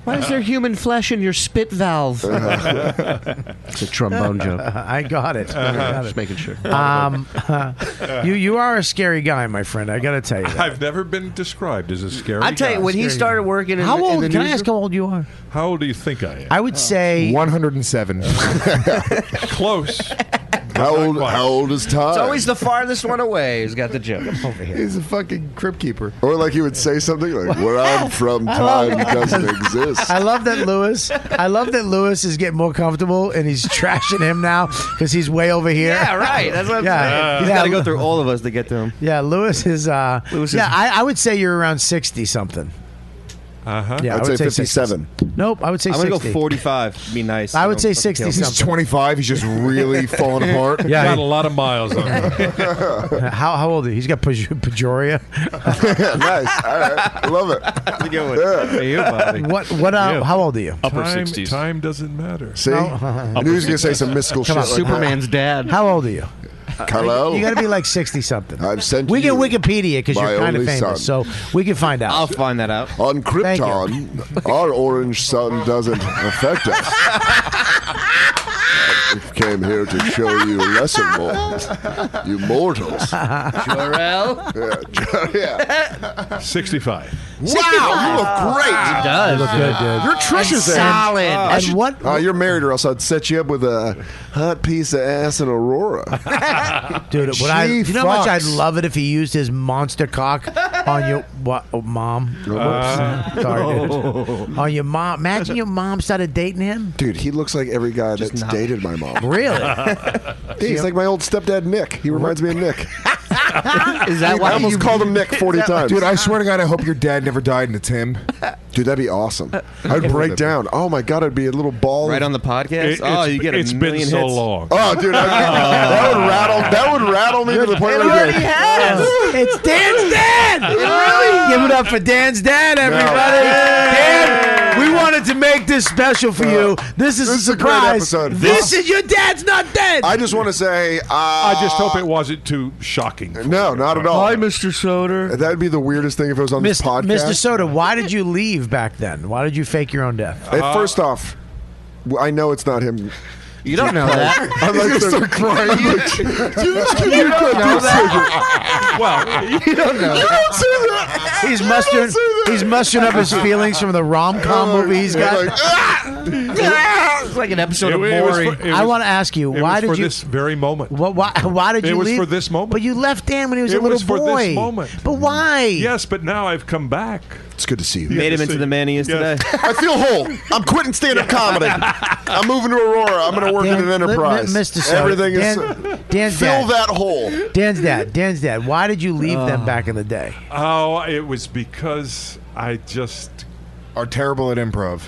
S7: Why is there human flesh in your spit valve? it's a trombone joke.
S2: I got it. I got
S7: Uh-huh. Just
S2: it.
S7: making sure.
S2: Um, you you are a scary guy, my friend. I gotta tell you. That.
S5: I've never been described as a scary.
S7: I tell you,
S5: guy.
S7: when he started working, in
S2: How
S7: the, in
S2: old?
S7: the
S2: Can I
S7: newsroom-
S2: ask how old you are?
S5: How old do you think I am?
S2: I would say
S8: 107.
S5: Close.
S10: How old? How old is Todd?
S7: It's always the farthest one away who's got the joke.
S8: He's a fucking crypt keeper.
S10: Or like he would say something like, "Where I'm from,
S2: love
S10: time doesn't exist."
S2: I love that Lewis. I love that Lewis is getting more comfortable and he's trashing him now because he's way over here.
S7: Yeah, right. That's what I'm
S2: yeah,
S9: He's
S2: Uh, yeah,
S9: got to go through all of us to get to him.
S2: yeah, Lewis is. Uh,
S9: Lewis
S2: yeah,
S9: is-
S2: I, I would say you're around sixty something.
S5: Uh-huh.
S2: Yeah, I
S10: I'd
S2: would
S10: say
S2: say
S10: 57.
S2: Nope, I would say
S10: I'm gonna
S2: sixty.
S10: go
S14: 45. Be nice.
S2: I would say sixty.
S10: He's 25. He's just really falling apart.
S2: Yeah,
S5: Got
S2: he-
S5: a lot of miles on him.
S2: how how old is he? He's got pej- pejoria.
S10: nice. All right. Love it.
S14: That's a good one.
S2: What what? Uh, How old are you?
S5: time, Time doesn't matter.
S10: See? I knew he was going to say some mystical
S2: Come
S10: shit.
S2: on, Superman's
S7: dad.
S2: How old are you?
S10: Hello?
S2: You got to be like sixty something.
S10: I've sent
S2: We
S10: you
S2: get Wikipedia because
S10: my
S2: you're kind of
S10: only
S2: famous,
S10: son.
S2: so we can find out.
S14: I'll find that out.
S10: On Krypton, our orange sun doesn't affect us. We came here to show you lesser mortals, you mortals.
S7: Jorel.
S10: Yeah, Jor- yeah.
S5: 65.
S10: Wow, you look great.
S5: He
S14: Uh,
S5: does. You look good, dude.
S10: You're Trish's
S5: And
S10: age.
S5: solid.
S10: I
S5: And
S10: should-
S5: what-
S10: Oh, you're married, or else I'd set you up with a hot piece of ass in Aurora.
S2: Dude, would I,
S10: She
S2: you know how much I'd
S10: fucks.
S2: love it if he used his monster cock on your what, oh, mom?
S10: Uh,
S2: Sorry, dude.
S10: no.
S2: on your mom. Imagine your mom started dating him.
S10: Dude, he looks like every guy that's dated my mom.
S2: Really?
S10: Dude, he's like my old stepdad, Nick. He reminds me of Nick.
S8: Is
S10: that why
S8: I almost
S10: you-
S8: called him Nick
S10: Is
S8: 40
S10: that why-
S8: times. Dude, I swear to God, I hope your dad never died and it's him.
S10: Dude, that'd be awesome. I'd break down. Oh my god, I'd be a little ball.
S14: Right on the podcast? It- Oh, it's- you get a it's been million so hits. long.
S10: Oh, dude, I- that would rattle. That would rattle me to the point.
S2: It
S10: where I'd be
S2: already
S10: like,
S2: has. it's Dan's dad. It really? Give it up for Dan's dad, everybody. Dan, we wanted to make this special for you. This is a
S10: a great
S2: surprise.
S10: episode.
S2: This is your dad's not dead.
S10: I just want to say, uh,
S5: I just hope it wasn't too shocking.
S10: No, not at all. Hi,
S7: Mr. Soder.
S10: That'd be the weirdest thing if it was on this
S2: Mr.
S10: podcast.
S2: Mr. Soda, why did you leave back then? Why did you fake your own death?
S10: Hey, first off, w- I know it's not him.
S14: You don't know that.
S10: I'm like,
S14: He's
S10: so
S14: gonna start
S10: crying.
S14: crying.
S10: I'm like, dude, can you
S14: don't
S10: quit
S14: know
S10: this
S14: that.
S10: shit?
S5: Well,
S10: you don't know. that.
S2: He's mustering. He's mustering up his feelings from the rom com
S10: Oh,
S2: movie he's got.
S7: it's like an episode
S5: It-
S7: of
S5: it was
S7: Maury.
S5: for- it
S2: I
S5: was-
S2: want to ask you,
S5: it
S2: why
S5: was
S2: did
S5: for
S2: you?
S5: this very moment?
S2: What? Why, why did
S5: It
S2: you
S5: was
S2: leave?
S5: for this moment.
S2: But you left Dan when he was
S5: it
S2: a little
S5: was for
S2: boy.
S5: this moment.
S2: But why?
S5: Yes, but now I've come back.
S10: It's good to see you.
S14: Made him into the man he is
S5: Yes.
S14: today.
S10: I feel whole. I'm quitting stand-up comedy. I'm moving to Aurora. I'm going to work
S2: Dan-
S10: at an enterprise.
S2: Mi- Mr. Soder,
S10: Everything is
S2: Dan- Dan's
S10: fill
S2: dad.
S10: that hole.
S2: Dan's dad. Dan's dad. Why did you leave them back in the day?
S5: Oh, it was because I just.
S8: Are terrible at improv.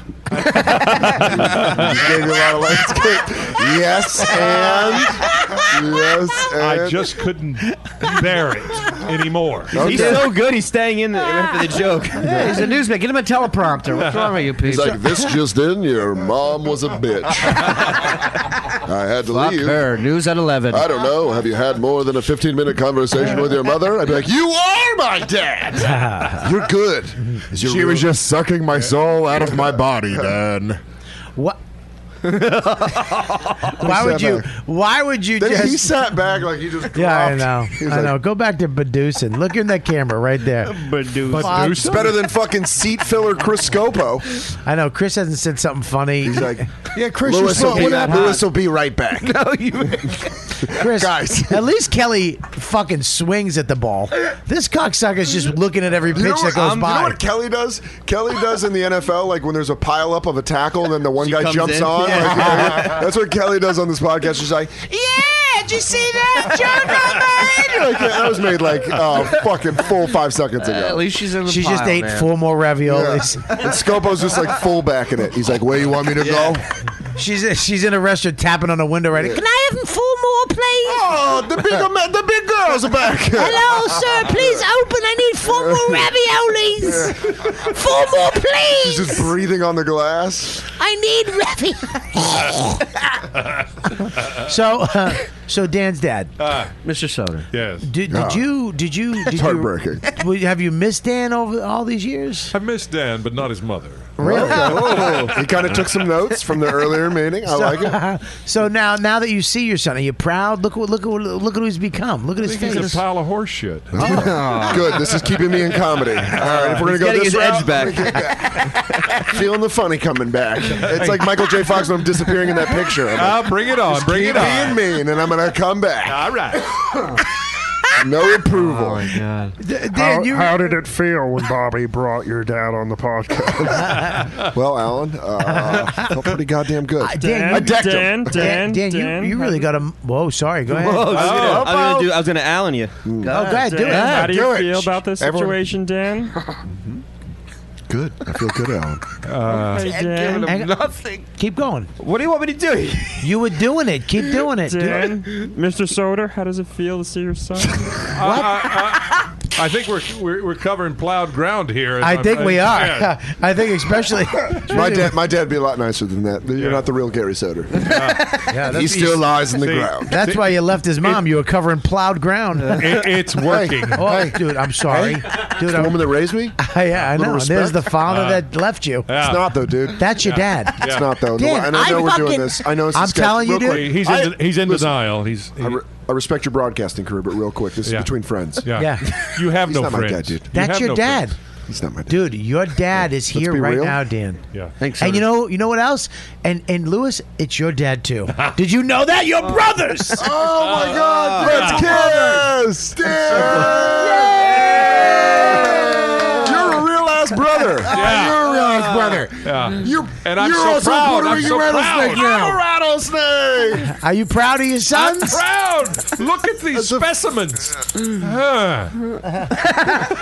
S10: You gave me a lot of landscape. Yes, and yes, and
S5: I just couldn't bear it anymore.
S14: He's so good. He's staying in the, after the joke.
S7: Hey, he's a newsman. Get him a teleprompter. What's wrong with you, Pete?
S10: He's like, this just in, your mom was a bitch. I had to
S7: Fuck
S10: leave.
S7: her. News at 11.
S10: I don't know. Have you had more than a 15 minute conversation with your mother? I'd be like, You are my dad. You're good. Is your
S8: She
S10: real-
S8: was just sucking my soul out of my body, Dad.
S2: What? why would you? Why would you
S10: Then
S2: just?
S10: he sat back like he just dropped.
S2: yeah, I know. I
S10: He was like,
S2: know. Go back to Badusin. Look in that camera right there. Badusin.
S10: It's better than fucking seat filler Chris Scopo.
S2: I know. Chris hasn't said something funny. He's
S10: like,
S8: Yeah, Chris, you're
S10: Lewis
S8: so
S10: will, be,
S8: good at
S10: Lewis will be right back.
S7: No, you.
S2: Chris,
S10: Guys.
S2: at least Kelly fucking swings at the ball. This cocksucker's just looking at every pitch
S10: You know,
S2: that
S10: what,
S2: goes
S10: um, you know
S2: by.
S10: what Kelly does? Kelly does in the NFL, like when there's a pile up of a tackle and then the one
S14: She
S10: guy
S14: comes
S10: jumps
S14: in.
S10: on.
S14: Yeah.
S10: like, that's what Kelly does on this podcast. She's like,
S11: Yeah, did you see that? Joe got
S10: like yeah, that was made like uh, fucking full five seconds ago.
S7: At least she's in the
S2: she just
S7: pile,
S2: ate
S7: man.
S2: four more
S10: Yeah.
S2: raviolis.
S10: And Scopo's just like full back in it. He's like, "Where you want me to go?"
S2: She's she's in a restaurant tapping on a window right. Can I have four more, please?
S10: Oh, the big ama- the big girls are back.
S11: Hello, sir. Please open. I need four more raviolis. Four more,
S10: He's
S11: please.
S10: just breathing on the glass.
S11: I need raviolis.
S2: So, uh, so Dan's dad.
S7: Mr. Soder.
S5: Uh. Yes.
S2: Did, did you did you did
S10: It's
S2: you-
S10: heartbreaking.
S2: w- have you missed Dan over all these years?
S5: I missed Dan, but not his mother.
S2: Really?
S10: Oh, he kind of took some notes from the earlier meeting. I like it.
S2: so now now that you see your son, are you proud? Look what look what look at who he's become. Look at
S5: I
S2: his
S5: think he's
S2: face.
S5: a pile of horseshit.
S10: Ah. Good. This is keeping me in comedy. All right, if we're
S14: He's
S10: gonna go
S14: getting
S10: this
S14: his
S10: route,
S14: edge back.
S10: feeling the funny coming back. It's like Michael J. Fox when I'm disappearing in that picture. I'm like,
S5: Ah, bring it on.
S10: just
S5: Bring
S10: keep
S5: it on.
S10: being mean, and I'm gonna come back.
S5: All right. Oh,
S10: No approval.
S2: D- Dan, you
S8: did it feel when Bobby brought your dad on the podcast?
S10: Well, Alan, uh, felt pretty goddamn good. I,
S2: Uh, Dan,
S10: I decked
S12: Dan,
S10: him.
S2: Dan,
S12: Dan,
S2: Dan,
S12: Dan.
S2: you, you really got him. Whoa, sorry. Go ahead. Uh,
S14: Whoa, I was gonna- I was
S12: Hello.
S14: gonna do. I was gonna Allen you.
S2: oh, go ahead. Do
S12: Dan,
S2: it.
S12: How do
S10: do
S12: you
S10: it.
S12: feel about this
S10: Everyone-
S12: situation, Dan?
S10: Good. I feel good, Alan.
S2: Uh, Hang on. Keep going. What do you want me to do? you were doing it. Keep doing it.
S15: Dan,
S2: dude.
S15: Mr. Soder, how does it feel to see your son?
S5: I think we're, we're we're covering plowed ground here.
S2: I think we are.
S5: Yeah.
S2: I think especially
S10: my dad. My dad'd be a lot nicer than that. You're not the real Gary Soder.
S2: Yeah,
S10: he
S2: that's-
S10: still lies in the
S2: See,
S10: ground.
S2: That's why you left his mom. you were covering plowed ground.
S10: It- it's working.
S2: Oh, dude, I'm sorry,
S10: Hey,
S2: dude.
S10: it's the
S2: I'm-
S10: woman that raised me.
S2: yeah, I
S10: Little
S2: know.
S10: respect.
S2: There's the father
S10: Uh,
S2: that left you.
S10: It's not though, dude.
S2: That's your
S10: Yeah.
S2: dad.
S10: It's not though.
S2: Dan,
S10: and I know
S2: I
S10: we're doing
S2: fucking-
S10: this. I know. It's a
S2: I'm
S10: sketch.
S2: telling you,
S10: Real
S2: dude.
S10: quick.
S2: He's in- he's in
S5: denial. He's.
S10: I, re- I respect your broadcasting career, but real quick, this is between friends.
S5: Yeah. Yeah. You have
S10: He's
S5: no
S10: not
S5: friends.
S10: My dad, dude.
S2: That's your dad.
S10: He's not my dad.
S2: Dude, your dad is
S10: Let's
S2: here
S10: be
S2: right
S10: real.
S2: now, Dan.
S5: Yeah.
S10: Thanks.
S2: And you know, you know what else? And and Lewis, it's your dad too. Did you know that? Your brothers.
S10: Oh my God! Let's kiss, You're a real ass brother. You're a real ass brother.
S5: Yeah.
S10: You're
S5: Mm. And I'm
S10: you're
S5: so
S10: also
S5: proud.
S10: Puerto
S5: I'm
S10: Rican
S5: so
S10: rattlesnake
S5: proud.
S10: now.
S5: I'm a
S10: rattlesnake.
S2: Are you proud of your sons?
S5: proud. Look at these specimens. Huh.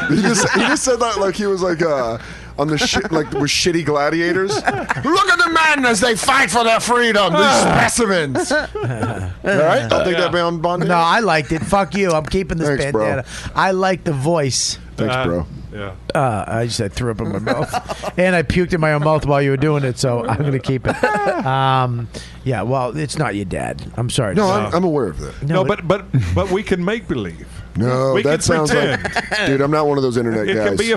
S10: he, just, he just said that like he was like uh, on the shit like with shitty gladiators. Look at the men as they fight for their freedom. These specimens. All right, I'll take that bound bond.
S2: No, I liked it. Fuck you. I'm keeping this
S10: Thanks, bro.
S2: bandana. I like the voice.
S10: Thanks, bro.
S5: Yeah.
S2: Uh, I just I threw up in my mouth, and I puked in my own mouth while you were doing it, so I'm gonna keep it. Um, yeah, well, it's not your dad. I'm sorry.
S10: No, I'm, I'm aware of that.
S5: No, but but but we can make believe.
S10: No,
S5: We can
S10: that sounds like,
S5: pretend.
S10: dude. I'm not one of those internet
S5: It
S10: guys.
S5: can be a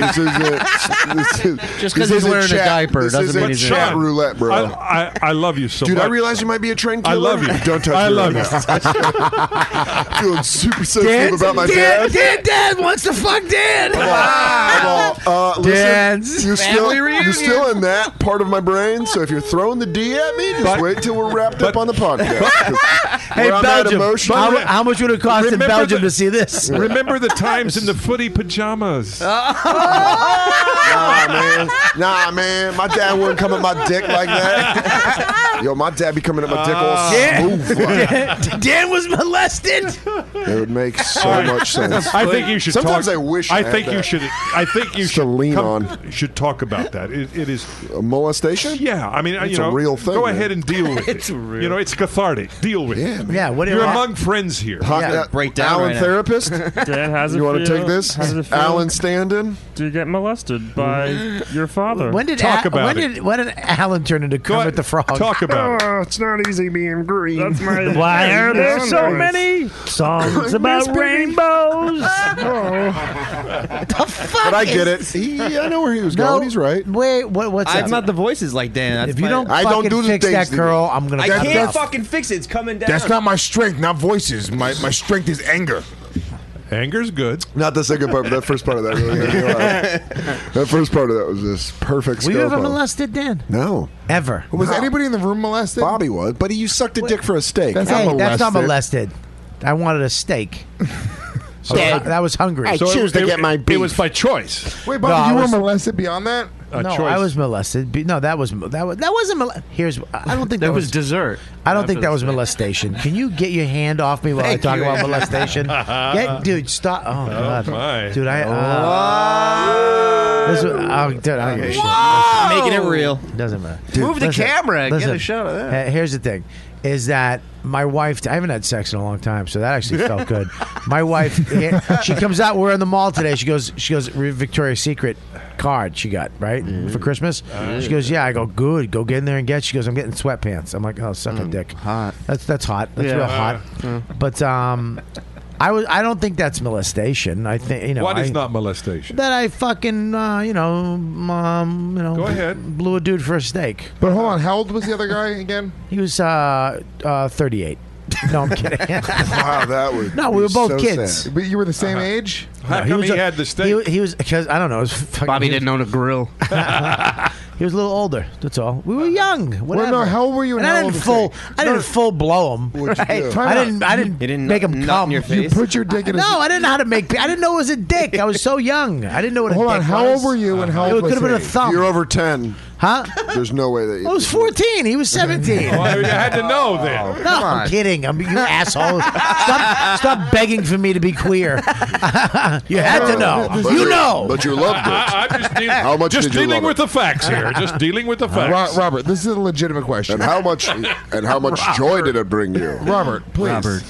S10: this isn't, this is,
S5: Just
S10: 'cause this he's isn't wearing a chat- diaper this doesn't isn't mean he's in chat it. roulette, bro.
S5: I, I, I love you so
S10: dude,
S5: much.
S10: I realize you might be a train
S5: I
S10: killer.
S5: love you.
S10: Don't touch
S5: I
S10: me
S5: love
S10: right
S5: you.
S10: now. Feeling super sensitive about my
S11: Dan, Dan,
S10: dad.
S11: Dan wants to fuck Dan.
S10: Uh, listen,
S11: Dan's
S10: you're still,
S11: family
S10: you're still in that part of my brain. So if you're throwing the D at me, just wait till we're wrapped up on the podcast. 'Cause
S2: Hey,
S10: where I'm at
S2: Belgium.
S10: emotionally-
S2: How, how much would it cost in Belgium to see this?
S5: Remember the times in the footy pajamas.
S10: nah, man. Nah, man. My dad wouldn't come at my dick like that. Yo, my dad be coming at my dick all
S11: Ah.
S10: smooth. like-
S2: Dan was molested.
S10: It would make so
S5: All right.
S10: much sense.
S5: Oh, I think you should.
S10: Sometimes
S5: talk,
S10: I wish.
S5: I,
S10: had
S5: think you
S10: that.
S5: should. I think you
S10: Just
S5: should
S10: to lean
S5: come-
S10: on.
S5: Should talk about that. It, it is
S10: molestation.
S5: Yeah, I mean,
S10: It's
S5: you
S10: a
S5: know,
S10: real thing,
S5: Go
S10: man.
S5: ahead and deal with it's it. Real. You know, it's cathartic. Deal with it.
S2: Yeah, what do you
S5: You're
S2: want?
S5: among friends here.
S10: Hot- uh, Alan therapist.
S15: Dan, how's it
S10: you want to
S15: feel?
S10: take this?
S15: How does it feel?
S10: Alan Standin.
S15: Do you get molested by your father?
S2: When did Al- when did when did Alan turn into Kermit the Frog?
S15: Talk about
S16: Oh, it's not easy being green. That's my
S2: Why are there so
S15: many
S2: songs
S16: about
S15: rainbows?
S10: But I get it. He, I know where he was going. He's right.
S2: Wait, what? What's
S14: I'm
S2: up?
S14: not the voices like Dan.
S2: If you don't fucking fix that curl, I'm gonna
S14: I
S2: cut it
S14: can't
S2: off.
S14: fucking fix it. It's coming down.
S6: That's not my strength, not voices. My my strength is anger.
S5: Anger's good.
S10: Not the second part, but that first part of that. Really you're right. that first part of that was just perfect.
S2: Were you ever
S10: scopo.
S2: molested, Dan?
S10: No.
S2: Ever.
S10: Was
S8: anybody in the room molested?
S10: Bobby was, but you sucked a dick for a steak.
S2: That's, hey, that's not molested. I wanted a steak. so
S10: Yeah.
S2: I, that was hungry.
S10: I So choose to it- get my it
S5: It was by choice.
S8: Wait,
S2: No, I
S8: Bobby, you
S2: was-
S8: were molested beyond that?
S2: no, I was molested. Be- No, that was that was that wasn't. Mol- Here's I don't think that, was,
S14: dessert.
S2: I don't
S14: after
S2: think that
S14: the
S2: was molestation. Can you get your hand off me while I
S14: Thank
S2: talk
S14: you.
S2: about molestation? Get, dude, stop! Oh, god,
S5: my.
S2: dude, I. Uh, this was, oh, dude, I don't give a shit.
S14: Making it real.
S2: Doesn't matter.
S14: Dude, Move the camera and get a
S2: listen.
S14: shot of that.
S2: Uh, Here's the thing. Is that my wife? I haven't had sex in a long time, so that actually felt good. My wife, she comes out. We're in the mall today. She goes, she goes "Re- Victoria's Secret card she got right for Christmas. she goes, yeah. I go, good. Go get in there and get. She goes, I'm getting sweatpants. I'm like, oh, suck a dick. Hot. That's that's hot. That's
S15: Yeah.
S2: real hot. But um, I was. I don't think that's molestation. I think you know.
S5: what is
S2: I-
S5: not molestation?
S2: that I fucking uh, you know um, you know
S5: Go ahead.
S2: blew a dude for a steak.
S8: But hold on, how old was the other guy again?
S2: He was uh, uh, 38. No, I'm kidding.
S10: Wow, that would.
S2: No, we
S10: be
S2: were both
S10: so
S2: kids. Uh-huh.
S10: sad.
S8: But you were the same age?
S5: How come he, had the steak?
S2: He, wa- he was because I don't know. It was fucking,
S7: Bobby didn't own a grill.
S2: He was a little older. That's all. We were young. Whatever.
S8: Uh, no, how old were you
S2: And
S8: and how
S2: I didn't
S8: old was
S2: full.
S8: he?
S2: I
S8: No.
S2: didn't full blow him.
S8: What'd you do? Time
S2: I didn't.
S8: out.
S2: I didn't, make him come.
S8: You put your dick in his
S2: no, I didn't know how to make. I didn't know it was a dick. I was so young. I didn't know what a
S8: Hold
S2: dick
S8: on, how
S2: was.
S8: old were you and how
S2: It could
S8: old was
S2: have been a
S8: he?
S2: thumb.
S10: Uh-huh. You're over ten.
S2: Huh?
S10: There's no way that
S2: I was 14. He was 17.
S5: Well, you had to know
S10: Oh,
S5: then.
S2: No, I'm kidding. I'm, you asshole. Stop, stop begging for me to be queer. you had to know.
S10: But
S2: You
S10: you-
S2: know.
S10: but you loved it.
S5: I, am just, deal-
S10: How much
S5: just
S10: did you
S5: dealing
S10: love
S5: with
S10: it?
S5: the facts here. Just dealing with the facts.
S8: Ro- Robert, this is a legitimate question.
S10: And how much? And how much joy did it bring you,
S8: Robert? Please.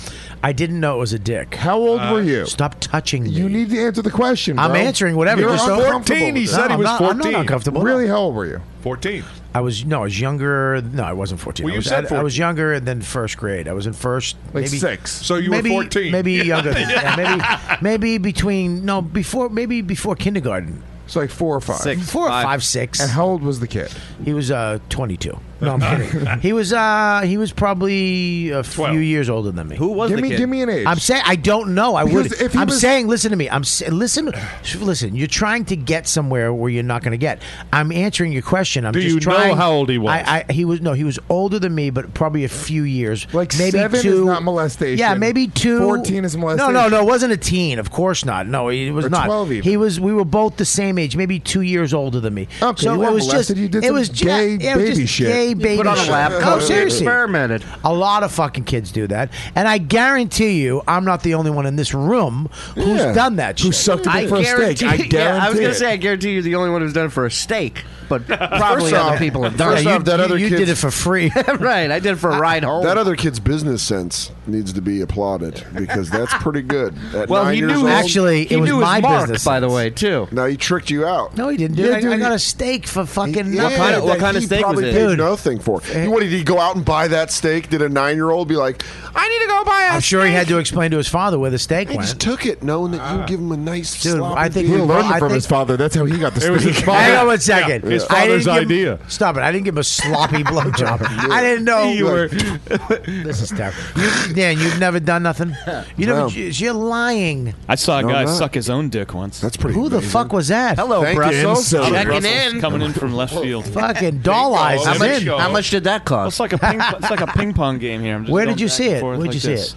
S2: I didn't know it was a dick.
S8: How old
S5: Uh,
S8: were you?
S2: Stop touching me.
S8: You need to answer the question.
S2: I'm
S8: bro.
S2: answering whatever.
S8: You're
S2: Just
S8: uncomfortable
S2: uncomfortable
S8: with
S2: with
S8: it.
S2: it. No, I'm not- I'm not uncomfortable.
S8: Really? How old were you?
S5: 14.
S2: I was no, I was younger. No, I wasn't fourteen.
S5: Well,
S2: I
S5: you
S2: was,
S5: said
S2: I- I, was younger than first grade. I was in first,
S5: Like
S2: maybe
S5: six. So you were
S2: maybe,
S5: 14.
S2: maybe
S5: Yeah.
S2: younger. Than,
S5: Yeah.
S2: yeah, maybe maybe between no before maybe before kindergarten.
S8: So like four or five.
S2: Six, four or five, six.
S8: And how old was the kid?
S2: He was uh twenty two. No, I'm kidding. he was uh he was probably a few years older than me. Who
S14: was
S8: Give the me- kid? give me an age.
S2: I'm saying I don't know. I
S8: Because
S2: would.
S8: if he
S2: I'm
S8: was-
S2: saying, listen to me. I'm sa- listen, listen. You're trying to get somewhere where you're not going to get. I'm answering your question. I'm
S5: Do
S2: just
S5: you know
S2: trying.
S5: how old he was?
S2: I, I he was no, he was older than me, but probably a few years. Like maybe
S8: seven
S2: two.
S8: is not molestation.
S2: Yeah, maybe two.
S8: 14 is
S2: No,
S8: molestation.
S2: no, no. It wasn't a teen. Of course not. No, it was
S8: Or
S2: not.
S8: 12 even.
S2: He was. We were both the same age, maybe two years older than me.
S8: Okay,
S2: so
S8: you
S2: it
S8: weren't
S2: was just.
S8: molested, you did
S2: it
S8: some
S2: was ju-
S8: gay
S2: yeah, it was
S8: baby
S2: just
S8: shit.
S2: Gay
S8: You
S2: baby
S8: put on a
S2: shit.
S8: lab coat
S2: No,
S8: and
S2: seriously.
S8: experimented.
S2: A lot of fucking kids do that, and I guarantee you, I'm not the only one in this room who's
S7: Yeah.
S2: done that. Shit.
S7: Who sucked
S8: it for a steak. I
S7: yeah, I was
S8: guarantee
S7: gonna
S8: it.
S7: say I guarantee you're the only one who's done it for a steak, but probably
S10: First
S7: other
S10: off-
S7: people have done
S10: first
S7: it.
S10: off, that other kid's-
S2: free.
S7: right, I did it for a ride home.
S10: That other kid's business sense needs to be applauded because that's pretty good. At
S7: well,
S10: nine
S7: he
S10: years
S7: knew
S10: old-
S2: Actually, it was my
S7: mark,
S2: business
S7: by the way, too.
S10: No, he tricked you out.
S2: No, he didn't, dude.
S10: Yeah,
S2: I,
S10: dude,
S2: I got
S10: he-
S2: a steak for fucking
S10: Yeah,
S2: nothing.
S10: that he probably paid Nothing for. He- What did he go out and buy that steak? Did a nine-year-old be like, "I need to go buy a
S2: I'm sure he had to explain to his father where the steak
S10: He
S2: went.
S10: just took it, knowing that you'd give him a nice.
S2: Dude,
S10: sloppy
S2: I think
S10: beer.
S2: we learned it from his
S8: father. That's how he got the
S5: It was his
S8: steak.
S5: father.
S2: Hang on
S5: Yeah,
S2: one second.
S5: his
S2: I didn't
S5: father's
S2: give him-
S5: idea.
S2: stop it. I didn't give him a sloppy blowjob. I didn't know.
S5: You were-
S2: this is terrible. You, Dan, you've never done nothing? You never,
S12: No.
S2: You're lying.
S12: I saw a
S2: No,
S12: guy
S2: I'm not.
S12: suck his own dick once. That's
S10: pretty.
S2: Who the fuck was that?
S7: Hello, Thank you, Brussels. Insider. Checking in.
S12: coming in from left field.
S2: Fucking doll eyes.
S7: How
S12: There
S7: much,
S12: you go.
S7: how much did that cost?
S12: It's like a ping, it's like a ping pong game here. I'm just
S2: Where did
S12: going
S2: you
S12: back
S2: see
S12: and
S2: it?
S12: forth
S2: Where'd you
S12: like
S2: see
S12: this.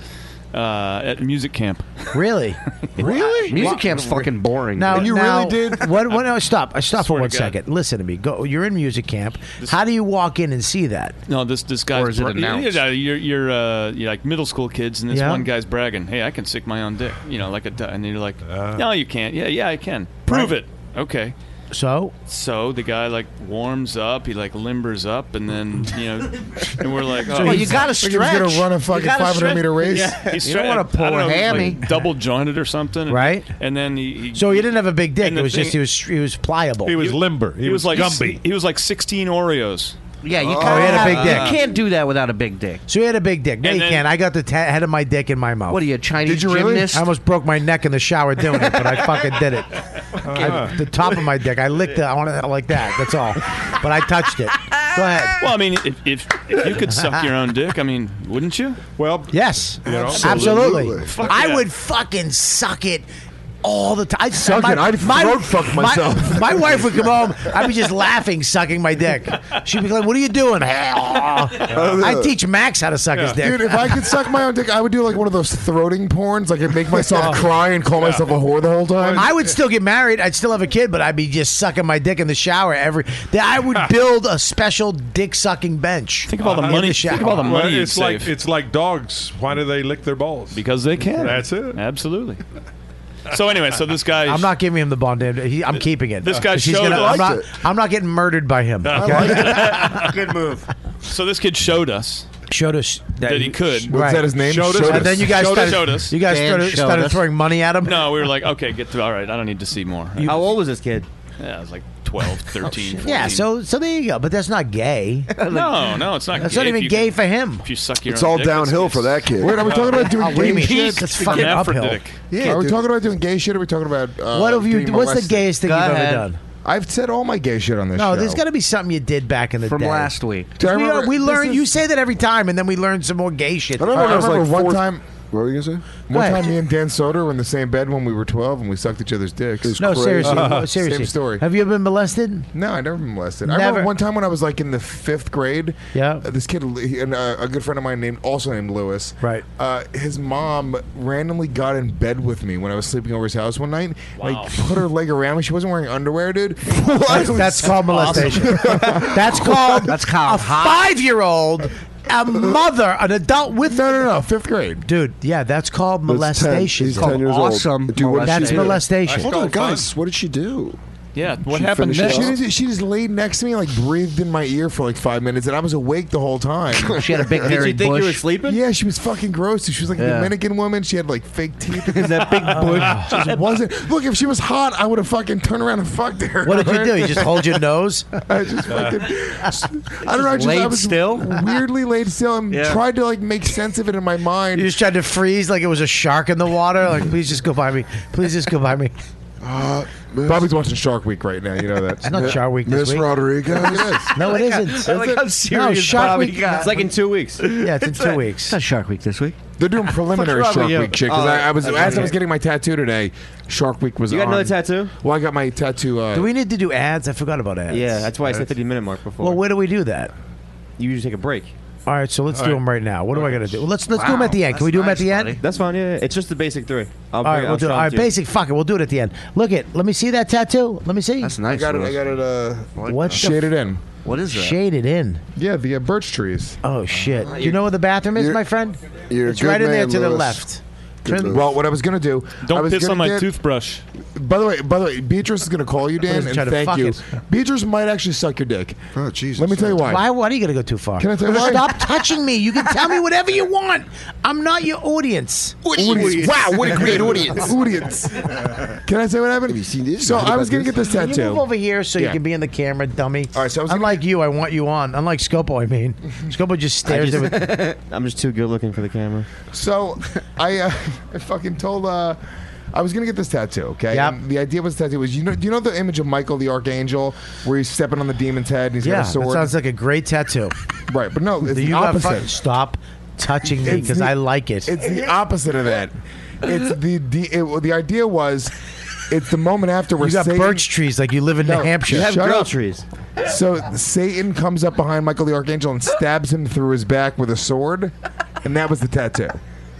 S12: Uh, at music camp.
S2: Really?
S10: really?
S7: Music camp's fucking boring.
S2: Now,
S7: dude.
S2: now, What, what, no, stop. I stop for
S12: Swear
S2: one
S12: to God.
S2: second. Listen to me. Go. You're in music camp. How do you walk in and see that?
S12: No, this this guy's
S2: Or is it
S12: bra-
S2: announced?
S12: Yeah, you're you're, uh, you're like middle school kids, and this
S2: Yeah.
S12: one guy's bragging, "Hey, I can sick my own dick," you know, like a, d- and you're like,
S7: Uh.
S12: "No, you can't." Yeah, yeah, I can. Prove it. Okay.
S2: So
S12: So the guy like warms up, he like limbers up, and then you know, and we're like,
S8: So
S12: oh,
S8: Well, you he's- gotta like he was gonna stretch. run a
S12: You
S8: fucking
S12: gotta
S8: 500
S12: stretch.
S8: meter race.
S12: Yeah,
S8: You don't wanna
S12: I
S8: pull
S12: don't
S8: a
S12: know, it was, like,
S8: hammy.
S12: double jointed or something,
S2: Right.
S12: And then he, he
S2: So he didn't have a big dick.
S12: And
S2: It
S12: the
S2: was just he
S12: thing-
S2: was he was pliable.
S5: He was limber. He, was,
S12: like
S5: Gumby.
S12: He was like sixteen Oreos.
S7: Yeah, you
S12: Oh,
S7: kinda
S12: he had a
S7: have-
S12: big dick.
S7: You can't do that without a big dick.
S2: So he had a big dick. No,
S7: And
S2: you
S7: then-
S2: can't. I got the ta head of my dick in my mouth.
S7: What are you, a Chinese Did you really? gymnast?
S2: I almost broke my neck in the shower doing it, but I fucking did it. I- the top of my dick. I licked it. I wanted it like that. That's all. But I touched it. Go ahead.
S12: Well, I mean, if, if, if you could suck your own dick, I mean, wouldn't you?
S5: Well,
S2: yes,
S12: You know?
S2: absolutely.
S12: Fuck
S2: I
S12: yeah.
S2: would fucking suck it all the time. I'd
S8: Suck it. I'd throat fuck myself.
S2: My, wife would come home. I'd be just laughing, sucking my dick. She'd be like, "What are you doing?" I teach Max how to suck his dick.
S8: Dude, if I could suck my own dick, I would do like one of those throating porns. Like I'd make myself
S2: Yeah.
S8: cry and call myself a whore the whole time.
S2: I would still get married. I'd still have a kid, but I'd be just sucking my dick in the shower every. That I would build a special dick sucking bench. Think
S5: Uh,
S2: Shower.
S5: Well, It's like it's like dogs. Why do they lick their balls?
S12: Because they can.
S5: That's it.
S12: Absolutely. So anyway, so this guy.
S2: I'm not giving him the bond. He, I'm keeping it.
S12: This guy
S2: 'Cause he's
S12: showed
S2: gonna-
S12: us- Uh-huh.
S2: I'm not,
S12: Liked
S2: I'm not getting murdered by him. Okay?
S12: Good move. So this kid showed us
S2: Showed us
S12: that, he could.
S2: And then you guys
S12: showed
S2: started,
S12: us. Showed us.
S2: You guys started, started throwing money at him.
S12: No, we were like, okay, get through. All right, I don't need to see more.
S14: How old was this kid?
S12: Yeah, I was like 12,
S2: Oh,
S12: 13,
S2: Yeah,
S12: 14.
S2: so so there you go. But that's not gay.
S12: no, no, it's not.
S2: That's
S12: gay
S2: not
S12: if
S2: even
S12: you-
S2: gay for him.
S12: If you suck your
S10: It's
S12: own
S10: all
S12: dick,
S10: downhill for that kid.
S8: Wait, are we talking about doing
S2: Oh, what do you
S8: gay
S2: mean?
S8: shit?
S2: That's fucking uphill.
S12: Can't
S8: Yeah, are we
S2: do-
S8: talking about doing gay shit? Or are we talking about uh,
S2: What have you-
S8: being
S2: what's the
S8: molested?
S2: gayest thing Go you've ever ahead. done?
S8: I've said all my gay shit on this.
S2: No,
S8: show.
S2: there's got to be something you did back in the
S8: From
S2: day
S8: last week. Do I
S2: We,
S8: remember-
S2: are, we
S8: this
S2: learn.
S8: is-
S2: you say that every time, and then we learn some more gay shit.
S8: I remember, one time
S10: What were you gonna say?
S2: Go
S8: One
S2: ahead.
S8: time, me and Dan Soder were in the same bed when we were 12, and we sucked each other's dicks.
S2: No, seriously, no, seriously.
S8: Uh-huh. Same story.
S2: Have you ever been molested?
S8: No, I never been molested. I
S2: Never.
S8: remember one time when I was like in the fifth grade.
S2: Yeah.
S8: uh, this kid he- and uh, a good friend of mine named also named Lewis. Right. Uh, his mom randomly got in bed with me when I was sleeping over his house one night. Like put her leg around me. She wasn't wearing underwear, dude.
S2: That's, that's called molestation. that's called that's called a
S8: Uh-huh.
S2: five-year-old. A mother, an adult with no, no, no,
S8: fifth grade,
S2: dude. Yeah, that's called
S10: That's 10.
S2: molestation.
S10: He's 10 years old. Dude, what did
S2: That's
S10: she do?
S2: molestation.
S10: Hold on, guys. What did she do?
S12: Yeah,
S10: what She happened finished
S8: She
S10: next? it
S8: just, she just laid next to me, and, like breathed in my ear for like five minutes, and I was awake the whole time.
S14: She had a big Did you hairy think you were bush.
S8: sleeping? Yeah, she was fucking gross. dude. She was like a
S14: Yeah.
S8: Dominican woman. She had like fake teeth.
S14: And that big bush.
S8: She just wasn't. Look, if she was hot, I would have fucking turned around and fucked her.
S2: What did you do? You just hold your nose?
S8: I just fucking. I don't know. I just I
S2: laid
S8: was
S2: still?
S8: Weirdly laid still. and
S2: Yeah.
S8: tried to like make sense of it in my mind.
S2: You just tried to freeze like it was a shark in the water. Like, please just go by me. Please just go by me.
S8: Uh, Bobby's watching Shark Week right now. You know that.
S2: It's not Shark Week this
S8: Miss
S2: week.
S8: Rodriguez?
S2: No, it isn't. no, Shark Week.
S14: two weeks.
S2: Yeah, it's in two weeks.
S7: It's not Shark Week this week.
S8: They're doing preliminary
S14: What's wrong
S8: Shark
S14: with you?
S8: Week shit. Because
S14: Oh,
S8: I, I was
S14: okay.
S8: as I was getting my tattoo today, Shark Week was.
S14: You got
S8: on.
S14: another tattoo?
S8: Well, I got my tattoo. Uh,
S2: Do we need to do ads? I forgot about ads.
S14: Yeah, that's why I said 30 minute mark before.
S2: Well, where do we do that?
S14: you usually take a break.
S2: All right, so let's
S14: All
S2: do
S14: right.
S2: them right now. What do I got to do? Let's let's do them at the end. Can we do them at the end?
S14: That's fine. Yeah, yeah. it's just the basic three. I'll
S2: All right,
S14: bring-
S2: we'll
S14: I'll
S2: do it.
S14: show
S2: All right,
S14: to you.
S2: basic. Fuck it, we'll do it at the end. Look it. Let me see that tattoo. Let me see. That's
S8: I got it. I got it. Uh,
S2: What the
S8: shaded
S2: f-
S8: in? What
S2: is that? Shaded in.
S8: Yeah, the uh, birch trees.
S2: Oh shit! Do you know where the bathroom is, my friend?
S8: Uh, you're a
S2: it's
S8: good
S2: right in there
S8: man,
S2: to the
S8: Louis.
S2: left.
S8: Good
S2: Turn-
S8: move. well, what I was gonna do.
S12: Don't
S8: I was
S12: piss
S8: gonna
S12: on my
S8: get-
S12: toothbrush.
S8: By the way, by the way, Beatrice is gonna call you, Dan,
S2: Please
S8: and
S2: try to
S8: thank
S2: fuck
S8: you.
S2: it.
S8: Beatrice might actually suck your dick. Oh Jesus! Let me tell you why.
S2: Why? Why are you gonna go too far?
S8: Can I tell you why?
S2: Stop touching me. You can tell me whatever you want. I'm not your audience.
S8: Audience. Wow, what a great audience. Audience. Can I say what happened? Have you seen this? So I was gonna get this
S2: Can
S8: tattoo.
S2: you move over here so
S8: Yeah.
S2: you can be in the camera, dummy? All right. So unlike you, I want you on. Unlike Scopo, I mean, Scopo just stares at me.
S14: I'm just too good looking for the camera.
S8: So I, uh, I fucking told. Uh, I was gonna get this tattoo, okay? And the idea was the tattoo was you know do you know the image of Michael the Archangel where he's stepping on the demon's head and he's
S2: Yeah,
S8: got a
S2: that
S8: sword?
S2: sounds like a great tattoo.
S8: Right, but no, it's the
S2: you got
S8: opposite.
S2: fu- stop touching me
S8: It's
S2: because
S8: the-
S2: I like it.
S8: It's the opposite of that. It's the the, it, well, the idea was, it's the moment after where
S2: You got
S8: Satan,
S2: birch trees like you live in New Hampshire.
S8: shut up. So Satan comes up behind Michael the Archangel and stabs him through his back with a sword, and that was the tattoo.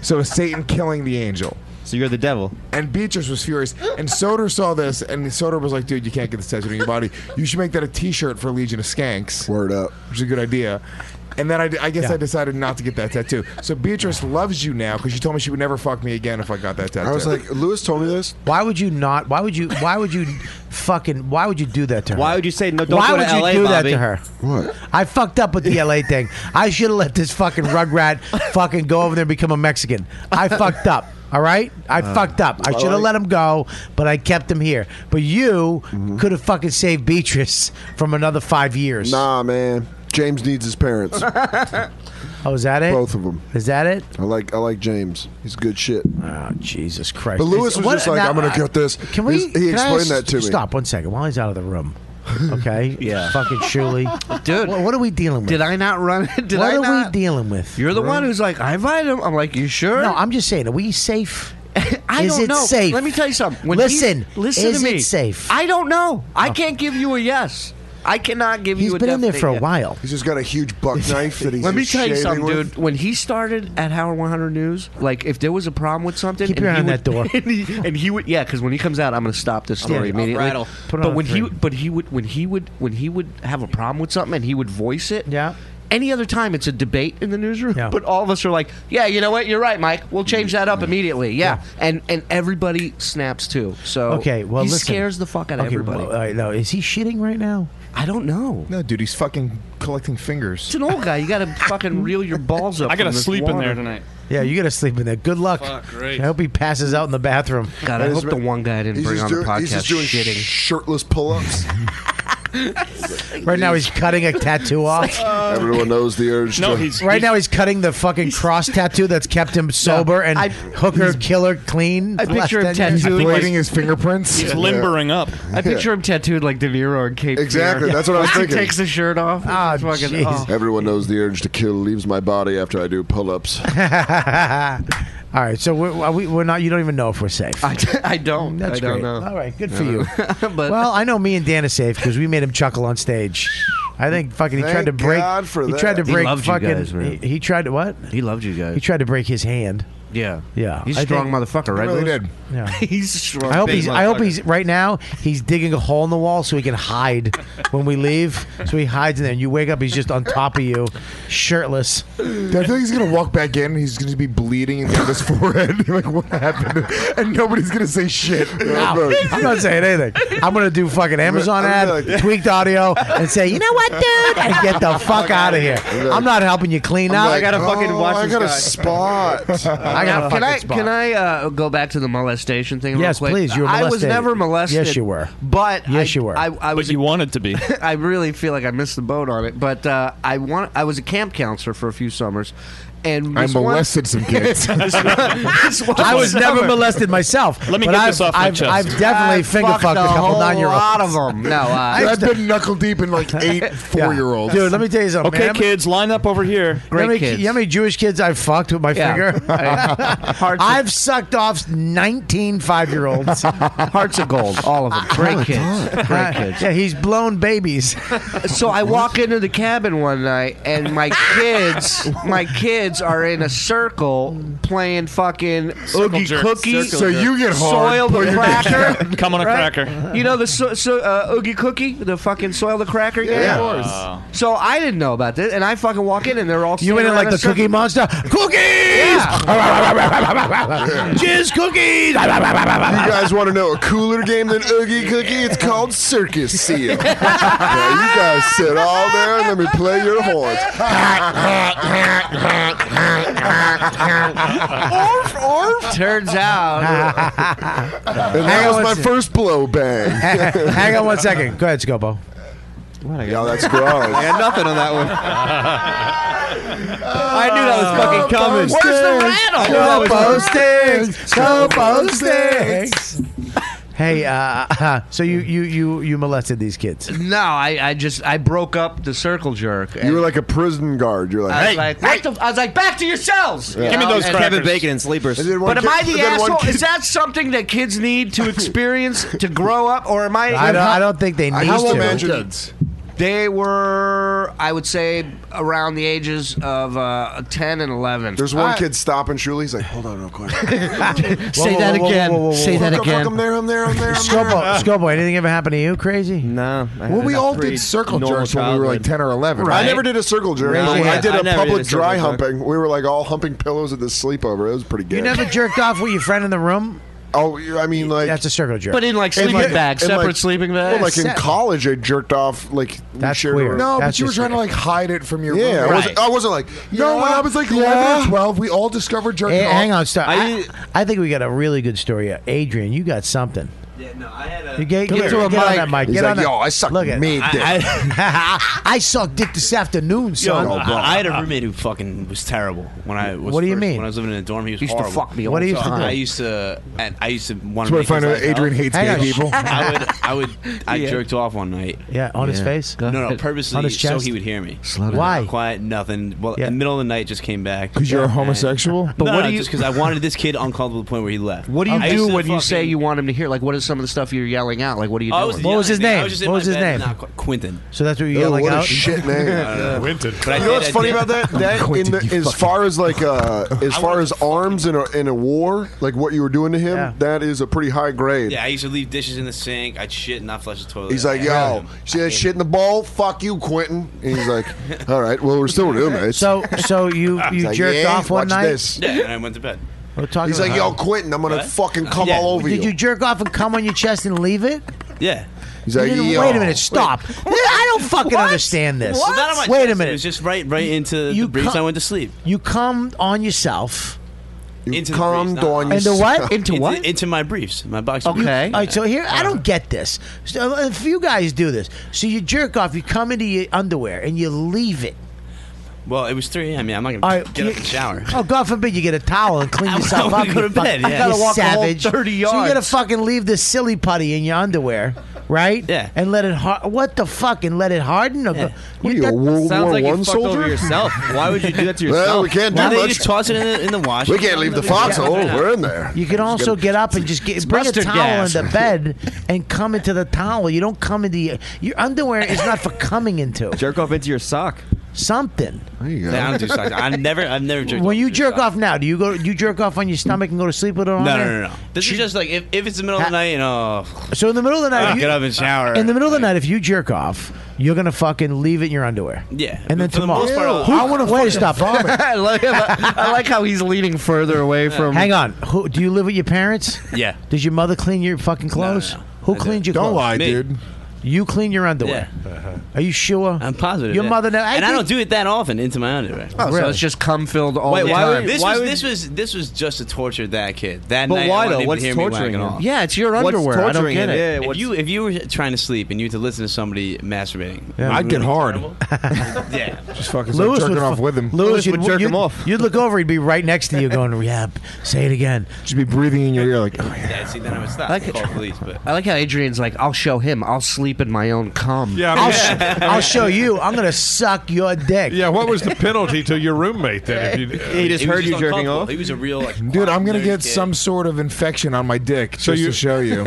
S8: So it's Satan killing the angel.
S14: So you're the devil.
S8: And Beatrice was furious. And Soder saw this, and Soder was like, dude, you can't get this tattoo on your body. You should make that a t shirt for Legion of Skanks. Word up. Which is a good idea. And then I, I guess
S10: Yeah.
S8: I decided not to get that tattoo. So Beatrice loves you now because she told me she would never fuck me again if I got that tattoo.
S10: I was like, Lewis told me this.
S2: Why would you not? Why would you? Why would you? Fucking! Why would you do that to her?
S14: Why would you say no? Don't
S2: why
S14: go
S2: would
S14: to
S2: you
S14: LA,
S2: do
S14: Bobby?
S2: that to her? What? I fucked up with the LA thing. I should have let this fucking rugrat fucking go over there and become a Mexican. I fucked up. All right, I
S14: Uh,
S2: fucked up. I
S14: all
S2: should have
S14: right.
S2: let him go, but I kept him here. But you
S10: Mm-hmm.
S2: could have fucking saved Beatrice from another five years.
S10: Nah, man. James needs his parents.
S2: Oh, is that it?
S10: Both of them.
S2: Is that it?
S10: I like I like James. He's good shit.
S2: Oh, Jesus Christ!
S10: But Lewis
S2: Is-
S10: was
S2: what-
S10: just like,
S2: now, uh,
S10: I'm gonna get this.
S2: Can we?
S10: He's- he
S2: can I
S10: explained
S2: ask-
S10: that to me.
S2: Stop one second while he's out of the room. Okay. yeah. Fucking Shuli. Dude, what, what are we dealing with?
S7: Did I not run it? Did
S2: what
S7: I
S2: are
S7: not?
S2: we dealing with?
S7: You're the one who's like, I invited him. I'm like, you sure?
S2: No, I'm just saying, are we safe?
S7: I
S2: Is
S7: don't
S2: it
S7: know.
S2: safe?
S7: Let me tell you something. When
S2: Listen,
S7: he- listen
S2: is
S7: to me.
S2: it safe?
S7: I don't know. I
S2: Oh.
S7: can't give you a yes. I cannot give
S2: He's
S7: you. a
S2: been in there
S7: definite
S2: for a
S7: yes.
S2: while.
S10: He's just got a huge buck knife that he's.
S7: Let me
S10: just
S7: tell you
S10: shaving
S7: something,
S10: with.
S7: dude. When he started at Howard 100 News, like if there was a problem with something,
S2: Keep
S7: and
S2: your eye
S7: he
S2: on
S7: would-
S2: that door.
S7: and he, and he would, yeah, because when he comes out, I'm going to stop this story
S14: Yeah, I'll
S7: immediately.
S14: rattle. Put it
S7: but
S14: on
S7: when
S14: three.
S7: he, but he would, when he would, when he would have a problem with something, and he would voice it. Yeah. Any other time, it's a debate in the newsroom. But all of us are like, "Yeah, you know what? You're right, Mike. We'll change that up immediately." Yeah, and and everybody snaps too. So
S2: Okay, well,
S7: he
S2: listen.
S7: scares the fuck out of
S2: Okay,
S7: everybody.
S2: well, all right, no, is he shitting right now?
S7: I don't know.
S8: No, dude, he's fucking collecting fingers.
S7: it's an old guy. You got to fucking reel your balls up.
S12: I gotta
S7: from this
S12: sleep in there
S7: water.
S12: tonight.
S2: Yeah, you gotta sleep in there. Good luck.
S12: Fuck, great.
S2: I hope he passes out in the bathroom.
S7: God, I hope the one guy I didn't
S10: He's
S7: bring
S10: just
S7: on the
S10: doing-
S7: podcast
S10: he's just doing
S7: shitting.
S10: shirtless pull-ups.
S2: Right now, he's cutting a tattoo off.
S10: Everyone knows the urge. to,
S2: right now he's cutting the fucking cross tattoo that's kept him sober and hooker killer clean.
S7: I
S2: for the last
S7: picture him
S2: 10 years.
S7: tattooed,
S8: Bleeding his fingerprints.
S12: He's limbering up.
S7: I picture him tattooed like De Niro and Cape.
S10: Exactly,
S7: Fear.
S10: that's what I was
S7: He
S10: thinking.
S7: takes the shirt off. Ah, fucking. Oh.
S10: Everyone knows the urge to kill leaves my body after I do pull-ups.
S2: All All right, so we're, are we, we're not. You don't even know if we're safe. I,
S7: I don't.
S2: That's
S7: I don't
S2: great.
S7: know.
S2: All right, good for you. well, I know me and Dan are safe because we made him chuckle on stage. I think fucking he tried to
S10: Thank
S2: break.
S10: God for
S2: he
S10: that.
S2: tried to
S10: He
S2: break
S10: loved you
S2: fucking.
S10: guys, man.
S2: he, he tried to what?
S7: He loved you guys.
S2: He tried to break his hand.
S7: Yeah.
S2: Yeah,
S7: He's
S2: I
S7: a strong
S2: think-
S7: motherfucker, right?
S2: He really
S7: Louis?
S2: did. Yeah.
S7: he's a strong.
S2: I hope
S7: big
S2: he's. I hope
S7: motherfucker.
S2: he's right now. He's digging a hole in the wall so he can hide when we leave. So he hides in there, and you wake up. He's just on top of you, shirtless.
S8: I feel like he's gonna walk back in. He's gonna be bleeding and get his forehead. like what happened? And nobody's gonna say shit.
S2: No, I'm not saying anything. I'm gonna do fucking Amazon ad, tweaked audio, and say, you know what, dude, and get the fuck out of here. I'm not helping you clean
S10: I'm
S2: up.
S10: like, "Oh, I got a spot.
S2: I got a
S7: can I
S2: fucking
S7: can
S2: spot.
S7: I uh, go back to the molestation thing?
S2: Yes,
S7: real quick?
S2: please, you were
S7: I was
S2: molested.
S7: never molested.
S2: Yes, you were.
S7: But
S2: Yes,
S7: I,
S2: you were.
S7: I, I was. But you wanted to be. I really feel like I missed the boat on it. But uh, I want. I was a camp counselor for a few summers, and
S8: I
S7: this one-
S8: molested some kids.
S7: This one- this one
S2: I was never
S7: summer-
S2: molested myself.
S7: Let me
S2: but
S7: get
S2: I've,
S7: this off my
S2: I've,
S7: chest.
S2: I've definitely
S7: I
S2: finger
S7: fucked
S2: fucked, a
S7: a
S2: couple
S7: whole
S2: nine year olds.
S7: lot of 'em. No, uh,
S8: I've been knuckle deep in like eight four year olds.
S2: Dude, let me tell you something.
S8: Okay,
S2: man.
S12: Uh, kids, line up over here.
S2: You know how many- You know how many Jewish kids I've fucked with my
S12: Yeah.
S2: finger? I've sucked off 19 five year olds.
S7: Hearts of gold, all of them. Great kids. Great kids.
S2: Yeah, he's blown babies.
S7: so I walk into the cabin one night, and my kids, my kids are in a circle playing fucking
S12: Circle
S7: oogie
S12: jerk,
S7: cookie.
S12: circle So jerk. you get hard,
S7: soil
S12: but
S7: the
S12: you get
S7: cracker.
S12: jerked. Come on a cracker.
S7: You know the so, so, uh, oogie cookie, the fucking soil the cracker.
S12: Yeah, of
S7: game?
S12: course. Wow.
S7: So I didn't know about this, and I fucking walk in, and they're all
S2: You went in like the Cookie Monster. Cookies! Jizz cookies!
S10: you guys want to know a cooler game than Oogie Cookie? It's called Circus Seal. Now, you guys sit all there and let me play your horns.
S7: Turns out,
S10: And that was my first blow bang.
S2: Hang on one second. Go ahead, Scopo.
S10: Yeah, that's gross.
S14: I got nothing on that one. I knew that was
S2: Oh,
S14: fucking coming.
S2: Scopo sticks! Hey, uh, so you, you, you, you molested these kids.
S7: no, I, I just I broke up the circle jerk.
S10: You were like a prison guard. You're
S7: I was
S10: like,
S7: like, what the, I was like, back to yourselves.
S10: Yeah.
S7: you
S10: Give me
S7: know?
S10: those
S7: And-
S10: crackers. Kevin
S14: Bacon and sleepers.
S10: And then one
S7: But am
S10: kid-
S7: I the
S10: and then one
S7: asshole?
S10: kid-
S7: Is that something that kids need to experience to grow up, or am I?
S2: I don't, I don't think they
S7: I
S2: need
S7: used
S2: to.
S7: to imagine- They were, I would say, around the ages of uh, ten and eleven.
S10: There's one
S7: I-
S10: kid stopping Shuli. He's like, hold on real quick.
S7: Say that again. Say that
S10: Fuck, fuck,
S7: again.
S10: I'm there, I'm there, I'm there. I'm there.
S2: Scopo, Scopo, anything ever happen to you? Crazy?
S14: No.
S8: Well, we all did circle jerks when we were like ten or eleven.
S10: I never did a circle jerk.
S8: Raise your
S10: I
S8: hand.
S10: did
S8: I
S10: a
S8: never
S10: public
S8: did a circle
S10: dry
S8: jerk.
S10: humping. We were like all humping pillows at this sleepover. It was pretty good.
S2: You never jerked off with your friend in the room?
S10: Oh, yeah, I mean, like
S2: That's a circle jerk.
S7: But in, like, sleeping bags,
S10: in,
S7: separate sleeping bags?
S10: Well, like in
S7: Yeah.
S10: college, I jerked off like
S2: That's
S10: we shared.
S2: weird.
S10: a-
S8: No, but you were
S2: just
S8: trying to like hide it from your
S10: Yeah,
S8: roommate.
S10: I, wasn't, I wasn't like.
S8: No, when I was like
S10: yeah.
S8: 11 or 12, we all discovered jerking
S2: Hey,
S8: off.
S2: hang on, stop. I, I think we got a really good story. here. Adrian, you got something.
S13: Yeah, no, I had
S2: You get,
S8: Come
S2: get,
S8: here.
S2: to a
S8: Get
S2: mic.
S8: on
S2: that mic.
S8: He's
S2: Get
S8: like,
S2: on that-
S8: "Yo, I suck
S2: Look at
S8: me dick."
S2: I, I sucked dick this afternoon,
S13: Yo,
S2: son.
S13: I, I had a roommate who fucking was terrible when I was.
S2: What do you
S13: first-
S2: mean?
S13: When I was living in a dorm, he was
S2: Used to
S13: horrible.
S2: fuck me What all do you the used to time. do?
S13: I used to, and I used to want
S8: That's
S13: to.
S8: what I
S13: make
S8: find
S13: his
S8: out
S13: life
S8: Adrian
S13: hell.
S8: hates Hang gay on. people.
S13: I would, I would, I
S2: Yeah.
S13: jerked off one night.
S2: Yeah, on his Yeah. face? Go
S13: No, no,
S2: ahead.
S13: purposely,
S2: On his
S13: so
S2: chest?
S13: he would hear me.
S2: Slow down. Why?
S13: Quiet, nothing. Well,
S2: Yeah.
S13: the middle of the night just came back.
S8: Because you're a homosexual?
S13: But what do you? Just because I wanted this kid uncomfortable to the point where he left.
S7: What do you
S13: I
S7: do
S13: used to
S7: when you say
S13: fucking-
S7: you want him to hear? Like, what is some of the stuff you're yelling out? Like, what are you
S13: Oh, I
S7: doing?
S13: was yelling at the- I just in
S2: What
S13: my
S2: was his
S13: bed,
S2: name?
S13: not qu- Quentin.
S2: So that's what you yelling
S10: what a
S2: out?
S10: shit name.
S5: Quentin.
S13: But I
S10: you know what's
S13: did- I
S10: funny
S13: did.
S10: about that? That in the, as far as like uh, as far as arms in a in a war, like what you were doing to him, that is a pretty high grade.
S13: Yeah, I used to leave dishes in the sink. I'd shit and not flush the toilet.
S10: He's like,
S13: I-
S10: yo, see that shit in the bowl? Fuck you, Quentin. And he's like, all right, well, we're still roommates.
S2: So, so you,
S10: He's
S2: you
S10: like,
S2: jerked
S10: yeah,
S2: off one
S10: watch
S2: night?
S10: this.
S13: Yeah, and I went to bed.
S2: We're talking
S10: He's like,
S2: about
S10: yo,
S2: how-
S10: Quentin, I'm gonna
S13: What?
S10: fucking come
S13: Yeah.
S10: all over
S2: Did
S10: you.
S2: you jerk off and come on your chest and leave it?
S13: Yeah.
S10: He's like,
S2: You didn't-
S10: yo.
S2: wait a minute, stop. I don't fucking understand this.
S13: Well, not on my
S2: Wait
S13: chest.
S2: a minute.
S13: It was just right, right into
S2: You
S13: the breeze.
S2: cum-
S13: I went to sleep.
S2: You come on yourself.
S13: into the briefs,
S10: cummed
S13: not
S10: on
S2: Into
S13: yourself.
S2: what? Into what?
S13: Into, my briefs, my box.
S2: You- all right, so here I don't get this. So, a few guys do this. So you jerk off, you come into your underwear, and you leave it.
S13: well, it was three. I mean, I'm not gonna
S2: All right,
S13: get
S2: you-
S13: up and shower.
S2: Oh God forbid you get a towel and clean
S13: I
S2: yourself
S13: wanna
S2: up.
S13: go
S2: you
S13: to bed,
S2: fuck-
S13: yeah. I gotta
S2: you
S13: walk a whole
S2: savage.
S13: 30
S2: So you gotta
S13: yards.
S2: fucking leave this silly putty in your underwear right? Yeah. And let it har- what the fuck? And let it harden? Or go-
S10: What are you,
S2: that-
S10: a World
S14: Sounds
S10: War
S14: like you
S10: One
S14: fucked
S10: soldier?
S14: over yourself. Why would you do that to
S10: Well,
S14: yourself?
S10: we can't
S14: Why
S10: do
S14: don't you
S10: much.
S14: just toss it in the, in the wash?
S10: We can't leave the foxhole. We're in there.
S2: You can also get up and just get, bring a
S14: mustard
S2: towel
S14: gas.
S2: into bed and come into the towel. You don't come into your, your underwear is not for coming into.
S14: Jerk off into your sock.
S2: Something.
S14: There you I don't do socks. I never, I've never jerked
S2: When you jerk off now, do you go? Do you jerk off on your stomach and go to sleep with it
S14: No,
S2: on?
S14: no,
S2: there?
S14: no, no. This is just like if, if it's the middle of the night and oh,
S2: So in the middle of the night,
S14: Ah,
S2: if you,
S14: get up and shower.
S2: In the middle of the night, if you jerk off, you're gonna fucking leave it in your underwear.
S14: Yeah,
S2: and then
S14: for the
S2: tomorrow,
S14: most part, I'll-
S2: who,
S14: I
S2: want to wait. Stop.
S7: I, like, I like how he's leaning further away from.
S2: Hang on. Who do you live with your parents?
S14: Yeah.
S2: Does your mother clean your fucking clothes? Who cleaned your
S14: Don't
S2: clothes?
S14: lie, Me. dude.
S2: You clean your underwear.
S5: Uh-huh.
S2: Are you sure?
S14: I'm positive.
S2: Your
S14: yeah.
S2: mother never.
S14: and I
S2: think-
S14: don't do it that often into my underwear.
S7: Oh, so it's just cum filled all
S14: Wait,
S7: the
S14: why
S7: time.
S14: would- this was this was this was just to torture that kid. That
S7: But
S14: night,
S7: why
S14: I wanted
S7: though?
S14: him
S7: What's
S14: to hear me
S7: torturing
S14: whacking
S7: him?
S14: off.
S7: Yeah, it's your What's underwear. I don't torturing get him? it. Yeah,
S14: if
S7: what's-
S14: you if you were trying to sleep and you had to listen to somebody masturbating,
S2: Yeah.
S14: wouldn't
S2: I'd get
S14: it be
S2: hard.
S14: terrible? yeah,
S10: just fucking
S2: Lewis would fu- Lewis you'd, you'd- You'd look over, he'd be right next to you, going, "Yeah, say it again."
S8: Just be breathing in your ear, like, oh yeah.
S14: Yeah, see, then I would stop.
S7: I like it.
S14: call police, but
S7: I like how Adrian's like, I'll show him. I'll sleep in my own cum.
S5: Yeah, I mean-
S2: I'll, sh- I'll show you. I'm gonna suck your dick.
S5: Yeah, what was the penalty to your roommate then? If you,
S14: He was a real like.
S8: Dude, I'm gonna get some sort of infection on my dick just to show you.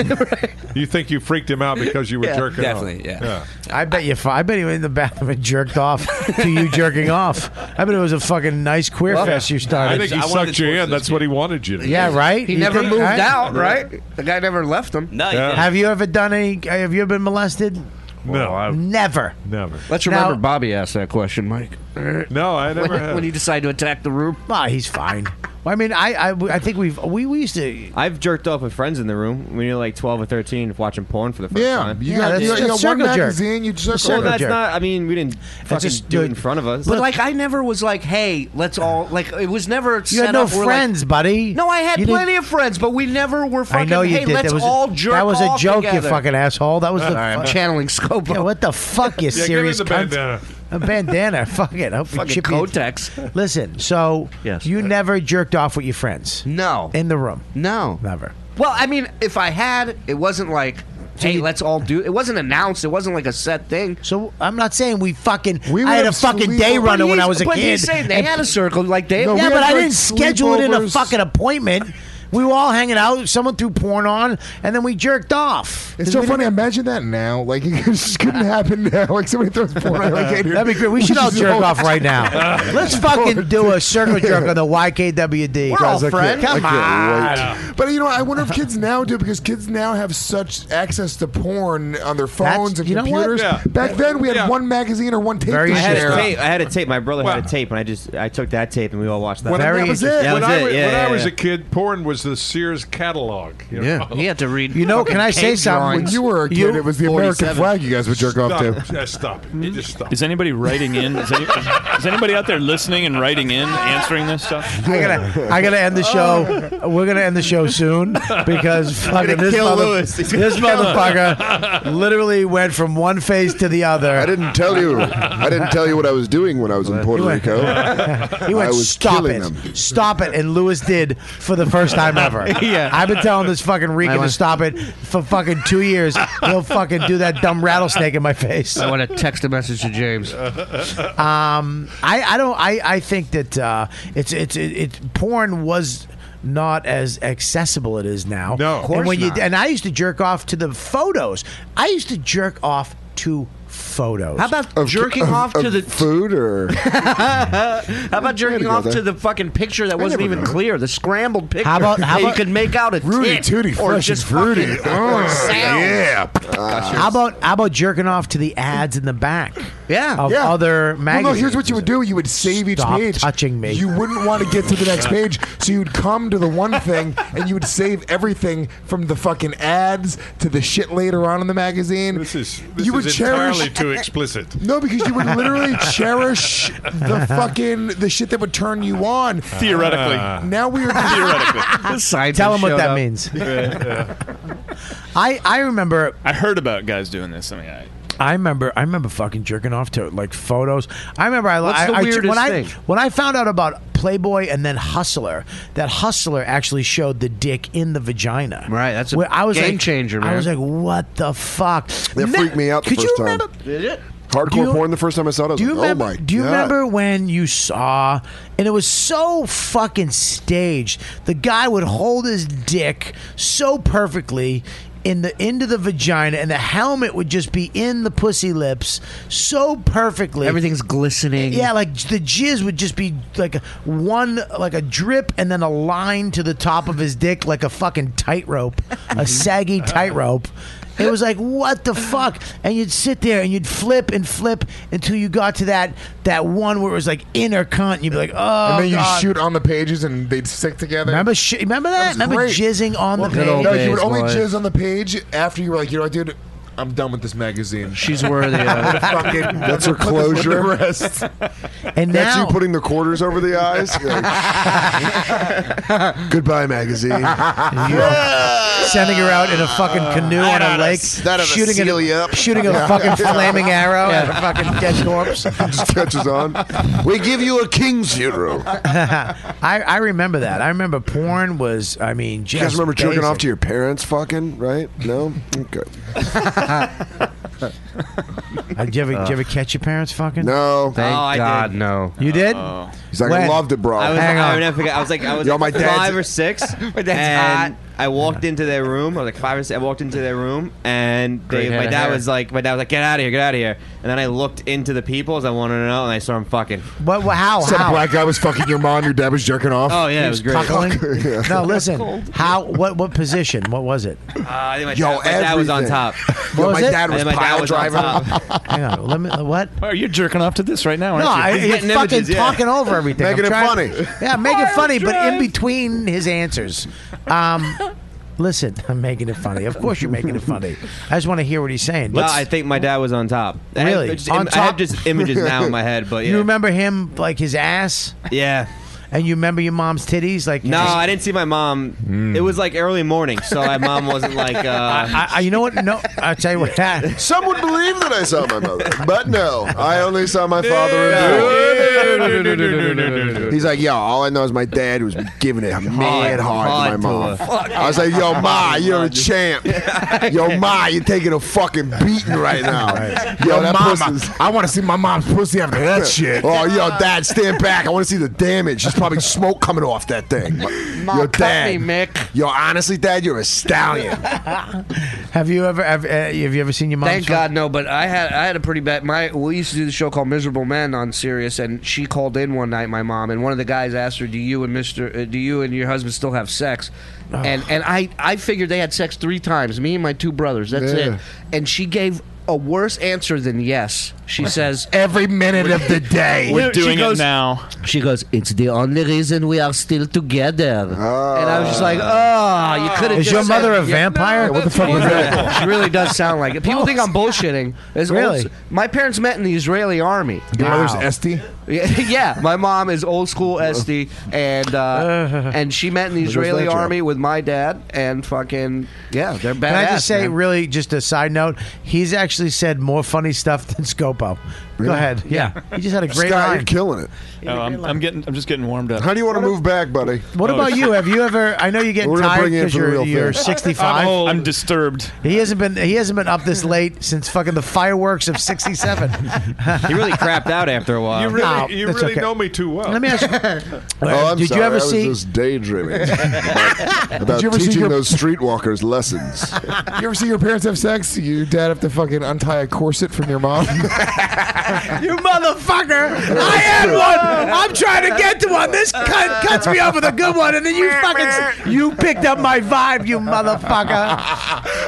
S5: you think you freaked him out because you were
S8: Yeah.
S5: jerking
S8: Definitely,
S14: yeah.
S2: I bet you. fi- I bet he went in the bathroom and jerked off to you jerking off. I bet it was a fucking nice queer fest you started.
S5: I think he sucked you in. That's what he wanted you to do.
S2: Yeah, right.
S7: He
S2: You
S7: never
S2: think-
S7: moved
S2: right?
S7: out, right? The guy never left him.
S14: No,
S2: Have you ever done any? Have you ever been molested?
S5: No, I've-
S2: never.
S5: Never.
S7: Let's
S2: Now-
S7: remember Bobby asked that question, Mike.
S5: Uh, No, I
S2: never
S7: When,
S2: have.
S7: when you decide to attack the room,
S2: ah, he's fine. Well, I mean, I, I, I think we've we, we used to.
S9: I've jerked off with friends in the room when you're like 12 or 13 watching porn for the first
S8: Yeah,
S9: time.
S8: you Yeah, got- that's- you got- you that's got one circle jerk. magazine, you circle
S9: Well, that's
S8: jerk.
S9: not. I mean, we didn't fucking
S8: just-
S9: do it
S8: dude,
S9: in front of us.
S7: but like I never was like, hey, let's all like it was never.
S2: You had
S7: set
S2: no
S7: up where, like-
S2: friends, buddy.
S7: no, I had
S2: You didn't-
S7: plenty of friends, but we never were fucking.
S2: I know you
S7: hey,
S2: did.
S7: let's
S2: that was
S7: all
S2: a,
S7: jerk
S2: That was a
S7: off
S2: joke, you
S7: together."
S2: fucking asshole. That was the.
S7: All right, I'm channeling Scopo.
S2: Yeah, what the fuck, you
S7: Yeah, give me
S2: serious
S7: the
S2: cunt?
S7: bandana.
S2: A bandana. fuck it. I hope
S7: Fucking
S2: you chip your-
S7: Kotex.
S2: Listen, so you never jerked off with your friends?
S7: No.
S2: In the room?
S7: No.
S2: Never.
S7: Well, I mean, if I had, it wasn't like, hey, let's all do. It wasn't announced. It wasn't like a set thing.
S2: So I'm not saying we fucking.
S7: We
S2: I had a fucking day runner when I was a
S7: but
S2: kid.
S7: He's saying they
S2: and-
S7: had a circle, like they.
S2: yeah, but I didn't schedule it in a fucking appointment. We were all hanging out. Someone threw porn on, and then we jerked off.
S8: It's so funny. Imagine that now. Like it just couldn't happen now. Like somebody throws porn. at, Like, hey, dude,
S2: That'd be great. We should all
S8: just
S2: jerk off right now. Let's fucking do a circle jerk on the YKWd.
S8: Guys, I can't- I
S2: Come
S8: can't
S2: on.
S8: wait. But you know, what? I wonder if kids now do because kids now have such access to porn on their phones and
S2: you know what?
S8: computers.
S2: Yeah.
S8: Back then, we had one magazine or one tape.
S9: I
S8: to
S9: had
S8: share.
S9: a tape. I had a tape. My brother had a tape, and I just I took that tape, and we all watched that.
S5: When,
S9: That
S5: I,
S9: was
S5: was,
S9: it.
S5: when, I, was-
S9: yeah,
S5: when I
S9: yeah,
S5: was
S9: yeah.
S5: a kid, porn was the Sears catalog. you know?
S7: he had to read.
S2: You know, can I say something?
S8: When you were a kid, it was the American flag you guys would jerk off
S5: Stop.
S8: to.
S5: Yeah, stop. it. You just stop.
S12: Is anybody writing in? Is, any, is anybody out there listening and writing in, answering this stuff?
S2: I gotta, I gotta end
S5: Oh.
S2: the show. We're gonna end the show soon because
S12: gonna
S2: fucking this,
S12: kill
S2: mother-
S12: Lewis. He's gonna
S2: this
S12: kill him.
S2: motherfucker literally went from one face to the other. I
S8: didn't
S10: tell you. I didn't tell you what I was doing when I was in Puerto Rico.
S2: He
S10: I
S2: went,
S10: was
S2: stop
S10: killing
S2: it,
S10: them."
S2: stop it, and Lewis did for the first time ever.
S10: Yeah.
S2: I've been telling this fucking
S7: I
S2: Rican to
S7: want-
S2: stop it for fucking two years. He'll fucking do that dumb rattlesnake in my face.
S7: I want to text a message to James. Uh,
S2: Um, I, I don't. I, I think that uh, it's it's it, it. Porn was not as accessible it is now. No,
S7: Of course
S2: and when
S7: not.
S2: you and I used to jerk off to the photos. I used to jerk off to photos.
S7: How about jerking
S10: of-
S7: off to
S10: of
S7: the
S10: food or?
S7: How about jerking
S10: go
S7: off
S10: there.
S7: to the fucking picture that
S10: I
S7: wasn't
S10: never
S7: even
S10: know.
S7: clear, the scrambled picture?
S10: How about- how
S7: that you
S10: about-
S7: could make out a
S10: Rudy
S7: tit
S10: Tooty,
S7: or
S10: fresh
S7: just
S10: and fruity.
S7: fucking-
S8: Oh,
S7: or sound.
S10: Uh,
S2: How about how about jerking off to the ads in the back?
S7: Yeah,
S2: of
S8: yeah.
S2: other
S8: Well,
S2: magazines.
S8: no, here's what you would do. You would save each
S2: Stop
S8: page.
S2: touching me.
S8: You wouldn't want to get to the next page, so you'd come to the one thing, and you would save everything from the fucking ads to the shit later on in the magazine. This
S5: is This
S8: you would
S5: is
S8: cherish
S5: entirely too explicit.
S8: No, because you would literally cherish the fucking the shit that would turn you on.
S5: Theoretically.
S8: now we are
S7: Science
S2: Tell him what
S12: showed
S2: that
S12: up.
S2: means.
S12: Yeah, yeah.
S2: I I remember
S12: I heard about guys doing this. I mean, I,
S2: I remember, I remember fucking jerking off to like photos. I remember, I,
S7: What's
S2: I,
S7: the
S2: I-
S7: weirdest
S2: when I
S7: thing?
S2: when I found out about Playboy and then Hustler, that Hustler actually showed the dick in the vagina. Right, that's
S7: a
S2: I was
S7: game
S2: like,
S7: changer,
S2: I
S7: man.
S2: was like, what the fuck?
S10: That
S2: Ne-
S10: freaked me out the
S2: could
S10: first
S2: you
S10: time.
S2: remember?
S10: Did it?
S2: Do
S10: Hardcore
S2: you-
S10: porn the first time I saw it. I was
S2: Do you
S10: like,
S2: remember?
S10: Oh my
S2: do you
S10: God.
S2: remember when you saw, and it was so fucking staged. The guy would hold his dick so perfectly in the into the vagina, and the helmet would just be in the pussy lips so perfectly.
S7: Everything's glistening.
S2: Yeah, like the jizz would just be like a- one, like a drip, and then a line to the top of his dick, like a fucking tightrope, a saggy tightrope. It was like what the fuck, and you'd sit there and you'd flip and flip until you got to that that one where it was like inner cunt. And you'd be like, oh,
S8: and then you
S2: God.
S8: shoot on the pages and they'd stick together.
S2: Remember, sh- remember that? remember
S8: great.
S2: jizzing on the page?
S8: No, you would only jizz on the page after you were like, you know what, dude, I'm done with this magazine.
S7: She's worthy of it.
S8: uh, Fucking,
S10: That's her
S8: put this one to
S10: closure.
S8: rest.
S2: And
S10: That's
S2: now-
S10: you putting the quarters over the eyes. Like, Goodbye, magazine.
S2: sending her out in a fucking canoe on a lake,
S10: that'd
S2: shooting
S10: seal
S2: a,
S10: you up.
S2: shooting a
S10: Yeah.
S2: fucking flaming arrow
S10: Yeah.
S2: at a fucking dead corpse.
S10: Just catches on. We give you a king's funeral.
S2: I, I remember that. I remember porn was. I mean,
S10: You
S2: just
S10: guys remember jerking off
S2: basic.
S10: to your parents, fucking right? No, okay.
S2: Uh, did, you ever, did you ever catch your parents fucking?
S10: No.
S7: Thank
S14: Oh, I
S7: God,
S14: did. Oh.
S7: no.
S2: You did?
S10: He's like, I
S2: When?
S10: loved it, bro.
S14: I was,
S10: Hang
S14: I,
S10: on.
S14: never forget, I was like, I was
S10: Yo,
S14: like
S10: my dad's-
S14: five or six.
S10: My dad's
S14: and I walked into their room. I was like five or six. I walked into their room, and they,
S7: Great head
S14: my
S7: of
S14: dad
S7: hair.
S14: was like, my dad was like, get out of here, get out of here. And then I looked into the people's. I wanted to know, and I saw him fucking.
S2: What? what how?
S8: Some
S14: how?
S8: black guy was fucking your mom. Your dad was jerking off.
S14: Oh, yeah, it was great.
S2: Cuckling?
S8: Yeah.
S2: No, listen. How? What? What position? What was it?
S14: Uh, I think my,
S8: Yo,
S14: dad, my dad was on
S8: everything.
S14: top.
S2: Yo, was my it?
S14: And then my dad was on top.
S2: Hang on. Let me. What?
S12: Are you jerking off to this right now?
S2: No, I,
S12: aren't you?
S2: you're fucking talking over everything.
S12: Making
S2: I'm
S12: it funny.
S2: trying- Yeah, make it
S12: I'm
S2: funny, but in
S12: trying.
S2: between his answers. Um, listen, I'm making it funny. Of course, you're making it funny. I just want to hear what he's saying.
S14: No, I think my dad was on top. I have
S2: Really?
S14: just
S2: On
S14: im- I have
S2: top?
S14: just images now in my head, but yeah.
S2: You remember him like his ass?
S14: Yeah.
S2: And you remember your mom's titties? Like
S14: No, I didn't see my mom. It was like early morning, so my mom wasn't like. Uh,
S2: Hmm. I, I, you know what? No, I'll tell you what.
S10: Some would believe that I saw my mother, but no, I only saw my father. in blue. He's like, yo, all I know is my dad was giving it mad hard to my mom. I was like, yo, ma, you're a champ. Yo, ma, you're taking a fucking beating right now. Yo,
S8: Yo,
S10: that
S8: mama,
S10: pussy's.
S8: I want to see my mom's pussy after that shit.
S10: Oh, yo, dad, stand back. I want to see the damage. There's probably smoke coming off that thing. yo,
S7: cut
S10: dad.
S7: me, Mick.
S10: Yo, honestly, dad, you're a stallion.
S2: Have you ever have, uh, have you ever seen your mom?
S7: Thank God, no. But I had I had a pretty bad. My we used to do the show called Miserable Men on Sirius, and she called in one night, my mom, and one of the guys asked her, "Do you and Mister, uh, do you and your husband still have sex?" And and I I figured they had sex three times, me and my two brothers. That's
S8: Yeah.
S7: it. And she gave a worse answer than yes. She says
S8: Every minute of the day.
S7: She goes- She goes, "It's the only reason we are still together."
S2: Ah.
S7: And I was just like, "Oh, you could have."
S2: Is your mother a vampire? What the fuck was
S7: that? She really does sound like it. People think I'm bullshitting. It's old-
S2: Really?
S7: my parents met in the Israeli army.
S8: Your mother's Esty.
S7: Yeah, yeah, my mom is old school SD, and uh, and she met in the
S2: What was
S7: Israeli
S2: that joke?
S7: army with my dad, and fucking yeah, they're badass.
S2: Can I just say,
S7: man.
S2: really, just a side note? He's actually said more funny stuff than Scopo. Go
S10: Really?
S2: ahead. Yeah, he just had a great
S10: Scott,
S2: line.
S10: you're killing it.
S12: Oh, I'm, I'm getting. I'm just getting warmed up.
S10: How do you want to move back, buddy?
S12: Oh,
S2: What about you? Have you ever? I know you're getting
S10: We're gonna
S2: tired
S10: bring you in
S2: because
S10: for the
S2: you're,
S10: real
S2: you're
S10: thing.
S2: 65.
S12: I'm, old. I'm disturbed.
S2: He hasn't been. He hasn't been up this late since fucking the fireworks of '67.
S14: he really crapped out after a while.
S12: You really,
S2: No,
S12: you
S2: that's
S12: really
S2: okay.
S12: know me too well.
S2: Let me ask you.
S10: Oh, I'm
S2: did
S10: sorry.
S2: you ever
S10: I was
S2: see?
S10: just daydreaming about,
S8: Did you ever see
S10: teaching
S8: your-
S10: those streetwalkers lessons.
S8: You ever see your parents have sex? Your dad have to fucking untie a corset from your mom.
S2: You motherfucker! I had one. I'm trying to get to one. This cunt cuts me off with a good one, and then you fucking s- you picked up my vibe, you motherfucker.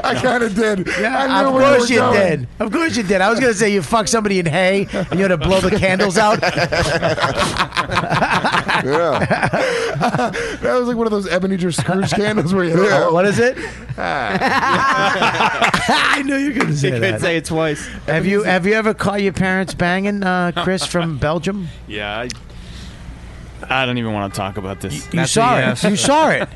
S8: I kind of did.
S2: Yeah,
S8: I knew
S2: of
S8: where
S2: course
S8: we
S2: you
S8: were going.
S2: did. Of course you did. I was gonna say you fucked somebody in hay and you had to blow the candles out.
S10: Yeah.
S8: That was like one of those Ebenezer Scrooge candles where you. Ah,
S2: Uh, what is it? I knew you were gonna say
S14: You
S2: that.
S14: could say it twice.
S2: have you have you ever caught your parents banging, uh, Chris from Belgium?
S12: Yeah, I, I don't even want to talk about this.
S2: You saw it. You saw it.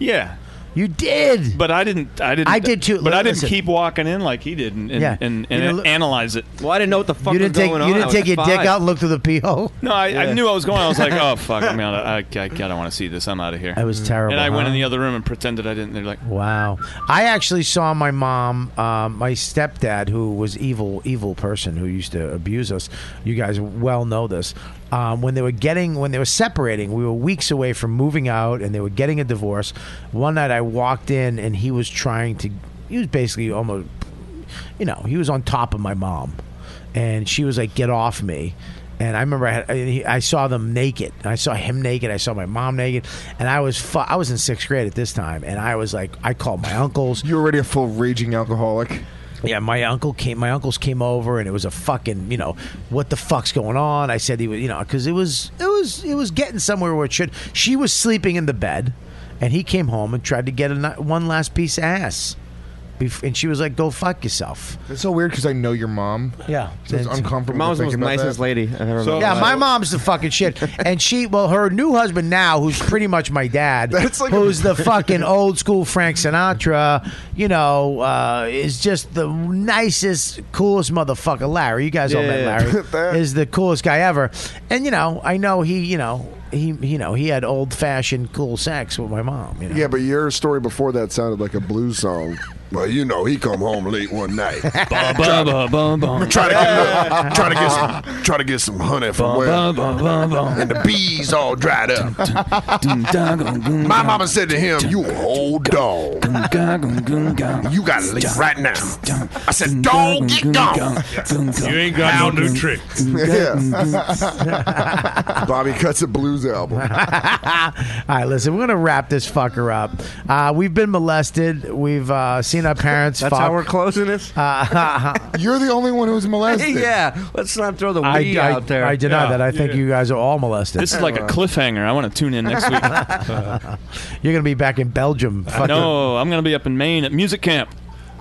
S12: Yeah.
S2: You did.
S12: But I didn't. I didn't.
S2: I did too.
S12: But I didn't
S2: Listen.
S12: keep walking in like he did, and and,
S2: Yeah.
S12: and,
S2: You
S12: and
S2: didn't look-
S12: analyze it. Well, I didn't know what the fuck
S2: you didn't take you didn't take your dick out and look through the PO.
S12: No, I,
S2: Yeah.
S12: I knew I was going. I was like, oh fuck, I'm out. I, I, I don't want to see this. I'm out of here.
S2: That was terrible,
S12: And I went
S2: huh?
S12: in the other room and pretended I didn't. They're like,
S2: Wow. I actually saw my mom, um, my stepdad, who was evil, evil person who used to abuse us. You guys well know this. Um, when they were getting, when they were separating, we were weeks away from moving out, and they were getting a divorce. One night, I walked in, and he was trying to. He was basically almost, you know, he was on top of my mom, and she was like, "Get off me." And I remember I, had, I, he- I saw them naked. I saw him naked. I saw my mom naked. And I was fu- I was in sixth grade at this time, and I was like, I called my uncles.
S8: You're already a full raging alcoholic.
S2: Yeah, my uncle came. My uncles came over, and it was a fucking you know what the fuck's going on. I said he was you know because it was it was it was getting somewhere where it should. She was sleeping in the bed, and he came home and tried to get a, ni- one last piece of ass, Bef- and she was like, "Go fuck yourself."
S8: It's so weird because I know your mom.
S2: Yeah,
S8: so it's
S2: That's-
S8: uncomfortable.
S2: Your mom's the
S8: thinking about
S2: nicest
S8: that.
S14: lady I've ever
S8: So-
S2: yeah,
S8: uh,
S2: my mom's the fucking shit. And she, well, her new husband now, who's pretty much my dad,
S8: That's like a-
S2: who's the fucking old school Frank Sinatra, you know, uh, is just the nicest, coolest motherfucker. Larry, you guys all
S11: Yeah.
S2: met Larry, is the coolest guy ever. And, you know, I know he, you know, he, you know, he had old fashioned cool sex with my mom, you know.
S10: Yeah, but your story before that sounded like a blues song.
S6: Well, you know, he come home late one night.
S12: Bum, bum, bum, bum, bum.
S6: Try to get, try to get some, try to get some honey from where,
S12: Bum, bum, bum, bum.
S6: and the bees all dried up. My mama said to him, "You a old dog. You gotta leave right now." I said, "Dog, get gone."
S5: You ain't got no new trick.
S10: Yeah. Bobby cuts a blues album.
S2: All right, listen, we're gonna wrap this fucker up. Uh, we've been molested. We've uh, seen our parents.
S7: That's
S2: fuck.
S7: how we're closing this.
S2: Uh,
S8: You're the only one who was molested.
S7: yeah, let's not throw the
S2: I,
S7: we
S2: I-
S7: out there.
S2: I deny that. I think you guys are all molested.
S12: this is like
S10: Uh,
S12: a cliffhanger. I want to tune in next week.
S2: You're gonna be back in Belgium. fucking-
S12: no, I'm gonna be up in Maine at music camp.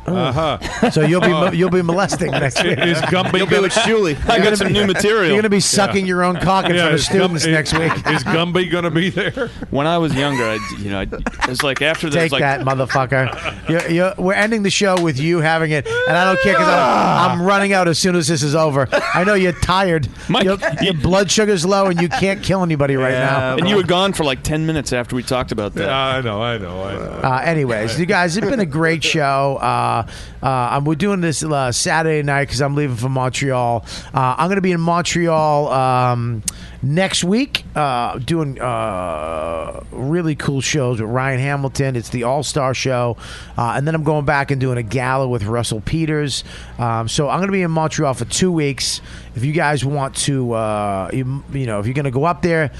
S12: Uh-huh.
S2: Uh So you'll be mo- you'll be molesting next week.
S5: Is Gumby
S12: You'll be
S5: gonna-
S12: with Shuley. I
S2: You're
S12: got
S2: gonna
S12: some
S2: be-
S12: new material.
S2: You're gonna be sucking your own cock in front of
S12: is Gum-
S2: students
S12: is-
S2: next week.
S5: Is Gumby going to be there?
S12: When I was younger, I you know I, it was like after that, it
S2: Take
S12: was like
S2: that, motherfucker. You're, you're, we're ending the show with you having it, and I don't care because
S12: Ah!
S2: I'm, I'm running out as soon as this is over. I know you're tired. your, your blood sugar's low, and you can't kill anybody right now.
S12: And you were gone for like ten minutes after we talked about that.
S5: I know, I know, I know.
S2: Uh, anyways, you guys, it's been a great show. Uh, uh, um, we're doing this uh, Saturday night because I'm leaving for Montreal. Uh, I'm going to be in Montreal um, next week uh, doing uh, really cool shows with Ryan Hamilton. It's the All Star Show. Uh, and then I'm going back and doing a gala with Russell Peters. Um, so I'm going to be in Montreal for two weeks. If you guys want to, uh, you, you know, if you're going to go up there,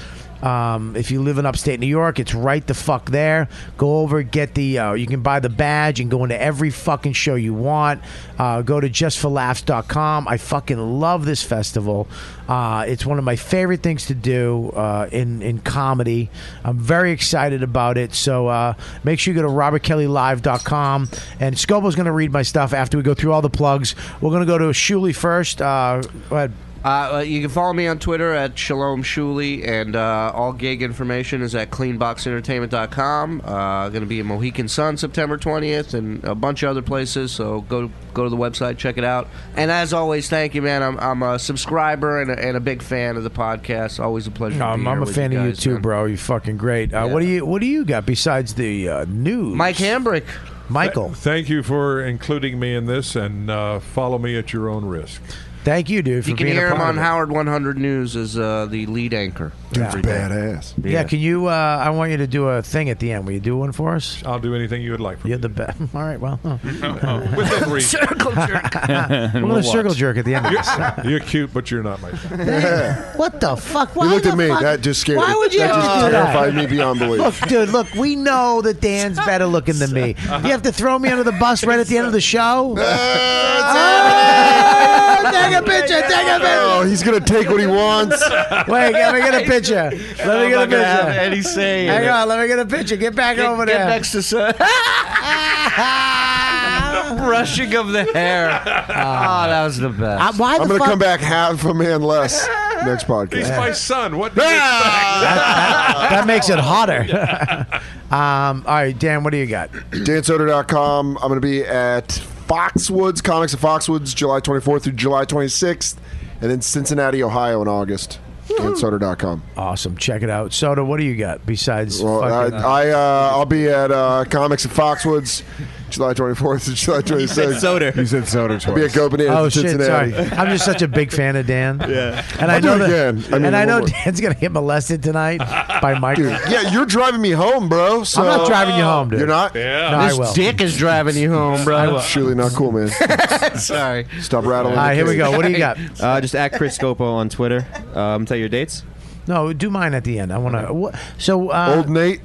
S2: um, if you live in upstate New York, it's right the fuck there. Go over, get the. Uh, you can buy the badge and go into every fucking show you want. Uh, go to justforlaughs.com. I fucking love this festival. Uh, it's one of my favorite things to do uh, in in comedy. I'm very excited about it. So uh, make sure you go to robertkellylive.com. And Scobo's going to read my stuff after we go through all the plugs. We're going to go to Shuli first. Uh, go ahead.
S7: Uh, uh, you can follow me on Twitter at Shalom Shuli, and uh, all gig information is at cleanboxentertainment.com. Uh, going to be in Mohican Sun September 20th and a bunch of other places, so go go to the website, check it out. And as always, thank you, man. I'm, I'm a subscriber and a, and a big fan of the podcast. Always a pleasure
S2: No,
S7: to be
S2: I'm,
S7: here
S2: I'm a
S7: with
S2: fan of you
S7: guys,
S2: too,
S7: man.
S2: bro. You're fucking great. Uh, What do you What do you got besides the uh, news?
S7: Mike Hambrick.
S2: Michael.
S5: Th- thank you for including me in this, and uh, follow me at your own risk.
S2: Thank you, dude. For
S7: You can
S2: being a
S7: hear him
S2: part
S7: on
S2: of it.
S7: Howard 100 News as uh, the lead anchor.
S2: Dude's
S7: every day.
S10: badass.
S2: Yeah. can you? Uh, I want you to do a thing at the end. Will you do one for us?
S5: I'll do anything you would like.
S2: You're the best. All right. Well, oh.
S5: Within reason.
S2: circle jerk. We're gonna circle jerk at the end. Of this.
S5: You're, you're cute, but you're not my friend.
S2: What the fuck? Why
S10: you looked
S2: the
S10: at me.
S2: fuck-
S10: That just scared
S2: Why
S10: me.
S2: would you
S10: that
S2: have to
S10: just
S2: do that?
S10: terrified me beyond belief.
S2: Look, dude. Look, we know that Dan's better looking than me. You have to throw me under the bus right at the end of the show. Oh, take a picture. Take a picture.
S10: Oh, he's gonna take what he wants.
S2: Wait, let me get a picture. Let me get a
S10: I'm not gonna have
S2: picture.
S10: any say in
S2: Hang
S10: it.
S2: on, let me get a picture. Get back
S7: Get-
S2: over
S7: get
S2: there.
S7: next
S2: to sir.
S7: Brushing of the hair. oh, that was the best.
S2: why
S10: I'm
S2: the
S10: gonna
S2: fuck-
S10: come back half a man less. next podcast.
S5: He's my son. What? Uh, Ah!
S2: that makes it hotter. um, all right, Dan, what do you got?
S10: DanSoder.com. I'm going to be at Foxwoods, Comics at Foxwoods, July 24th through July 26th, and then Cincinnati, Ohio in August. DanSoder.com.
S2: Awesome. Check it out. Soda, what do you got besides?
S10: Well, I,
S2: fucking-
S10: I uh, I'll be at uh, Comics at Foxwoods, July 24th to July 26th.
S14: Soder.
S17: You said Soder
S10: I'll be at Copenhagen,
S2: Oh shit!
S10: Cincinnati.
S2: Sorry, I'm just such a big fan of Dan. Yeah, and I
S10: I'll do
S2: know
S10: it
S2: that,
S10: again. I mean,
S2: and I know
S10: what-
S2: Dan's gonna get molested tonight by Michael.
S10: Dude, yeah, you're driving me home, bro. So
S2: I'm not driving you home, dude.
S10: You're not.
S2: Yeah. No, I This will. dick
S10: is driving you home,
S2: bro. I will.
S10: Surely not cool, man.
S7: Sorry.
S10: Stop rattling.
S2: All right, here we go. What do you got?
S14: Uh, just at Chris Scopo on Twitter. Um, tell your dates.
S2: No, do mine at the end. I want to. So, uh,
S10: old Nate.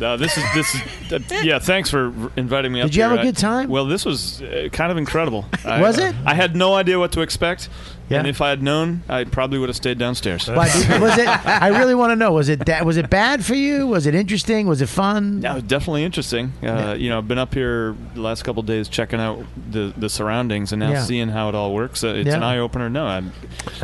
S12: Uh, this is this is uh, yeah. Thanks for inviting me. up
S2: Did you have
S12: here.
S2: a good
S12: I-
S2: time?
S12: well, this was uh, kind of incredible. I, uh,
S2: Was it?
S12: I had no idea what to expect,
S2: Yeah.
S12: and if I had known, I probably would have stayed downstairs.
S2: Why, did- was it? I really want to know. Was it that? Was it bad for you? Was it interesting? Was it fun?
S12: Yeah, it was definitely interesting. Uh, You know, I've been up here the last couple of days checking out the, the surroundings and now
S2: Yeah.
S12: seeing how it all works. Uh, it's an
S2: Yeah.
S12: eye opener. No, I'm,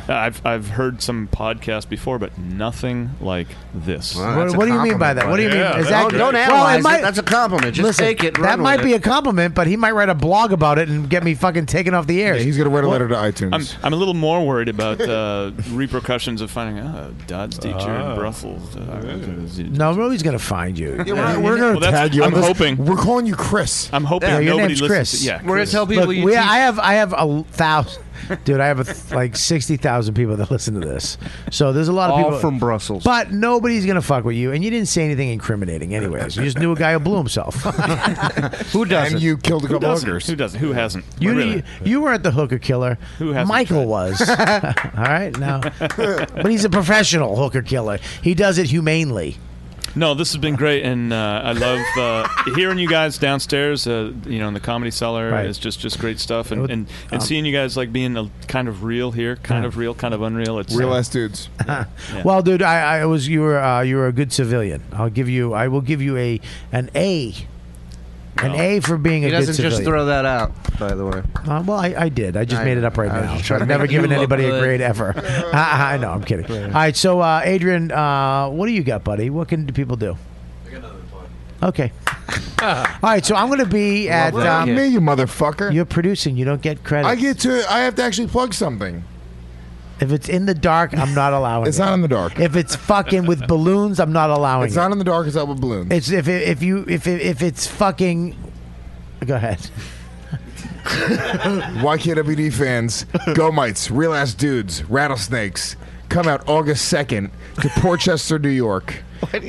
S12: I've I've heard some podcasts before, but nothing like this.
S10: Uh,
S2: what what do you mean by that? What do you mean? Is that
S7: don't, don't
S2: Well,
S7: analyze it. That's a compliment. Just
S2: listen,
S7: take it.
S2: That
S7: run
S2: might
S7: with
S2: be
S7: it.
S2: a compliment, but he might write a blog about it and get me fucking taken off the air. he's
S10: gonna write
S2: a
S10: letter to iTunes.
S12: I'm, I'm a little more worried about uh, repercussions of finding uh, Dodd's teacher in Brussels. Uh,
S2: No, nobody's gonna find you.
S12: Yeah, we're- we're gonna Well, that's- tag you
S2: I'm
S12: on I'm this. hoping-
S10: We're calling you Chris.
S12: I'm hoping
S2: Yeah, your
S12: nobody
S2: name's
S12: listens.
S2: Chris.
S12: To, yeah, Chris.
S2: Look, we- I have I have a thousand, dude. I have a th- like sixty thousand people that listen to this. So there's a lot of
S7: All
S2: people
S7: from Brussels.
S2: But nobody's gonna fuck with you, and you didn't say anything incriminating, anyways. You just knew a guy who blew himself.
S12: Who
S2: doesn't? you killed a
S12: Who
S2: couple
S12: doesn't?
S2: hookers.
S12: Who doesn't? Who hasn't?
S2: You
S12: Really?
S2: you weren't the hooker killer. Who has Michael was. All right, now, but he's a professional hooker killer. He does it humanely.
S12: No, this has been great, and uh, I love uh, hearing you guys downstairs. Uh, you know, in the comedy cellar,
S2: Right.
S12: it's just just great stuff,
S2: It
S12: and
S2: would-
S12: and,
S2: um,
S12: and seeing you guys like being a, kind of real here, kind of real, kind of unreal. It's uh,
S10: Real ass dudes.
S2: Well, dude, I, I was you were uh, you were a good civilian. I'll give you. I will give you a an A, an A for being
S7: He
S2: a good
S7: doesn't
S2: civilian.
S7: just throw that out, by the way.
S2: Uh, well, I, I did. I just
S7: I
S2: made it
S7: know.
S2: up right
S7: I was
S2: now.
S7: just trying
S2: I've
S7: to
S2: never
S7: make you
S2: given
S7: look
S2: anybody a
S7: good.
S2: grade ever. I, I know. I'm kidding. All right. So, uh, Adrian, uh, what do you got, buddy? What can people do? Okay. All right. So I'm going to be at.
S8: Look at
S2: Um,
S8: me, you motherfucker.
S2: You're producing. You don't get credit.
S8: I get to. I have to actually plug something.
S2: If it's in the dark, I'm not allowing.
S8: It's
S2: it.
S8: not in the dark.
S2: If it's fucking with balloons, I'm not allowing.
S8: It's
S2: it.
S8: not in the dark. It's out with balloons.
S2: It's if it, if you if it, if it's fucking. Go ahead.
S8: YKWd fans, go mites, real ass dudes, rattlesnakes, come out August 2nd to Portchester, New York.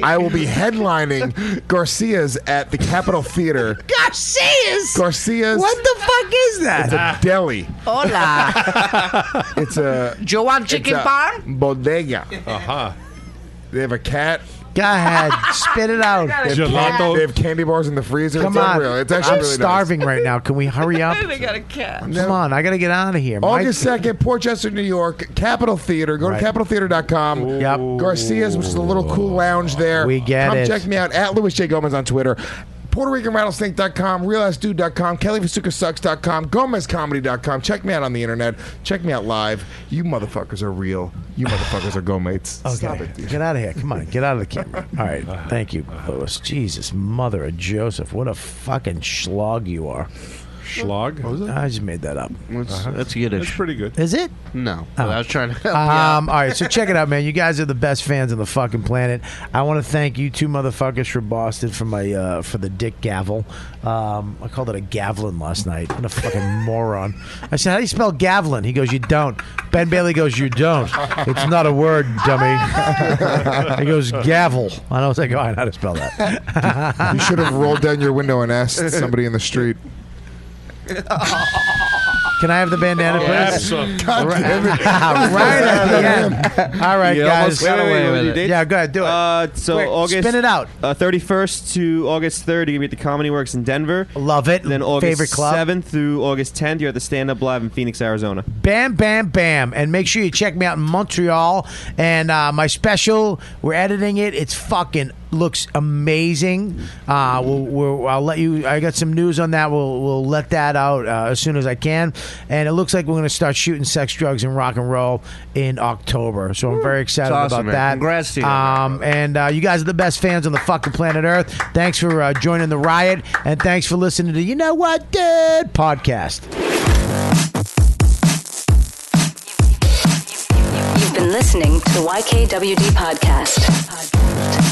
S8: I will be headlining Garcia's at the Capitol Theater.
S11: Garcia's.
S8: Garcia's.
S11: What the fuck is
S8: It's a
S11: that?
S8: deli.
S11: Hola.
S8: It's a.
S11: Do you want
S8: it's
S11: chicken
S8: a
S11: parm?
S8: Bodega. Uh
S11: Uh-huh.
S8: huh. They have a cat.
S2: Go ahead. Spit it out.
S8: They have, candy, they have candy bars in the freezer.
S2: Come
S8: it's
S2: on.
S8: unreal. It's actually
S2: I'm
S8: really nice.
S2: starving right now. Can we hurry up?
S11: they got a cat.
S2: Come on, I gotta get out of here. Mike.
S8: August second, Portchester, New York, Capitol Theater. Go
S2: Right.
S8: to CapitolTheater.com. Yep. Garcia's, which is a little cool lounge there. We
S2: get
S8: Come
S2: it.
S8: check me out at Louis J Gomez on Twitter. Puerto Rican Rattlesnake.com, RealAssDude.com, KellyFasukaSucks.com, GomezComedy.com. Check me out on the internet. Check me out live. You motherfuckers are real. You motherfuckers are Gomez.
S2: Okay.
S8: Stop it, dude.
S2: Get out of here. Come on. Get out of the camera. All right. Thank you, Louis. Jesus, mother of Joseph. What a fucking schlog you are.
S5: Schlog? What was it?
S2: I just made that up.
S7: That's, Uh-huh. that's Yiddish. That's
S5: pretty good.
S2: Is it?
S7: No.
S2: Oh.
S7: But I was trying to help you out.
S2: Um, all right, so check it out, man. You guys are the best fans on the fucking planet. I want to thank you two motherfuckers for Boston for my uh, for the dick gavel. Um, I called it a gavelin last night. What a fucking moron! I said, "How do you spell gavelin?" He goes, "You don't." Ben Bailey goes, "You don't." It's not a word, dummy. he goes, "Gavel." And I was like, "Oh, I know how to spell that."
S8: you should have rolled down your window and asked somebody in the street.
S2: Can I have the bandana,
S8: Oh,
S2: please?
S8: absolutely. God
S2: right
S8: damn it.
S2: right at the end. All right,
S14: You
S2: guys.
S14: almost got away Wait, wait, with wait, it. you did?
S2: Yeah, go ahead, do it.
S14: Uh, so
S2: Quick,
S14: August
S2: spin it out.
S14: Uh, 31st to August 3rd, you're going to be at the Comedy Works in Denver.
S2: Love it.
S14: Then August
S2: Favorite club.
S14: 7th through August 10th, you're at the Stand Up Live in Phoenix, Arizona.
S2: Bam, bam, bam. And make sure you check me out in Montreal. And uh, my special, we're editing it. It's fucking looks amazing. Uh, we'll, we'll, I'll let you. I got some news on that. We'll we'll let that out uh, as soon as I can. And it looks like we're going to start shooting sex, drugs, and rock and roll in October. So I'm very excited
S7: It's awesome,
S2: about
S7: man.
S2: that.
S7: Congrats to you.
S2: Um, and uh, you guys are the best fans on the fucking planet Earth. Thanks for uh, joining the riot, and thanks for listening to you know what, dude podcast.
S17: You've been listening to the YKWD podcast.